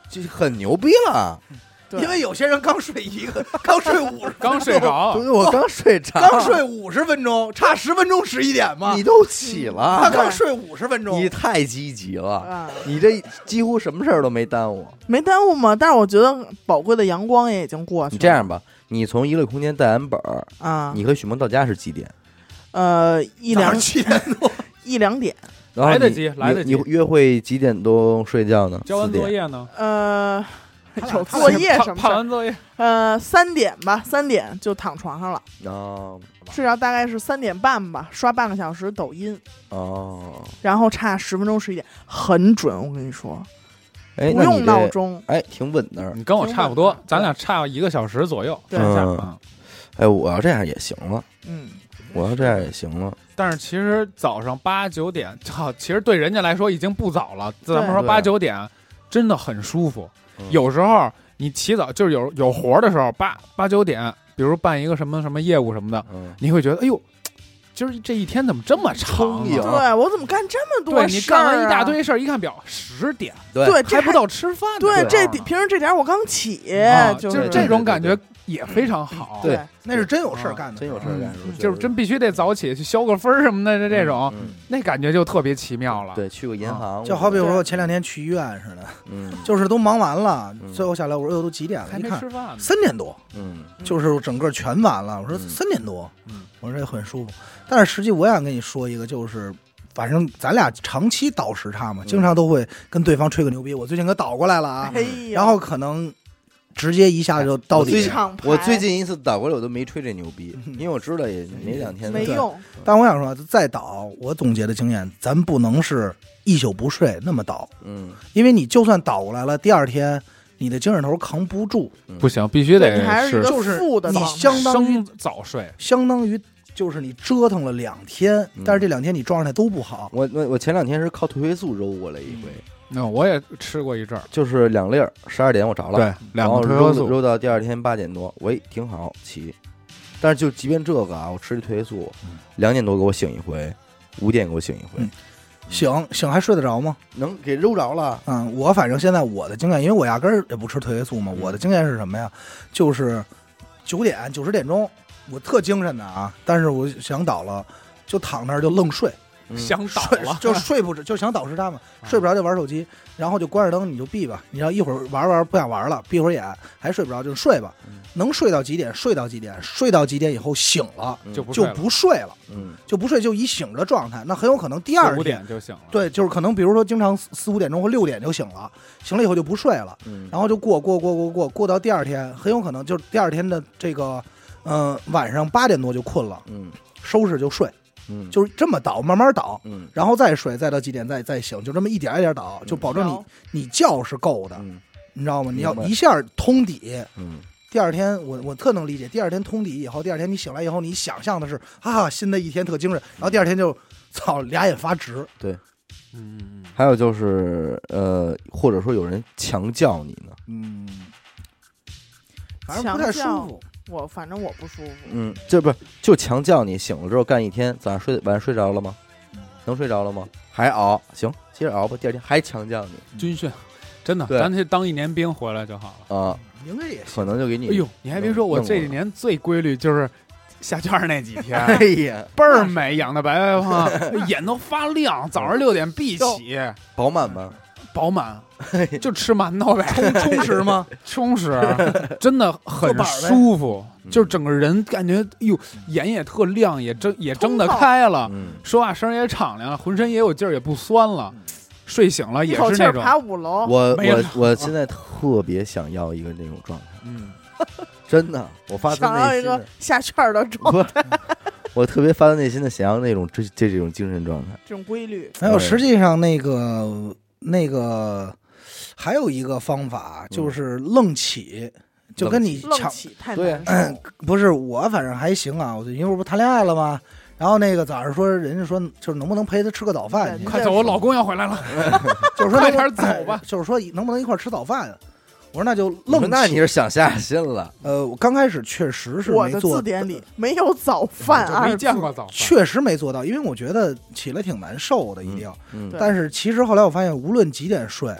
Speaker 1: 就很牛逼了。
Speaker 3: 对
Speaker 4: 因为有些人刚睡一个，刚睡五十，
Speaker 2: 刚睡 着，
Speaker 1: 对，我刚睡着，
Speaker 2: 哦
Speaker 4: 刚睡五十分钟，差十分钟十一点 嘛
Speaker 1: 你，都起
Speaker 4: 他
Speaker 2: 嗯
Speaker 1: 了，
Speaker 4: 刚睡五十分钟，
Speaker 1: 你太积极了。
Speaker 3: 啊，
Speaker 1: 你这几乎什么事儿都没耽
Speaker 2: 啊
Speaker 1: 误。
Speaker 3: 没耽误嘛，但是我觉得宝贵的阳光也已经过去
Speaker 1: 你
Speaker 3: 了。
Speaker 1: 这样吧，你从娱乐空间带完本儿，
Speaker 3: 啊，
Speaker 1: 你和许萌到家是几点？
Speaker 3: 呃一
Speaker 4: 早上
Speaker 3: 两
Speaker 4: 七点多，
Speaker 3: 一两点，
Speaker 1: 然后
Speaker 2: 来得
Speaker 1: 你
Speaker 2: 及来得及
Speaker 1: 你你约会几点钟睡觉呢？
Speaker 2: 交完
Speaker 1: 四
Speaker 2: 作
Speaker 1: 点。
Speaker 2: 业呢？
Speaker 3: 呃，
Speaker 4: 他俩
Speaker 3: 有
Speaker 4: 他
Speaker 3: 作
Speaker 4: 俩
Speaker 3: 业
Speaker 2: 判
Speaker 3: 什么事
Speaker 2: 判
Speaker 3: 儿？
Speaker 2: 完作业，
Speaker 3: 呃，三点吧，三点就躺床上了，
Speaker 1: 哦
Speaker 3: 睡着大概是三点半吧，刷半个小时抖音，
Speaker 1: 哦，
Speaker 3: 然后差十分钟十一点，很准，我跟你说，
Speaker 1: 哎，
Speaker 3: 不
Speaker 1: 那你
Speaker 3: 用
Speaker 1: 这
Speaker 3: 闹，钟。
Speaker 1: 哎，挺稳那儿。
Speaker 2: 你跟我差不多
Speaker 3: 挺稳的，
Speaker 2: 咱俩差一个小时左右。
Speaker 3: 对
Speaker 1: 嗯
Speaker 2: 嗯，
Speaker 1: 哎，我要这样也行了，
Speaker 3: 嗯，
Speaker 1: 我要这样也行了。
Speaker 2: 但是其实早上八九点， 操，其实对人家来说已经不早了。咱们说
Speaker 1: 对
Speaker 2: 八九点，真的很舒服。
Speaker 1: 嗯
Speaker 2: 有时候你起早就是有有活儿的时候，八八九点，比如办一个什么什么业务什么的，
Speaker 1: 嗯，
Speaker 2: 你会觉得，哎呦，今儿这一天怎么这么长
Speaker 1: 充盈
Speaker 2: 啊？
Speaker 3: 对我怎么干这么多
Speaker 2: 对你
Speaker 3: 事儿
Speaker 2: 干
Speaker 3: 啊
Speaker 2: 完一大，堆事儿，一看表，十点
Speaker 1: 对
Speaker 3: 呃对，这
Speaker 2: 还
Speaker 3: 还
Speaker 2: 不
Speaker 1: 啊
Speaker 2: 到吃饭的时候
Speaker 3: 对
Speaker 2: 呢。
Speaker 3: 这点平时这点我刚起
Speaker 2: 啊，
Speaker 3: 就是哎
Speaker 2: 这种感觉也非常好。
Speaker 1: 对
Speaker 4: 那是真有事儿干的，
Speaker 1: 啊真有事
Speaker 4: 儿。
Speaker 1: 儿干
Speaker 2: 嗯，
Speaker 1: 是吧
Speaker 2: 就是真必须得早起去消个分儿什么的，这这种、
Speaker 1: 嗯
Speaker 2: 那感觉就特别奇妙了。
Speaker 1: 对，去过银行，
Speaker 4: 就好比我说我前两天去医院似的，
Speaker 1: 嗯，
Speaker 4: 就是都忙完了，
Speaker 1: 嗯
Speaker 4: 最后下来我说哟哎都几点了？
Speaker 2: 还
Speaker 4: 一
Speaker 2: 没
Speaker 4: 看
Speaker 2: 吃饭呢，
Speaker 4: 三点多，
Speaker 1: 嗯
Speaker 4: 就是整个全完了。我说
Speaker 1: 嗯
Speaker 4: 三点多，
Speaker 2: 嗯
Speaker 4: 我说这很舒服。但是实际我想跟你说一个，就是反正咱俩长期倒时差嘛，
Speaker 1: 嗯
Speaker 4: 经常都会跟对方吹个牛逼。我最近可倒过来了啊，
Speaker 3: 哎呀，
Speaker 4: 然后可能直接一下就到
Speaker 1: 我最
Speaker 4: 底
Speaker 1: 近
Speaker 4: 了。
Speaker 3: 厂牌
Speaker 1: 我最近一次倒过来我都没吹这牛逼，
Speaker 4: 嗯
Speaker 1: 因为我知道也没两天
Speaker 3: 没
Speaker 1: 对
Speaker 3: 用，
Speaker 4: 但我想说，再倒，我总结的经验，咱不能是一宿不睡那么倒，
Speaker 1: 嗯，
Speaker 4: 因为你就算倒过来了，第二天你的精神头扛不住，
Speaker 2: 不行，必须
Speaker 3: 你还
Speaker 2: 得
Speaker 3: 是一个
Speaker 4: 就是
Speaker 3: 负的
Speaker 4: 你
Speaker 3: 状态
Speaker 4: 相当于
Speaker 2: 生早睡。
Speaker 4: 相当于就是你折腾了两天
Speaker 1: 嗯，
Speaker 4: 但是这两天你状态都不好。
Speaker 2: 嗯
Speaker 1: 我我我前两天是靠褪黑素揉过来一回，
Speaker 2: 那、我也吃过一阵儿，
Speaker 1: 就是两粒儿，十二点我着了，
Speaker 2: 对，
Speaker 1: 然
Speaker 2: 两个
Speaker 1: 后
Speaker 2: 褪
Speaker 1: 揉
Speaker 2: 黑
Speaker 1: 的
Speaker 2: 素，
Speaker 1: 揉到第二天八点多，喂，挺好，起。但是就即便这个啊，我吃这褪黑素
Speaker 4: 嗯，
Speaker 1: 两点多给我醒一回，五点给我醒一回
Speaker 4: 嗯，醒醒还睡得着吗？
Speaker 1: 能给揉着了。
Speaker 4: 嗯，我反正现在我的经验，因为我压根儿也不吃褪黑素嘛，
Speaker 1: 嗯
Speaker 4: 我的经验是什么呀？就是九点九十点钟，我特精神的啊，但是我想倒了，就躺那儿就愣睡，
Speaker 1: 嗯
Speaker 2: 想倒
Speaker 4: 睡
Speaker 2: 了，啊
Speaker 4: 就 睡不着，就想倒时差嘛，睡不着就玩手机，然后就关着灯你就闭吧，你要一会儿玩玩不想玩了，闭会儿眼还睡不着就睡吧
Speaker 1: 嗯，
Speaker 4: 能睡到几点睡到几点，睡到几点以后醒了
Speaker 1: 嗯
Speaker 2: 就不
Speaker 4: 就
Speaker 2: 睡了
Speaker 4: 不睡了，
Speaker 1: 嗯
Speaker 4: 就不睡就以醒的状态，那很有可能第二
Speaker 2: 四五
Speaker 4: 天
Speaker 2: 点就醒了。，
Speaker 4: 对，就是可能比如说经常四四五点钟或六点就醒了，醒了以后就不睡了，
Speaker 1: 嗯，
Speaker 4: 然后就过过过过过过到第二天，很有可能就是第二天的这个，嗯、晚上八点多就困了，
Speaker 1: 嗯
Speaker 4: 收拾就睡，
Speaker 1: 嗯
Speaker 4: 就是这么倒，慢慢倒，
Speaker 1: 嗯
Speaker 4: 然后再睡，再到几点再再醒，就这么一点一点倒，就保证
Speaker 3: 着
Speaker 4: 你你觉是够的，
Speaker 1: 嗯
Speaker 4: 你知道吗？你要
Speaker 1: 明白
Speaker 4: 一下通底。
Speaker 1: 嗯
Speaker 4: 第二天我我特能理解，第二天通底以后，第二天你醒来以后，你想象的是啊，新的一天特精神，然后第二天就操俩眼发直，
Speaker 2: 嗯嗯嗯，
Speaker 1: 还有就是呃，或者说有人强叫你呢，
Speaker 4: 嗯，反正不太舒服。
Speaker 3: 我反正我不舒服，
Speaker 1: 嗯，这不是就强叫你醒了之后干一天，早上睡晚上睡着了吗？能睡着了吗？嗯还熬，行，接着熬吧。第二天还强叫你
Speaker 2: 军训，嗯真的，
Speaker 1: 对
Speaker 2: 咱去当一年兵回来就好了。
Speaker 1: 啊，
Speaker 4: 应该也行。
Speaker 1: 可能就给你
Speaker 2: 哎呦，你还别说，我这几
Speaker 1: 嗯弄
Speaker 2: 年最规律就是下卷儿那几 天，
Speaker 1: 哎呀，
Speaker 2: 倍儿美，养的白白胖胖， 眼都发亮。早上六点必起，
Speaker 1: 饱满吗？
Speaker 2: 饱满，就吃馒头呗，
Speaker 4: 充充实吗？
Speaker 2: 充实，真的很
Speaker 4: 坐板儿呗
Speaker 2: 舒服，
Speaker 1: 嗯
Speaker 2: 就是整个人感觉，哎呦，眼也特亮，也睁也睁得开了，
Speaker 1: 嗯，
Speaker 2: 说话声也敞亮了，浑身也有劲儿，也不酸了。睡醒了
Speaker 3: 一
Speaker 2: 也
Speaker 3: 口
Speaker 2: 是
Speaker 3: 气
Speaker 2: 那
Speaker 3: 儿
Speaker 2: 种，
Speaker 3: 爬五楼，
Speaker 1: 我
Speaker 2: 没有
Speaker 1: 我我现在特别想要一个那种状态，
Speaker 2: 嗯，
Speaker 1: 真的，我发自
Speaker 3: 想要
Speaker 1: 内
Speaker 3: 一
Speaker 1: 心
Speaker 3: 个
Speaker 1: 的，
Speaker 3: 下圈儿的状，
Speaker 1: 不是，我特别发自内心的想要那种这这这种精神状态。
Speaker 3: 这种规律，
Speaker 4: 没有，
Speaker 1: 对
Speaker 4: 实际上那个那个还有一个方法就是愣起，就跟你
Speaker 3: 愣
Speaker 4: 强
Speaker 3: 起太
Speaker 1: 对
Speaker 3: 难受了，
Speaker 4: 不是我，反正还行啊。我就因为我不谈恋爱了吗？然后那个早上说，人家说就是能不能陪他吃个早饭去
Speaker 3: 对，
Speaker 2: 快走，我老公要回来了，
Speaker 4: 就是说能不
Speaker 2: 快点走吧，
Speaker 4: 就是说能不能一块儿吃早饭啊？我说那就
Speaker 1: 我说
Speaker 4: 愣
Speaker 1: 那
Speaker 4: 起
Speaker 1: 你是想下心了？
Speaker 4: 呃，我刚开始确实是
Speaker 3: 我
Speaker 4: 没
Speaker 3: 的
Speaker 4: 做
Speaker 3: 字典里没有早饭
Speaker 2: 就
Speaker 3: 啊，
Speaker 2: 没见过早饭。
Speaker 4: 确实没做到，因为我觉得起来挺难受的，一定要。
Speaker 1: 嗯
Speaker 3: 对
Speaker 4: 但是其实后来我发现，无论几点睡，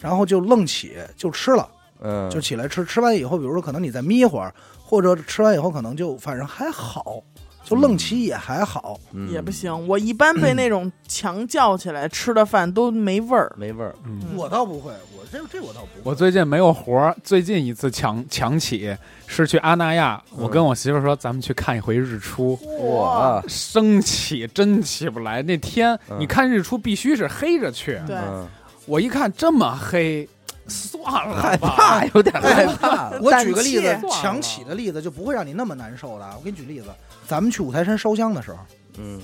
Speaker 4: 然后就愣起就吃了，
Speaker 1: 嗯，
Speaker 4: 就起来吃。吃完以后，比如说可能你再眯一会儿，或者吃完以后可能就反正还好，就愣起也还好。
Speaker 1: 嗯
Speaker 3: 也不，行。我一般被那种强叫起来吃的饭都没味儿，
Speaker 1: 没味儿。
Speaker 2: 嗯
Speaker 3: 嗯
Speaker 4: 我倒不会，我这这我倒不会。
Speaker 2: 我最近没有活儿，最近一次强强起是去阿那亚，我跟我媳妇儿说咱们去看一回日出，
Speaker 1: 哇，
Speaker 2: 升起真起不来。那天、
Speaker 1: 嗯
Speaker 2: 你看日出必须是黑着去，
Speaker 3: 对，
Speaker 1: 嗯，
Speaker 2: 我一看这么黑，算了
Speaker 1: 害
Speaker 2: 吧。
Speaker 1: 怕，有点害
Speaker 4: 哎
Speaker 1: 怕了。
Speaker 4: 我举个例
Speaker 3: 胆
Speaker 4: 子
Speaker 2: 怯，
Speaker 4: 强起的例子就不会让你那么难受的啊。我给你举例子，咱们去五台山烧香的时候，
Speaker 1: 嗯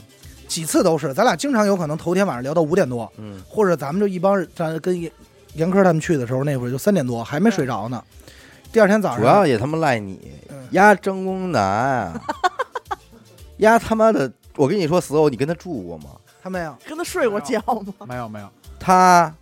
Speaker 4: 几次都是，咱俩经常有可能头天晚上聊到五点多，
Speaker 1: 嗯
Speaker 4: 或者咱们就一帮人，咱跟严严科他们去的时候，那会儿就三点多还没睡着呢。第二天早上，
Speaker 1: 主要也他妈赖你
Speaker 4: 嗯，
Speaker 1: 丫争功难，丫他妈的，我跟你说，死偶，你跟他住过吗？
Speaker 4: 他没有，
Speaker 3: 跟他睡过觉吗？
Speaker 2: 没有没有，
Speaker 1: 他啊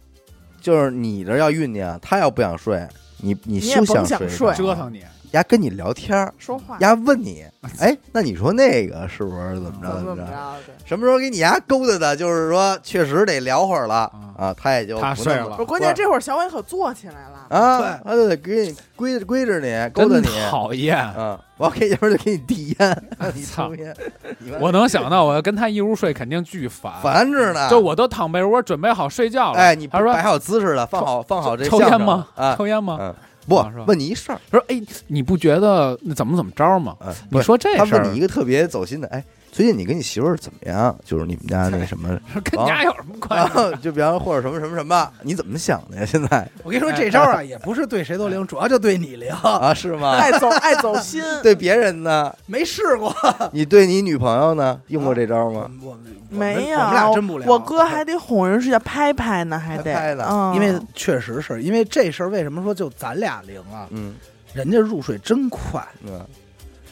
Speaker 1: 就是你这要酝酿，他要不想睡，你你
Speaker 3: 你也
Speaker 1: 休想
Speaker 3: 甭想
Speaker 1: 睡
Speaker 3: 睡
Speaker 1: 吧
Speaker 2: 折腾你，
Speaker 1: 丫跟你聊天儿，
Speaker 3: 说话
Speaker 1: 丫问 你，哎，那你说那个是不是怎么
Speaker 3: 怎
Speaker 1: 着怎
Speaker 3: 么啊怎
Speaker 1: 么
Speaker 3: 么
Speaker 1: 着？
Speaker 3: 着？对，
Speaker 1: 什么时候给你丫勾搭的？就是说，确实得聊会儿了啊，他也就
Speaker 2: 他
Speaker 1: 不
Speaker 2: 睡
Speaker 1: 那么
Speaker 2: 了
Speaker 3: 不是关键这会儿小伟可坐起来了，
Speaker 1: 啊，他就得给你归归着你，勾搭
Speaker 2: 真
Speaker 1: 你。
Speaker 2: 讨厌。
Speaker 1: 嗯，我要给你，要不就给你递烟， 让你
Speaker 2: 操
Speaker 1: 抽烟。你妈
Speaker 2: 我能想到，我要跟他一屋睡，肯定巨烦。
Speaker 1: 烦着呢，
Speaker 2: 就我都躺被窝准备好睡觉了。
Speaker 1: 哎，你
Speaker 2: 他说
Speaker 1: 摆好姿势了，放好放好这
Speaker 2: 抽烟
Speaker 1: 相声
Speaker 2: 吗？
Speaker 1: 啊，
Speaker 2: 抽烟吗？
Speaker 1: 嗯，不
Speaker 2: 啊是吧
Speaker 1: 问你一事儿，
Speaker 2: 他说：“哎，你不觉得那怎么怎么着吗？
Speaker 1: 嗯，
Speaker 2: 你
Speaker 1: 不是
Speaker 2: 说这
Speaker 1: 他
Speaker 2: 事
Speaker 1: 问你
Speaker 2: 儿
Speaker 1: 一个特别走心的，哎，最近你跟你媳妇儿怎么样？就是你们家那什 么，
Speaker 2: 跟家有什么关
Speaker 1: 然
Speaker 2: 系？
Speaker 1: 后就比方说或者什么什么什么，你怎么想的呀？现 在
Speaker 4: 我跟你说这招啊，也不是对谁都灵，主要就对你灵，
Speaker 2: 哦
Speaker 1: 啊，是吗？
Speaker 2: 哎
Speaker 3: 爱走爱走 心，
Speaker 1: 对别人呢？
Speaker 4: 没试过。
Speaker 1: 你对你女朋友
Speaker 4: 啊
Speaker 1: 呢？用过这招
Speaker 4: 我
Speaker 1: 吗？
Speaker 4: 们我们
Speaker 3: 没有，
Speaker 4: 我们俩真不聊。
Speaker 3: 我哥还得哄人睡觉，拍拍呢，还得
Speaker 1: 还拍呢
Speaker 3: 嗯
Speaker 4: 因为确实是因为这事儿，为什么说就咱俩灵啊？
Speaker 1: 嗯，
Speaker 4: 人家入睡真快，
Speaker 1: 嗯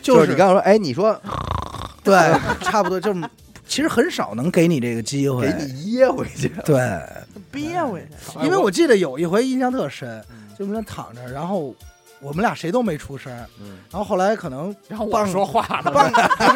Speaker 4: 就是
Speaker 1: 你刚才说，哎，你说
Speaker 4: 对，差不多就其实很少能给你这个机会
Speaker 1: 给。你噎回去，
Speaker 4: 对，
Speaker 3: 憋回去，
Speaker 4: 因为我记得有一回印象特深，就我们俩躺着，然后我们俩谁都没出声，
Speaker 1: 嗯
Speaker 4: 然后后来可能
Speaker 2: 然后我
Speaker 4: 棒
Speaker 2: 说话了，
Speaker 4: 棒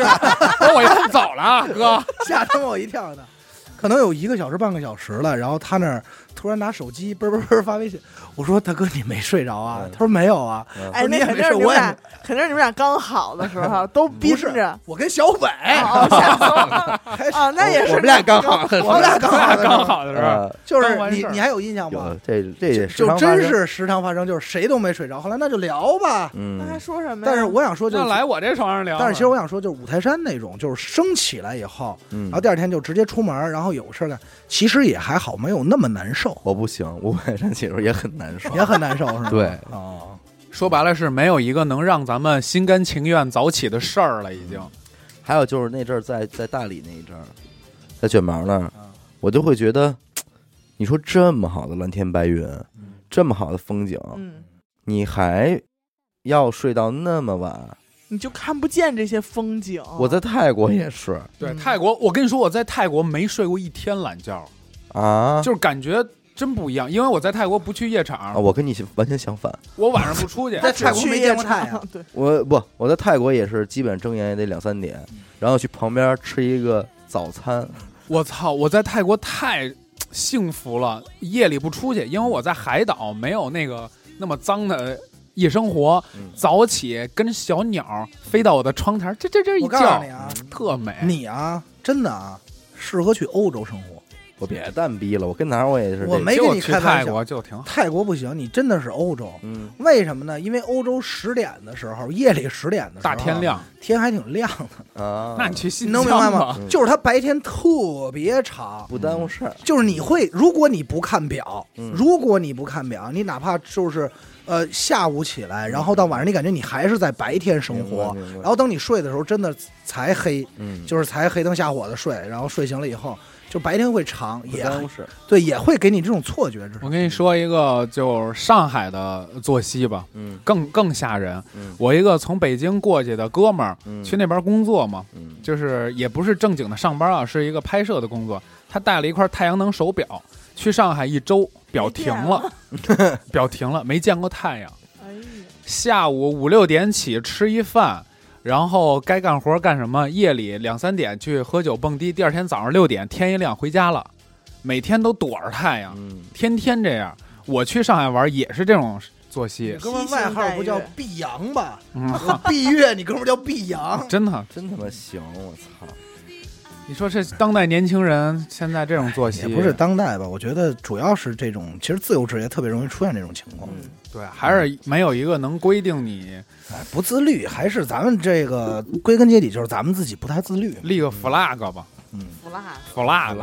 Speaker 2: 说我先走了啊， 哥。
Speaker 4: 吓他妈我一跳呢。 可能有一个小时、半个小时了，然后他那儿突然拿手机嘣嘣嘣发微信，我说：“大哥，你没睡着啊？”
Speaker 1: 嗯
Speaker 4: 他说：“没有啊。
Speaker 1: 嗯
Speaker 3: 哎，
Speaker 4: 你
Speaker 3: 那
Speaker 4: 也
Speaker 3: 肯
Speaker 4: 没
Speaker 3: 定是
Speaker 4: 事
Speaker 3: 你们
Speaker 4: 我也
Speaker 3: 俩，肯定是你们俩刚好的 时候，都逼
Speaker 4: 不是
Speaker 3: 着。”
Speaker 4: 我跟小伟，
Speaker 3: 哦，吓死我 了！
Speaker 4: 还
Speaker 3: 啊，那也是
Speaker 1: 我们俩刚好，
Speaker 4: 我们俩刚好的时
Speaker 2: 刚
Speaker 4: 候，
Speaker 2: 好的时候，
Speaker 1: 呃
Speaker 4: 就是
Speaker 2: 刚完
Speaker 4: 你
Speaker 2: 事儿
Speaker 4: 你还有印象吗
Speaker 1: 有？这这也时
Speaker 4: 就
Speaker 1: 常发
Speaker 4: 真
Speaker 1: 生，
Speaker 4: 是时常发生，就是谁都没睡着。后来那就聊吧。
Speaker 3: 那还
Speaker 1: 嗯
Speaker 3: 说什么呀？
Speaker 4: 但是我想说，就
Speaker 2: 那
Speaker 4: 是
Speaker 2: 来我这床上聊。
Speaker 4: 但是其实我想说，就是五台山那种，就是升起来以后，
Speaker 1: 嗯
Speaker 4: 然后第二天就直接出门，然后有事儿干，其实也还好，没有那么难受，
Speaker 1: 我不行，我本身其实也很难 受。
Speaker 4: 也很难受，是 吗？
Speaker 1: 对，
Speaker 4: 哦，
Speaker 2: 说白了是没有一个能让咱们心甘情愿早起的事儿了，已经。
Speaker 1: 还有就是那阵儿在在大理那一阵儿，在卷毛那儿
Speaker 4: 嗯，
Speaker 1: 我就会觉得，你说这么好的蓝天白云，
Speaker 4: 嗯
Speaker 1: 这么好的风景，
Speaker 3: 嗯，
Speaker 1: 你还要睡到那么晚？
Speaker 3: 你就看不见这些风景。
Speaker 4: 哦
Speaker 1: 我在泰国也是
Speaker 2: 对
Speaker 3: 嗯
Speaker 2: 泰国，我跟你说，我在泰国没睡过一天懒觉，
Speaker 1: 啊，
Speaker 2: 就是感觉真不一样。因为我在泰国不去夜
Speaker 1: 啊，
Speaker 2: 场，
Speaker 1: 我跟你完全相反。
Speaker 2: 我晚上不出 去。
Speaker 4: 在泰国没见过太阳，
Speaker 3: 阳， 对，
Speaker 1: 我不，我在泰国也是，基本睁眼也得两三点，
Speaker 4: 嗯
Speaker 1: 然后去旁边吃一个早餐。
Speaker 2: 我操！我在泰国太幸福了，夜里不出去，因为我在海岛没有那个那么脏的夜生活。
Speaker 1: 嗯
Speaker 2: 早起跟小鸟飞到我的窗台，这这这一
Speaker 4: 我告
Speaker 2: 叫
Speaker 4: 诉你啊，
Speaker 2: 特美。
Speaker 4: 你啊，真的啊，适合去欧洲生活。
Speaker 1: 我别蛋逼了，我跟哪儿我也是这。
Speaker 4: 我没
Speaker 2: 就
Speaker 4: 跟你
Speaker 2: 去
Speaker 4: 开玩
Speaker 2: 泰
Speaker 4: 笑，
Speaker 2: 国就挺好。
Speaker 4: 泰国不行，你真的是欧洲。
Speaker 1: 嗯，
Speaker 4: 为什么呢？因为欧洲十点的时候，夜里十点的时候，啊
Speaker 2: 大天，亮，
Speaker 4: 天还挺亮的，
Speaker 1: 啊，
Speaker 2: 那你去新
Speaker 4: 你能
Speaker 2: 疆
Speaker 4: 明白吗
Speaker 2: 吧？
Speaker 1: 嗯
Speaker 4: 就是它白天特别长，
Speaker 1: 不耽误事儿。
Speaker 4: 就是你会，如果你不看表，
Speaker 1: 嗯
Speaker 4: 如果你不看表，你哪怕就是呃下午起来，然后到晚上，你感觉你还是在白天生
Speaker 1: 明白，
Speaker 4: 活，
Speaker 1: 明
Speaker 4: 然
Speaker 1: 白
Speaker 4: 后等你睡的时候，真的才黑，
Speaker 1: 嗯，
Speaker 4: 就是才黑灯瞎火的睡，然后睡醒了以后，就白天会长，
Speaker 1: 不
Speaker 4: 也
Speaker 1: 耽误事儿。
Speaker 4: 对，也会给你这种错觉，这
Speaker 2: 我
Speaker 4: 种
Speaker 2: 跟你说一个，就是上海的作息吧，
Speaker 1: 嗯
Speaker 2: 更更吓人。
Speaker 1: 嗯
Speaker 2: 我一个从北京过去的哥们儿
Speaker 1: 嗯，
Speaker 2: 去那边工作嘛，
Speaker 1: 嗯
Speaker 2: 就是也不是正经的上班啊，是一个拍摄的工作。他带了一块太阳能手表去上海一周，表停了， 表停了，没见过太阳。
Speaker 3: 哎呀，
Speaker 2: 下午五六点起吃一饭，然后该干活干什么，夜里两三点去喝酒蹦迪，第二天早上六点天一亮回家了，每天都躲着太阳，
Speaker 1: 嗯，
Speaker 2: 天天这样。我去上海玩也是这种作息，
Speaker 4: 哥们儿外号不叫碧阳吧？
Speaker 2: 嗯，
Speaker 4: 碧月，你哥们儿叫 碧阳。
Speaker 2: 真的，
Speaker 1: 真他妈行，我操！
Speaker 2: 你说这当代年轻人现在这种作息
Speaker 4: 也不是当代吧，我觉得主要是这种，其实自由职业特别容易出现这种情况，
Speaker 3: 嗯
Speaker 2: 对，还是没有一个能规定你
Speaker 4: 哎，不自律，还是咱们这个归根结底就是咱们自己不太自律。啊
Speaker 2: 立个 flag 吧
Speaker 4: 嗯，
Speaker 3: 不辣。
Speaker 2: ，flag，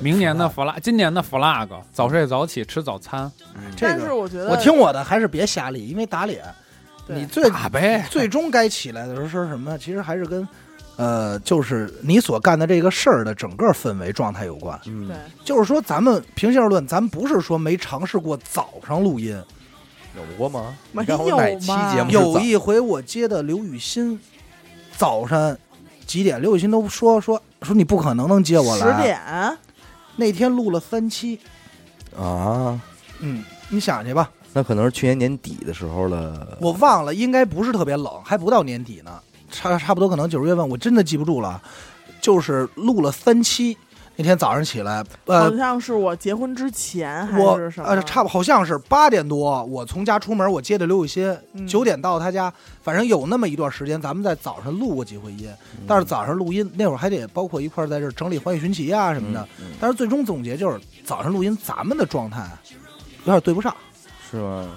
Speaker 2: 明年的 flag，今年的 flag，早睡早起吃早餐，
Speaker 4: 这
Speaker 3: 但是
Speaker 4: 个
Speaker 3: 我觉得，
Speaker 4: 我听我的，还是别瞎立，因为打脸，
Speaker 3: 对
Speaker 4: 你最
Speaker 2: 打呗，
Speaker 4: 最终该起来的时候是什么？其实还是跟。呃，就是你所干的这个事儿的整个氛围状态有关。
Speaker 3: 对
Speaker 1: 嗯，
Speaker 4: 就是说，咱们平心而论，咱不是说没尝试过早上录音。
Speaker 1: 有过吗？
Speaker 3: 没
Speaker 1: 你看我哪
Speaker 3: 有
Speaker 1: 期
Speaker 3: 嘛
Speaker 1: 节目是
Speaker 4: 有
Speaker 1: 早
Speaker 4: 一回我接的刘雨欣，早上几点？刘雨欣都说说说你不可能能接我来。啊呃
Speaker 3: 十点
Speaker 4: 那天录了三期，
Speaker 1: 啊？
Speaker 4: 嗯，你想去吧。
Speaker 1: 那可能是去年年底的时候了。
Speaker 4: 我忘了，应该不是特别冷，还不到年底呢，差差不多可能九十月份，我真的记不住了。就是录了三期，那天早上起来，呃
Speaker 3: 好，像是我结婚之前还
Speaker 4: 我
Speaker 3: 是什啊么？
Speaker 4: 呃差不好像是八点多，我从家出门，我接的刘雨欣，
Speaker 3: 嗯
Speaker 4: 九、点到他家，反正有那么一段时间，咱们在早上录过几回音，但是早上录音那会儿还得包括一块儿在这儿整理欢喜寻奇啊什
Speaker 1: 嗯
Speaker 4: 么的，但是最终总结就是早上录音咱们的状态有点对不上。
Speaker 1: 是吗？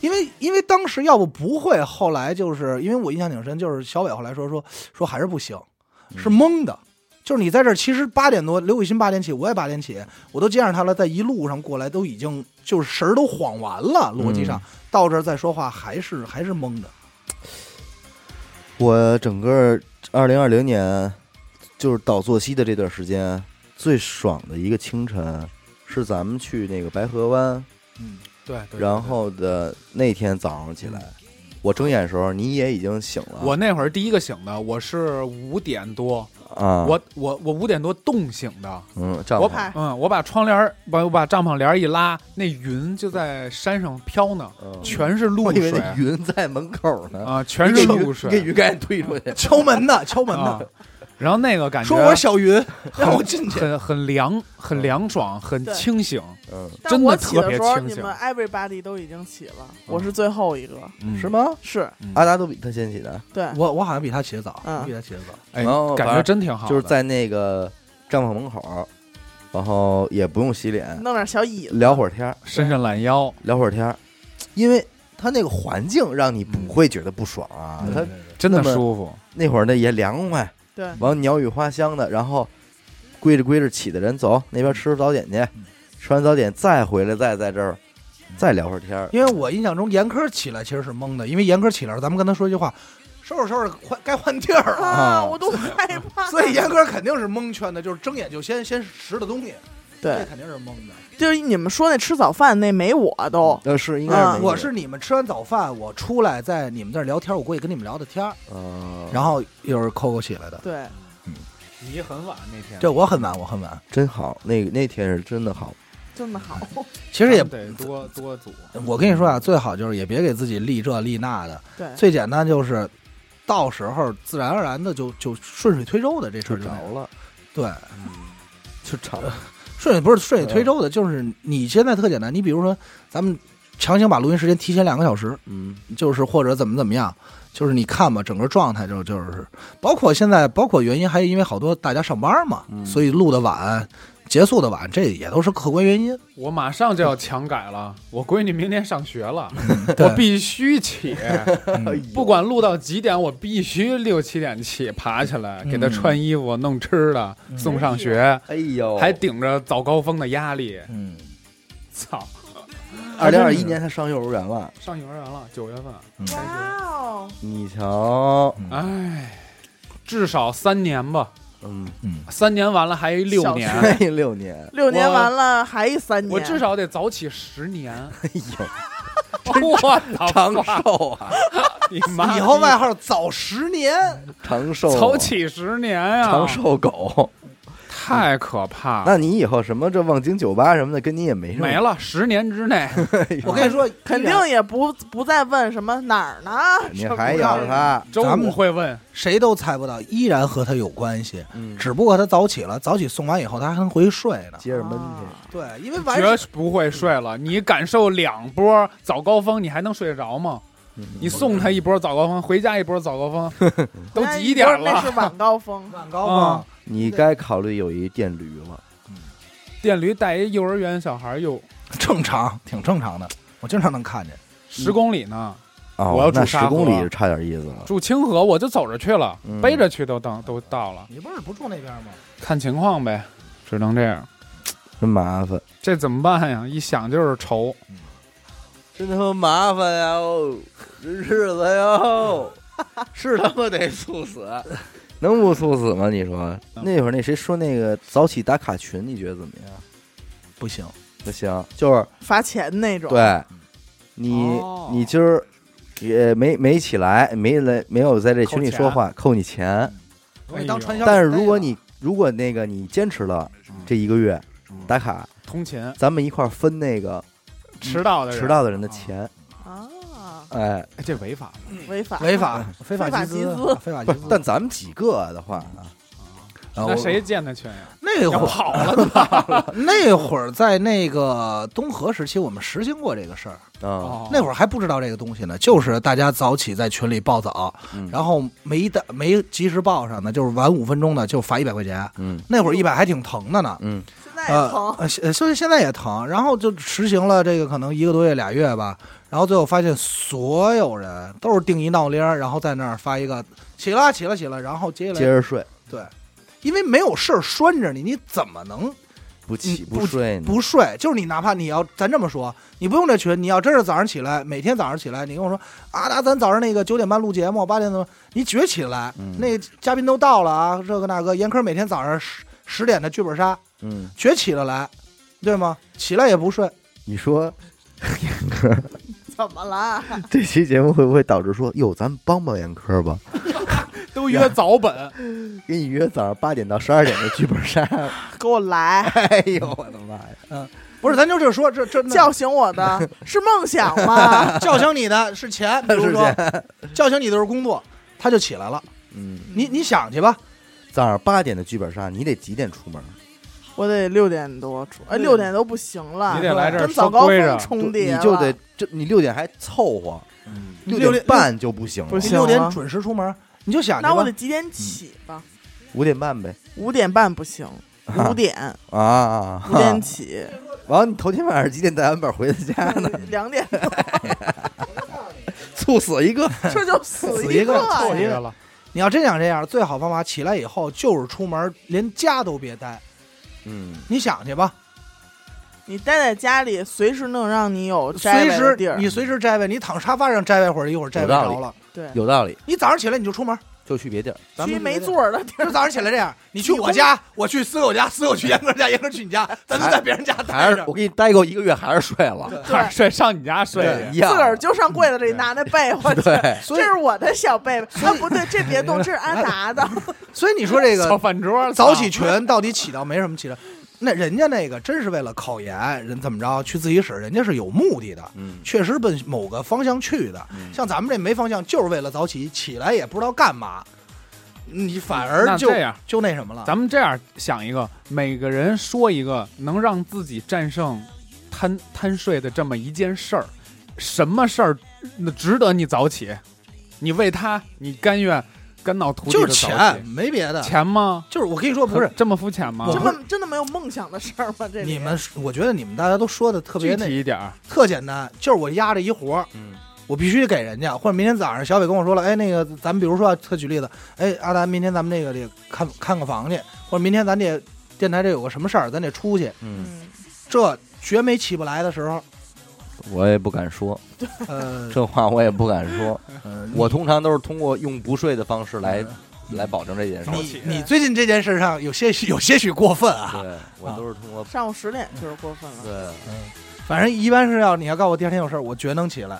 Speaker 4: 因为因为当时要不不会，后来就是因为我印象挺深，就是小伟后来说说说还是不行，
Speaker 1: 嗯
Speaker 4: 是懵的。就是你在这儿，其实八点多，刘雨欣八点起，我也八点起，我都接上他了，在一路上过来都已经就是神儿都晃完了，逻辑上、
Speaker 1: 嗯
Speaker 4: 到这儿再说话还是还是懵的。
Speaker 1: 我整个二零二零年就是倒作息的这段时间，最爽的一个清晨是咱们去那个白河湾，
Speaker 4: 嗯，
Speaker 2: 对，对
Speaker 1: 然后的那天早上起来，我睁眼的时候你也已经醒了。
Speaker 2: 我那会儿第一个醒的，我是五点多，
Speaker 1: 啊，
Speaker 2: 我我我五点多冻醒的，
Speaker 1: 嗯，帐
Speaker 2: 我
Speaker 1: 篷
Speaker 3: 嗨，
Speaker 2: 嗯，我把窗帘儿把我把帐篷帘儿一拉，那云就在山上飘呢，
Speaker 1: 嗯
Speaker 2: 全是露
Speaker 1: 我以为
Speaker 2: 水
Speaker 1: 那云在门口呢，
Speaker 2: 啊，全是露
Speaker 1: 你给
Speaker 2: 水
Speaker 1: 鱼竿推出去。
Speaker 4: 敲门呢，敲门
Speaker 2: 啊
Speaker 1: 哦
Speaker 4: 呢，，
Speaker 2: 然后那个感觉
Speaker 4: 说我是小云，让我进去。
Speaker 2: 很很凉，很凉爽，很
Speaker 3: 对
Speaker 2: 清醒，
Speaker 1: 嗯，
Speaker 3: 但
Speaker 2: 真的
Speaker 3: 我起
Speaker 2: 特
Speaker 3: 的
Speaker 2: 别
Speaker 3: 时候，
Speaker 2: 清
Speaker 3: 你
Speaker 2: 醒
Speaker 3: 们 everybody 都已经起了，我是最后一个，
Speaker 2: 嗯
Speaker 1: 是？吗？
Speaker 3: 是
Speaker 1: 阿达都比他先起的，
Speaker 3: 对，
Speaker 4: 我我好像比他起得早，
Speaker 3: 嗯
Speaker 4: 比他起得早。
Speaker 2: 哎
Speaker 1: 然后，
Speaker 2: 感
Speaker 1: 反
Speaker 2: 觉
Speaker 1: 正
Speaker 2: 真挺好的，
Speaker 1: 就是在那个帐篷门口，然后也不用洗脸，
Speaker 3: 弄点小椅子，
Speaker 1: 聊会儿天儿，
Speaker 2: 伸伸懒腰，
Speaker 1: 聊会儿天儿，因为他那个环境让你不会觉得不爽啊。他
Speaker 2: 真的
Speaker 1: 那么
Speaker 2: 舒服。
Speaker 1: 那会儿呢也凉快，
Speaker 3: 对，
Speaker 1: 完鸟语花香的，然后归着归着起的人走那边吃早点去，吃完早点再回来，再在这儿再聊会儿天儿。
Speaker 4: 因为我印象中严科起来其实是懵的，因为严科起来，咱们跟他说一句话，收拾收拾，换该换地儿了。
Speaker 3: 啊，我都害 怕。
Speaker 4: 所以严哥肯定是蒙圈的，就是睁眼就先先拾的东西，这
Speaker 3: 对，
Speaker 4: 肯定是蒙的。
Speaker 3: 就是你们说那吃早饭那没我都，
Speaker 1: 呃，是应该是
Speaker 3: 啊
Speaker 1: 没
Speaker 4: 我
Speaker 1: 事
Speaker 4: 是你们吃完早饭，我出来在你们那儿聊天，我过去跟你们聊的天儿，
Speaker 1: 呃，
Speaker 4: 然后又是扣扣起来的。
Speaker 3: 对，
Speaker 2: 你很晚那天
Speaker 4: 这我很晚，我很晚，
Speaker 1: 真好，那个那天是真的好，
Speaker 3: 真的好，
Speaker 4: 其实也，
Speaker 2: 得多多组，
Speaker 1: 嗯
Speaker 4: 我跟你说啊，最好就是也别给自己立这立那的，
Speaker 1: 哎
Speaker 3: 对，
Speaker 4: 最简单就是，到时候自然而然的就就顺水推舟的这事
Speaker 1: 就
Speaker 4: 儿就
Speaker 1: 着
Speaker 4: 没了
Speaker 1: 了，
Speaker 4: 对，
Speaker 1: 就着了。
Speaker 4: 顺水不是顺水推舟的，就是你现在特简单，你比如说咱们强行把录音时间提前两个小时，
Speaker 1: 嗯，
Speaker 4: 就是或者怎么怎么样，就是你看吧，整个状态就就是，包括现在，包括原因还因为好多大家上班嘛，
Speaker 1: 嗯
Speaker 4: 所以录的晚，结束的晚，这也都是客观原因。
Speaker 2: 我马上就要强改了。我闺女明天上学了，
Speaker 1: 嗯
Speaker 2: 我必须 起，
Speaker 1: 哎
Speaker 2: 不管录到几点，我必须六七点起，爬起来给她
Speaker 1: 嗯
Speaker 2: 穿衣服、弄吃的、送上学，
Speaker 1: 哎呦，
Speaker 2: 还顶着早高峰的压力。
Speaker 4: 嗯，
Speaker 2: 操，
Speaker 1: 二零二一年他上幼儿园了，
Speaker 2: 上幼儿园了，九月份，
Speaker 3: 哇哦，
Speaker 1: 你瞧，
Speaker 2: 哎，至少三年吧，
Speaker 1: 嗯，
Speaker 2: 三年完了还六
Speaker 3: 小
Speaker 2: 年。
Speaker 1: 哎，六年，
Speaker 3: 六年完了还一三年，
Speaker 2: 我至少得早起十年，
Speaker 1: 哎呦，
Speaker 2: 我操！
Speaker 1: 长寿啊，
Speaker 2: 你 妈！
Speaker 4: 以后外号早十年，
Speaker 1: 长寿，啊
Speaker 2: 早起啊十年呀、
Speaker 1: 长寿狗。
Speaker 2: 太可怕了，
Speaker 1: 那你以后什么这望京酒吧什么的，跟你也没什么
Speaker 2: 啊没了，十年之内
Speaker 4: 我跟你说，
Speaker 3: 肯定也不不再问什么哪儿呢，
Speaker 1: 你还咬着他，
Speaker 2: 周
Speaker 4: 咱
Speaker 2: 五
Speaker 4: 们
Speaker 2: 会问，
Speaker 4: 谁都猜不到，依然和他有关系，
Speaker 1: 嗯，
Speaker 4: 只不过他早起了，早起送完以后他还能回去睡呢。
Speaker 1: 接着闷去。
Speaker 3: 啊
Speaker 4: 对，因为晚上，
Speaker 2: 绝不会睡了。你感受两波早高峰，你还能睡得着吗？
Speaker 1: 嗯
Speaker 2: 你送他一波早高峰，回家一波早高峰，都几点
Speaker 3: 不是那
Speaker 2: 了？
Speaker 3: 是晚高峰
Speaker 4: 晚高
Speaker 1: 啊
Speaker 4: 嘛，
Speaker 1: 你该考虑有一电驴了。
Speaker 2: 电驴带一幼儿园小孩儿又
Speaker 4: 正常，挺正常的，我经常能看见。
Speaker 2: 十公里呢，
Speaker 1: 哦，
Speaker 2: 我要住
Speaker 1: 那
Speaker 2: 沙
Speaker 1: 十公
Speaker 2: 河
Speaker 1: 里差点意思了。
Speaker 2: 住清河我就走着去了，
Speaker 1: 嗯
Speaker 2: 背着去都到都到了，
Speaker 4: 你不是不住那边吗？
Speaker 2: 看情况呗，只能这样。
Speaker 1: 真麻烦，
Speaker 2: 这怎么办呀？一想就是愁。
Speaker 1: 真他妈麻烦哦哟，这日子 哟，是他妈得猝死， 嗯能不猝死吗？你说那会儿那谁说那个早起打卡群，你觉得怎么样？
Speaker 4: 不行，
Speaker 1: 不行，就是
Speaker 3: 罚钱那种，
Speaker 1: 对，你
Speaker 2: 哦
Speaker 1: 你今儿也没没起来，没来没有在这群里说话，扣你钱。
Speaker 4: 我给你当传销。
Speaker 1: 哎但是如果你如果那
Speaker 4: 嗯
Speaker 1: 个你坚持了这一个月打卡，
Speaker 2: 通勤，
Speaker 1: 咱们一块儿分那个
Speaker 2: 迟到的人
Speaker 1: 迟到的人的钱，
Speaker 3: 啊，
Speaker 1: 哎，
Speaker 2: 哎这违法吗
Speaker 3: 违法
Speaker 4: 违法非
Speaker 3: 法
Speaker 4: 法
Speaker 3: 集
Speaker 4: 资啊
Speaker 3: 资，
Speaker 4: 非法集
Speaker 1: 不是
Speaker 4: 资。，
Speaker 1: 但咱们几个啊的话啊，
Speaker 4: 呃
Speaker 2: 那
Speaker 4: 我
Speaker 2: 谁建的圈呀？
Speaker 4: 那
Speaker 2: 要
Speaker 4: 会
Speaker 2: 跑了，
Speaker 4: 儿 那会儿在那个东河时期，我们实行过这个事儿。
Speaker 1: 啊，
Speaker 2: 哦
Speaker 4: 那会儿还不知道这个东西呢，就是大家早起在群里报早，
Speaker 1: 嗯
Speaker 4: 然后没的没及时报上呢，就是晚五分钟呢就罚一百块钱。
Speaker 1: 嗯
Speaker 4: 那会儿一百还挺疼的呢。
Speaker 1: 嗯，
Speaker 3: 现在也
Speaker 4: 呃
Speaker 3: 疼，，
Speaker 4: 呃现所以现在也疼，然后就实行了这个可能一个多月俩月吧，然后最后发现所有人都是定一闹铃儿，然后在那儿发一个起了起了起了，然后接下
Speaker 1: 接
Speaker 4: 来
Speaker 1: 着睡，
Speaker 4: 对，因为没有事儿拴着你，你怎么能
Speaker 1: 不
Speaker 4: 嗯
Speaker 1: 起
Speaker 4: 不
Speaker 1: 睡呢，
Speaker 4: 不睡，就是你哪怕你要，咱这么说，你不用这群，你要真是早上起来，每天早上起来，你跟我说啊，那咱早上那个九点半录节目，八点钟你绝起来，
Speaker 1: 嗯
Speaker 4: 那个嘉宾都到了啊，这个那个，严科每天早上十十点的剧本杀，
Speaker 1: 嗯，
Speaker 4: 绝起了来，对吗？起来也不睡，
Speaker 1: 你说
Speaker 3: 怎么了？
Speaker 5: 这期节目会不会导致说，哟，咱们帮帮严科吧，
Speaker 2: 都约早本，
Speaker 5: 给你约早上八点到十二点的剧本 杀？
Speaker 3: 给我来，
Speaker 5: 哎呦，我的妈呀！
Speaker 4: 不是，咱就这说，这这
Speaker 3: 叫醒我的是梦想吗？
Speaker 4: 叫醒你的是钱，比如说叫醒你的是工作，他就起来了，
Speaker 5: 嗯，
Speaker 4: 你你想去吧，
Speaker 5: 早上八点的剧本杀，你得几点出门？
Speaker 3: 我得六点多出，哎，六点都不行了，
Speaker 2: 你得来这儿
Speaker 3: 跟早
Speaker 2: 说
Speaker 3: 高
Speaker 2: 规
Speaker 3: 峰
Speaker 2: 啊着。
Speaker 3: 重叠
Speaker 5: 你就
Speaker 3: 了
Speaker 5: 得这，你六点还凑合，
Speaker 4: 六
Speaker 5: 六
Speaker 4: 点
Speaker 5: 点半就不行
Speaker 3: 不
Speaker 5: 了，
Speaker 4: 你
Speaker 3: 行
Speaker 4: 六点
Speaker 3: 了
Speaker 4: 准时出门，你就想去
Speaker 3: 那我得
Speaker 4: 吧，
Speaker 3: 几点起吧？
Speaker 5: 五点半呗。
Speaker 3: 五点半不行，五点
Speaker 5: 啊，
Speaker 3: 五点起，
Speaker 5: 完，你头天晚上几点带完本回的家 呢？
Speaker 3: 两点
Speaker 5: 猝死一个，
Speaker 3: 这就死
Speaker 4: 死
Speaker 3: 一
Speaker 4: 一个
Speaker 3: 呀
Speaker 4: 凑
Speaker 2: 一个了，
Speaker 4: 你要真想这样，最好方法起来以后就是出门，连家都别待。
Speaker 5: 嗯，
Speaker 4: 你想去吧，
Speaker 3: 你待在家里，随时能让你有摘
Speaker 4: 随
Speaker 3: 外的地
Speaker 4: 时
Speaker 3: 儿。
Speaker 4: 你随时摘呗，你躺沙发上摘呗会儿，一会儿摘不着
Speaker 1: 有
Speaker 4: 了。
Speaker 3: 对，
Speaker 1: 有道理，
Speaker 4: 你早上起来你就出门，
Speaker 1: 就去别地儿，
Speaker 4: 咱
Speaker 3: 去
Speaker 4: 们
Speaker 3: 没座儿的地
Speaker 4: 就早上起来这样，你去我家，我去私有家，私有去 严哥家，严哥去你家，咱就在别人家
Speaker 1: 还
Speaker 4: 待
Speaker 1: 是
Speaker 4: 着
Speaker 1: 我。给你待够一个月，还是睡了，
Speaker 3: 儿，
Speaker 2: 还
Speaker 3: 对
Speaker 2: 是，睡上你家睡
Speaker 1: 对，
Speaker 2: 去
Speaker 1: 一。样
Speaker 3: 自个儿就上柜子里拿那被 窝去。
Speaker 1: 对，
Speaker 4: 所
Speaker 3: 这
Speaker 4: 以，
Speaker 3: 是我的小被窝，啊不对，这别动，这是安达的。
Speaker 4: 所以你说这
Speaker 2: 小
Speaker 4: 个
Speaker 2: 饭桌，
Speaker 4: 早起群到底起到没什么起到？那人家那个真是为了考研，人怎么着去自习室，人家是有目的的，
Speaker 1: 嗯
Speaker 4: 确实奔某个方向去的。像咱们这没方向，就是为了早起，起来也不知道干嘛，你反而
Speaker 2: 那
Speaker 4: 就
Speaker 2: 这样，
Speaker 4: 就那什么了。
Speaker 2: 啊咱们这样想一个，每个人说一个能让自己战胜贪贪睡的这么一件事儿，什么事儿那值得你早起？你为他，你甘愿肝脑涂地
Speaker 4: 就
Speaker 2: 的
Speaker 4: 是
Speaker 2: 早
Speaker 4: 钱，
Speaker 2: 起？
Speaker 4: 没别的，
Speaker 2: 钱吗？
Speaker 4: 就是我跟你说，不是
Speaker 2: 这么肤浅吗？
Speaker 4: 我
Speaker 3: 这
Speaker 4: 不
Speaker 3: 么真的没有梦想的事儿吗？这里
Speaker 4: 你们，我觉得你们大家都说的特别
Speaker 2: 具
Speaker 4: 那
Speaker 2: 体一点儿，
Speaker 4: 特简单，就是我压着一活儿，
Speaker 1: 嗯
Speaker 4: 我必须给人家，或者明天早上小伟跟我说了，哎，那个咱们比如说啊特举例子，哎，阿达，明天咱们这个得看看个房去，或者明天咱得电台这有个什么事儿，咱得出去，
Speaker 1: 嗯，
Speaker 3: 嗯，
Speaker 4: 这绝没起不来的时候，
Speaker 1: 我也不敢说
Speaker 4: 呃，
Speaker 1: 这话，我也不敢说，
Speaker 4: 呃
Speaker 1: 我通常都是通过用不睡的方式来来保证这件事儿。
Speaker 4: 你你最近这件事上有些许有些许过分啊，
Speaker 1: 对我都是通过
Speaker 3: 上午十点就是过分了。
Speaker 1: 对，
Speaker 4: 反正一般是要你要告诉我第二天有事儿，我绝能起来，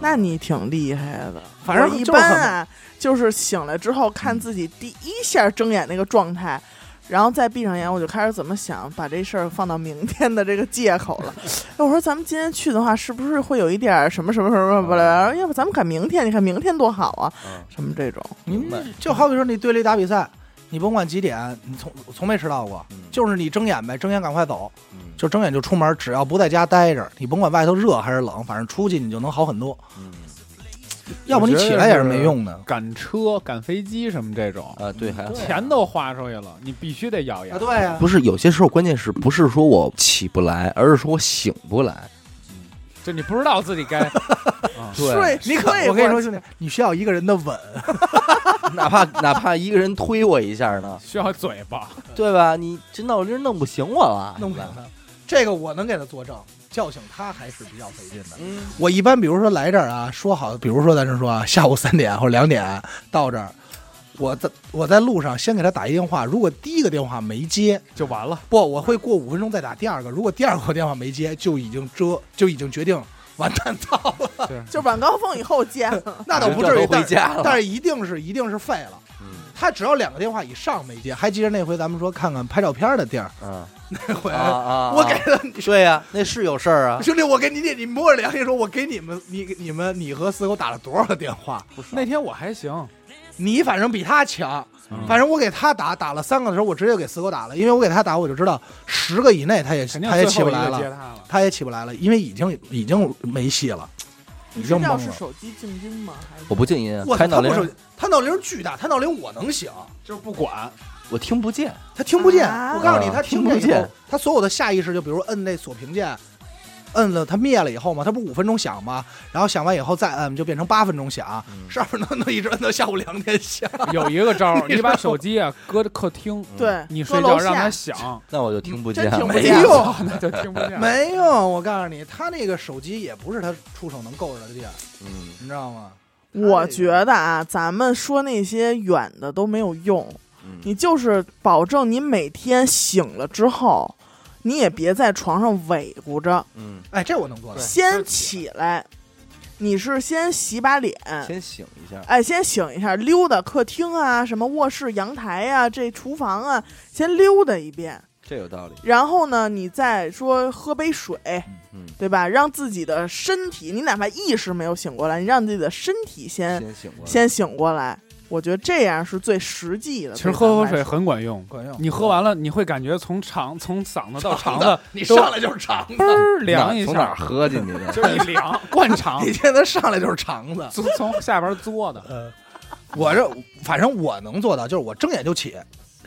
Speaker 3: 那你挺厉害的。
Speaker 4: 反正
Speaker 3: 我一
Speaker 4: 就是
Speaker 3: 般
Speaker 4: 很
Speaker 3: 啊，就是醒来之后看自己第一下睁眼那个状态，然后再闭上眼，我就开始怎么想，把这事儿放到明天的这个借口了。哎我说咱们今天去的话，是不是会有一点儿什么什么什么不来？要不咱们改明天？你看明天多好啊，
Speaker 1: 嗯
Speaker 3: 什么这种。
Speaker 1: 明白。
Speaker 4: 嗯就好比说你队里打比赛，你甭管几点，你从从没迟到过，
Speaker 1: 嗯
Speaker 4: 就是你睁眼呗，睁眼赶快走，
Speaker 1: 嗯
Speaker 4: 就睁眼就出门，只要不在家待着，你甭管外头热还是冷，反正出去你就能好很多。
Speaker 1: 嗯
Speaker 4: 要不你起来也是没用的。
Speaker 2: 赶车、赶飞机什么这种，
Speaker 1: 啊，对，还
Speaker 2: 钱都花出去了，你必须得咬牙。
Speaker 4: 啊对呀、
Speaker 1: 不是有些时候，关键是不是说我起不来，而是说我醒不来。
Speaker 2: 就你不知道自己该，
Speaker 3: 睡，
Speaker 4: 你可
Speaker 3: 睡
Speaker 4: 我跟你
Speaker 3: 会
Speaker 4: 说，
Speaker 3: 儿
Speaker 4: 兄弟，你需要一个人的吻，
Speaker 1: 哪怕哪怕一个人推我一下呢，
Speaker 2: 需要嘴 巴。
Speaker 1: 对吧？你这闹铃弄不醒我了，
Speaker 4: 弄不醒他。这个我能给他作证，叫醒他还是比较费劲的。
Speaker 1: 嗯
Speaker 4: 我一般比如说来这儿啊，说好，比如说咱这说啊，下午三点或者两点到这儿，我在我在路上先给他打一电话，如果第一个电话没接，
Speaker 2: 就完了，
Speaker 4: 不，我会过五分钟再打第二个。如果第二个电话没接，就已经遮，就已经决定完蛋到 了。
Speaker 2: 对，
Speaker 3: 就晚高峰以后见了。
Speaker 4: 那倒不
Speaker 1: 这
Speaker 4: 至
Speaker 1: 都，
Speaker 4: 于
Speaker 1: 回
Speaker 4: 但是
Speaker 1: 家了
Speaker 4: 但是一定是一定是废了。
Speaker 1: 嗯
Speaker 4: 他只要两个电话以上没接，还记着那回咱们说看看拍照片的 地儿，
Speaker 5: 嗯
Speaker 4: 那回、
Speaker 5: 啊啊，
Speaker 4: 我给了你，
Speaker 5: 对呀，那是有事儿啊，
Speaker 4: 兄弟，我给你你你摸着良心说，我给你们你你们你和四狗打了多少个电话？
Speaker 2: 那天我还行，
Speaker 4: 你反正比他强，
Speaker 2: 嗯
Speaker 4: 反正我给他打打了三个的时候，我直接给四狗打了，因为我给他打我就知道十个以内他也
Speaker 2: 嗯肯定
Speaker 4: 他也起不来
Speaker 2: 最后一
Speaker 4: 了，
Speaker 2: 个接他了。
Speaker 4: 他也起不来了，因为已经已经没戏了，已
Speaker 3: 你
Speaker 4: 经
Speaker 3: 睡觉
Speaker 4: 懵
Speaker 3: 是
Speaker 4: 了。
Speaker 3: 手机静音吗？还是
Speaker 1: 我不静音啊，
Speaker 4: 我
Speaker 1: 开
Speaker 4: 操，
Speaker 1: 闹
Speaker 4: 他
Speaker 1: 铃
Speaker 4: 不
Speaker 1: 儿
Speaker 4: 手，他闹铃儿巨大，他闹铃儿我能醒，
Speaker 2: 就是不管，
Speaker 1: 我听不见，
Speaker 4: 他听不见。
Speaker 3: 啊
Speaker 4: 我告诉你，他
Speaker 1: 听
Speaker 4: 见
Speaker 1: 不
Speaker 4: 以后
Speaker 1: 见，
Speaker 4: 他所有的下意识就比如摁那锁屏键，摁了它灭了以后嘛，它不是五分钟响吗？然后响完以后再摁就变成八分钟响，十二分钟能一直摁到下午两点响。
Speaker 2: 有一个招儿，
Speaker 4: 你
Speaker 2: 你把
Speaker 4: 说
Speaker 2: 手机啊搁着客厅，
Speaker 3: 嗯对，
Speaker 2: 你
Speaker 3: 搁
Speaker 2: 睡觉
Speaker 3: 楼
Speaker 2: 让
Speaker 3: 下
Speaker 2: 它响，
Speaker 1: 嗯那我就听不见
Speaker 3: 真听
Speaker 1: 了
Speaker 3: 不。
Speaker 4: 没
Speaker 3: 见
Speaker 4: 用
Speaker 2: 操 那就听不见。
Speaker 4: 没用，我告诉你，他那个手机也不是他出手能够着的地儿，
Speaker 1: 嗯，
Speaker 4: 你知道吗？
Speaker 3: 我觉得啊，咱们说那些远的都没有用，
Speaker 1: 嗯
Speaker 3: 你就是保证你每天醒了之后，你也别在床上萎咕着，
Speaker 1: 嗯，
Speaker 4: 哎，这我能做到。
Speaker 3: 先起来，你是先洗把脸。
Speaker 1: 先醒一下。
Speaker 3: 嗯哎，先醒一下，溜达客厅啊，什么卧室、阳台啊，这厨房啊，先溜达一遍。
Speaker 1: 这有道理。
Speaker 3: 然后呢，你再说喝杯水，
Speaker 1: 嗯，
Speaker 3: 对吧？让自己的身体，你哪怕意识没有醒过来，你让自己的身体先
Speaker 1: 先醒过来。
Speaker 3: 先醒过来。我觉得这样是最实际的。
Speaker 2: 其实
Speaker 3: 对咱
Speaker 2: 喝
Speaker 3: 们
Speaker 2: 口
Speaker 3: 来
Speaker 2: 水
Speaker 3: 说，
Speaker 2: 很管用，
Speaker 4: 管用，
Speaker 2: 你喝 完了你会感觉从肠从嗓子到肠
Speaker 4: 肠
Speaker 2: 子
Speaker 4: 你上来就是肠子
Speaker 2: 嘣，儿凉
Speaker 1: 哪
Speaker 2: 一
Speaker 1: 从哪
Speaker 2: 下
Speaker 1: 儿， 喝进去 的？
Speaker 2: 就是一凉灌肠
Speaker 4: 你，现在上来就是肠子。
Speaker 2: 从从下边嘬的。
Speaker 4: 呃，我这反正我能做到，就是我睁眼就起，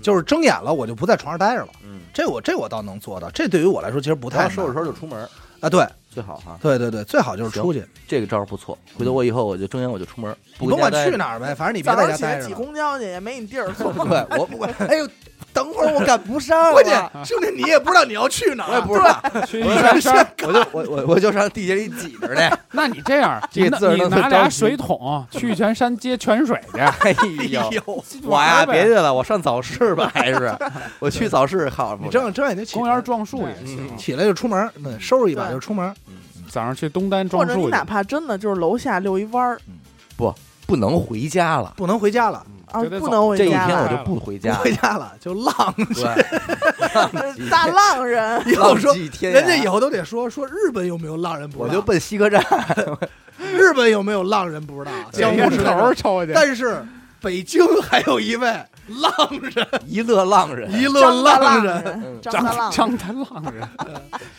Speaker 4: 就是睁眼了我就不在床上待着了。
Speaker 1: 嗯，
Speaker 4: 这我这我倒能做到，这对于我来说其实不
Speaker 1: 然
Speaker 4: 太
Speaker 1: 后收拾
Speaker 4: 难
Speaker 1: 收拾就出门儿，
Speaker 4: 啊。对
Speaker 1: 最好哈。
Speaker 4: 对对对，最好就是出去，
Speaker 1: 这个招儿不错，回头我以后我就睁眼我就出门儿，不
Speaker 4: 你
Speaker 1: 跟
Speaker 4: 甭
Speaker 1: 家
Speaker 4: 管
Speaker 1: 待
Speaker 4: 去
Speaker 1: 着。
Speaker 4: 哪儿呗，反正你别
Speaker 3: 早
Speaker 4: 在
Speaker 3: 上
Speaker 4: 家
Speaker 3: 起
Speaker 4: 待
Speaker 3: 来
Speaker 4: 着
Speaker 3: 挤
Speaker 4: 了。
Speaker 3: 公交去也没你地儿坐。
Speaker 1: 对，我不 管。
Speaker 4: 哎呦，等会儿我赶不上
Speaker 1: 关
Speaker 4: 关
Speaker 1: 键
Speaker 4: 键兄弟，你也不知道你要去哪儿，
Speaker 1: 我也不知道，
Speaker 2: 去
Speaker 1: 我
Speaker 2: 一
Speaker 1: 就
Speaker 2: 山山儿，
Speaker 1: 我就我我我就上地铁里挤着 呢。
Speaker 2: 那你这样，
Speaker 1: 这
Speaker 2: 你拿
Speaker 1: 字儿
Speaker 2: 你
Speaker 1: 能
Speaker 2: 拿
Speaker 1: 着
Speaker 2: 俩
Speaker 1: 急
Speaker 2: 水桶 去泉山接泉水去。
Speaker 1: 哎呦
Speaker 4: 哎，呦，
Speaker 1: 我呀，
Speaker 2: 玩儿呗
Speaker 1: 别去了，我上早市吧，还 是我去早市好不好？
Speaker 4: 你睁睁眼就起来，
Speaker 2: 公园撞树也行，
Speaker 1: 嗯
Speaker 4: 起来就出门，那收拾一把
Speaker 3: 对
Speaker 4: 就出门。
Speaker 2: 早上去东单
Speaker 3: 或
Speaker 2: 撞
Speaker 3: 者你
Speaker 2: 树去
Speaker 3: 哪。怕真的就是楼下遛一弯儿
Speaker 1: 不能回家了，
Speaker 4: 不能回家了，
Speaker 3: 啊，
Speaker 2: 就得
Speaker 3: 不
Speaker 2: 走
Speaker 3: 能
Speaker 1: 这
Speaker 3: 回
Speaker 1: 一
Speaker 3: 家
Speaker 1: 天我
Speaker 3: 了，
Speaker 1: 就不回
Speaker 4: 不
Speaker 1: 家。
Speaker 4: 回家了就浪。
Speaker 1: 对，
Speaker 3: 呃大浪人
Speaker 4: 以后说
Speaker 1: 浪，迹天涯
Speaker 4: 人家以后都得说说日本有没有浪人不
Speaker 1: 我
Speaker 4: 知
Speaker 1: 就
Speaker 4: 道，
Speaker 1: 奔西客站。
Speaker 4: 日本有没有浪人不知道，
Speaker 2: 捡
Speaker 4: 江
Speaker 2: 烟
Speaker 4: 户时代
Speaker 2: 头儿抽去，
Speaker 4: 但是北京还有一位浪人，
Speaker 1: 一乐浪 人，
Speaker 4: 一
Speaker 3: 张
Speaker 4: 乐
Speaker 3: 大
Speaker 4: 浪
Speaker 3: 浪
Speaker 4: 人，
Speaker 3: 人，张大
Speaker 2: 张
Speaker 3: 浪
Speaker 2: 张大浪人，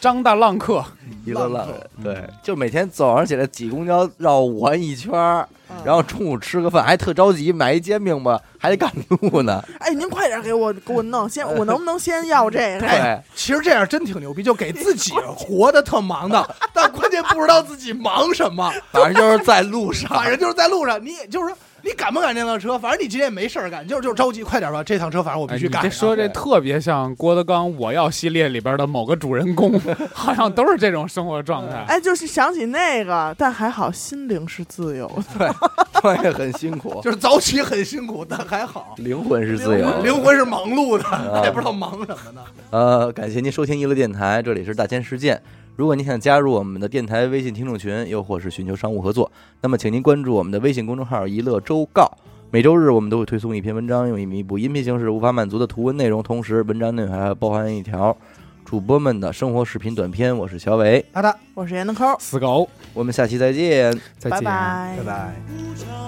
Speaker 2: 张大浪客，
Speaker 1: 一乐浪人
Speaker 4: 人，，
Speaker 1: 对，就每天早上起来挤公交绕五环一圈儿，
Speaker 3: 嗯
Speaker 1: 然后中午吃个饭，还特着急买一煎饼吧，还得赶路呢。
Speaker 3: 哎，您快点给我给我弄，先我能不能先要这
Speaker 4: 哎
Speaker 3: 个？
Speaker 1: 对，
Speaker 4: 其实这样真挺牛逼，就给自己活得特忙 的，但关键不知道自己忙什 么，
Speaker 1: 反正就是在路上。
Speaker 4: 反正就是在路上，你也就是说你赶不赶这辆车，反正你今天也没事儿干，就是就是着急，快点吧，这趟车反正我必
Speaker 2: 哎，你
Speaker 4: 须啊赶
Speaker 2: 这
Speaker 4: 上。
Speaker 2: 说这特别像郭德纲《我要》系列里边的某个主人公， 好像都是这种生活状态。
Speaker 3: 哎，就是想起那个，但还好心灵是自由的。
Speaker 1: 对，很辛苦，
Speaker 4: 就是早起很辛苦，但还好，
Speaker 1: 灵魂是自由。
Speaker 4: 灵魂是忙碌的，也不知道忙什么呢。
Speaker 1: 呃，感谢您收听娱乐电台，这里是大千世界。如果您想加入我们的电台微信听众群，又或是寻求商务合作，那么请您关注我们的微信公众号“娱乐周告”。每周日我们都会推送一篇文章，用以弥补音频形式无法满足的图文内容，同时文章内还包含一条主播们的生活视频短片。我是小伟，
Speaker 4: 好的，
Speaker 3: 我是闫德抠，
Speaker 2: 死狗，
Speaker 1: 我们下期再见。
Speaker 2: 再
Speaker 3: 拜
Speaker 2: 见。
Speaker 3: 拜。
Speaker 4: 拜。
Speaker 6: 无常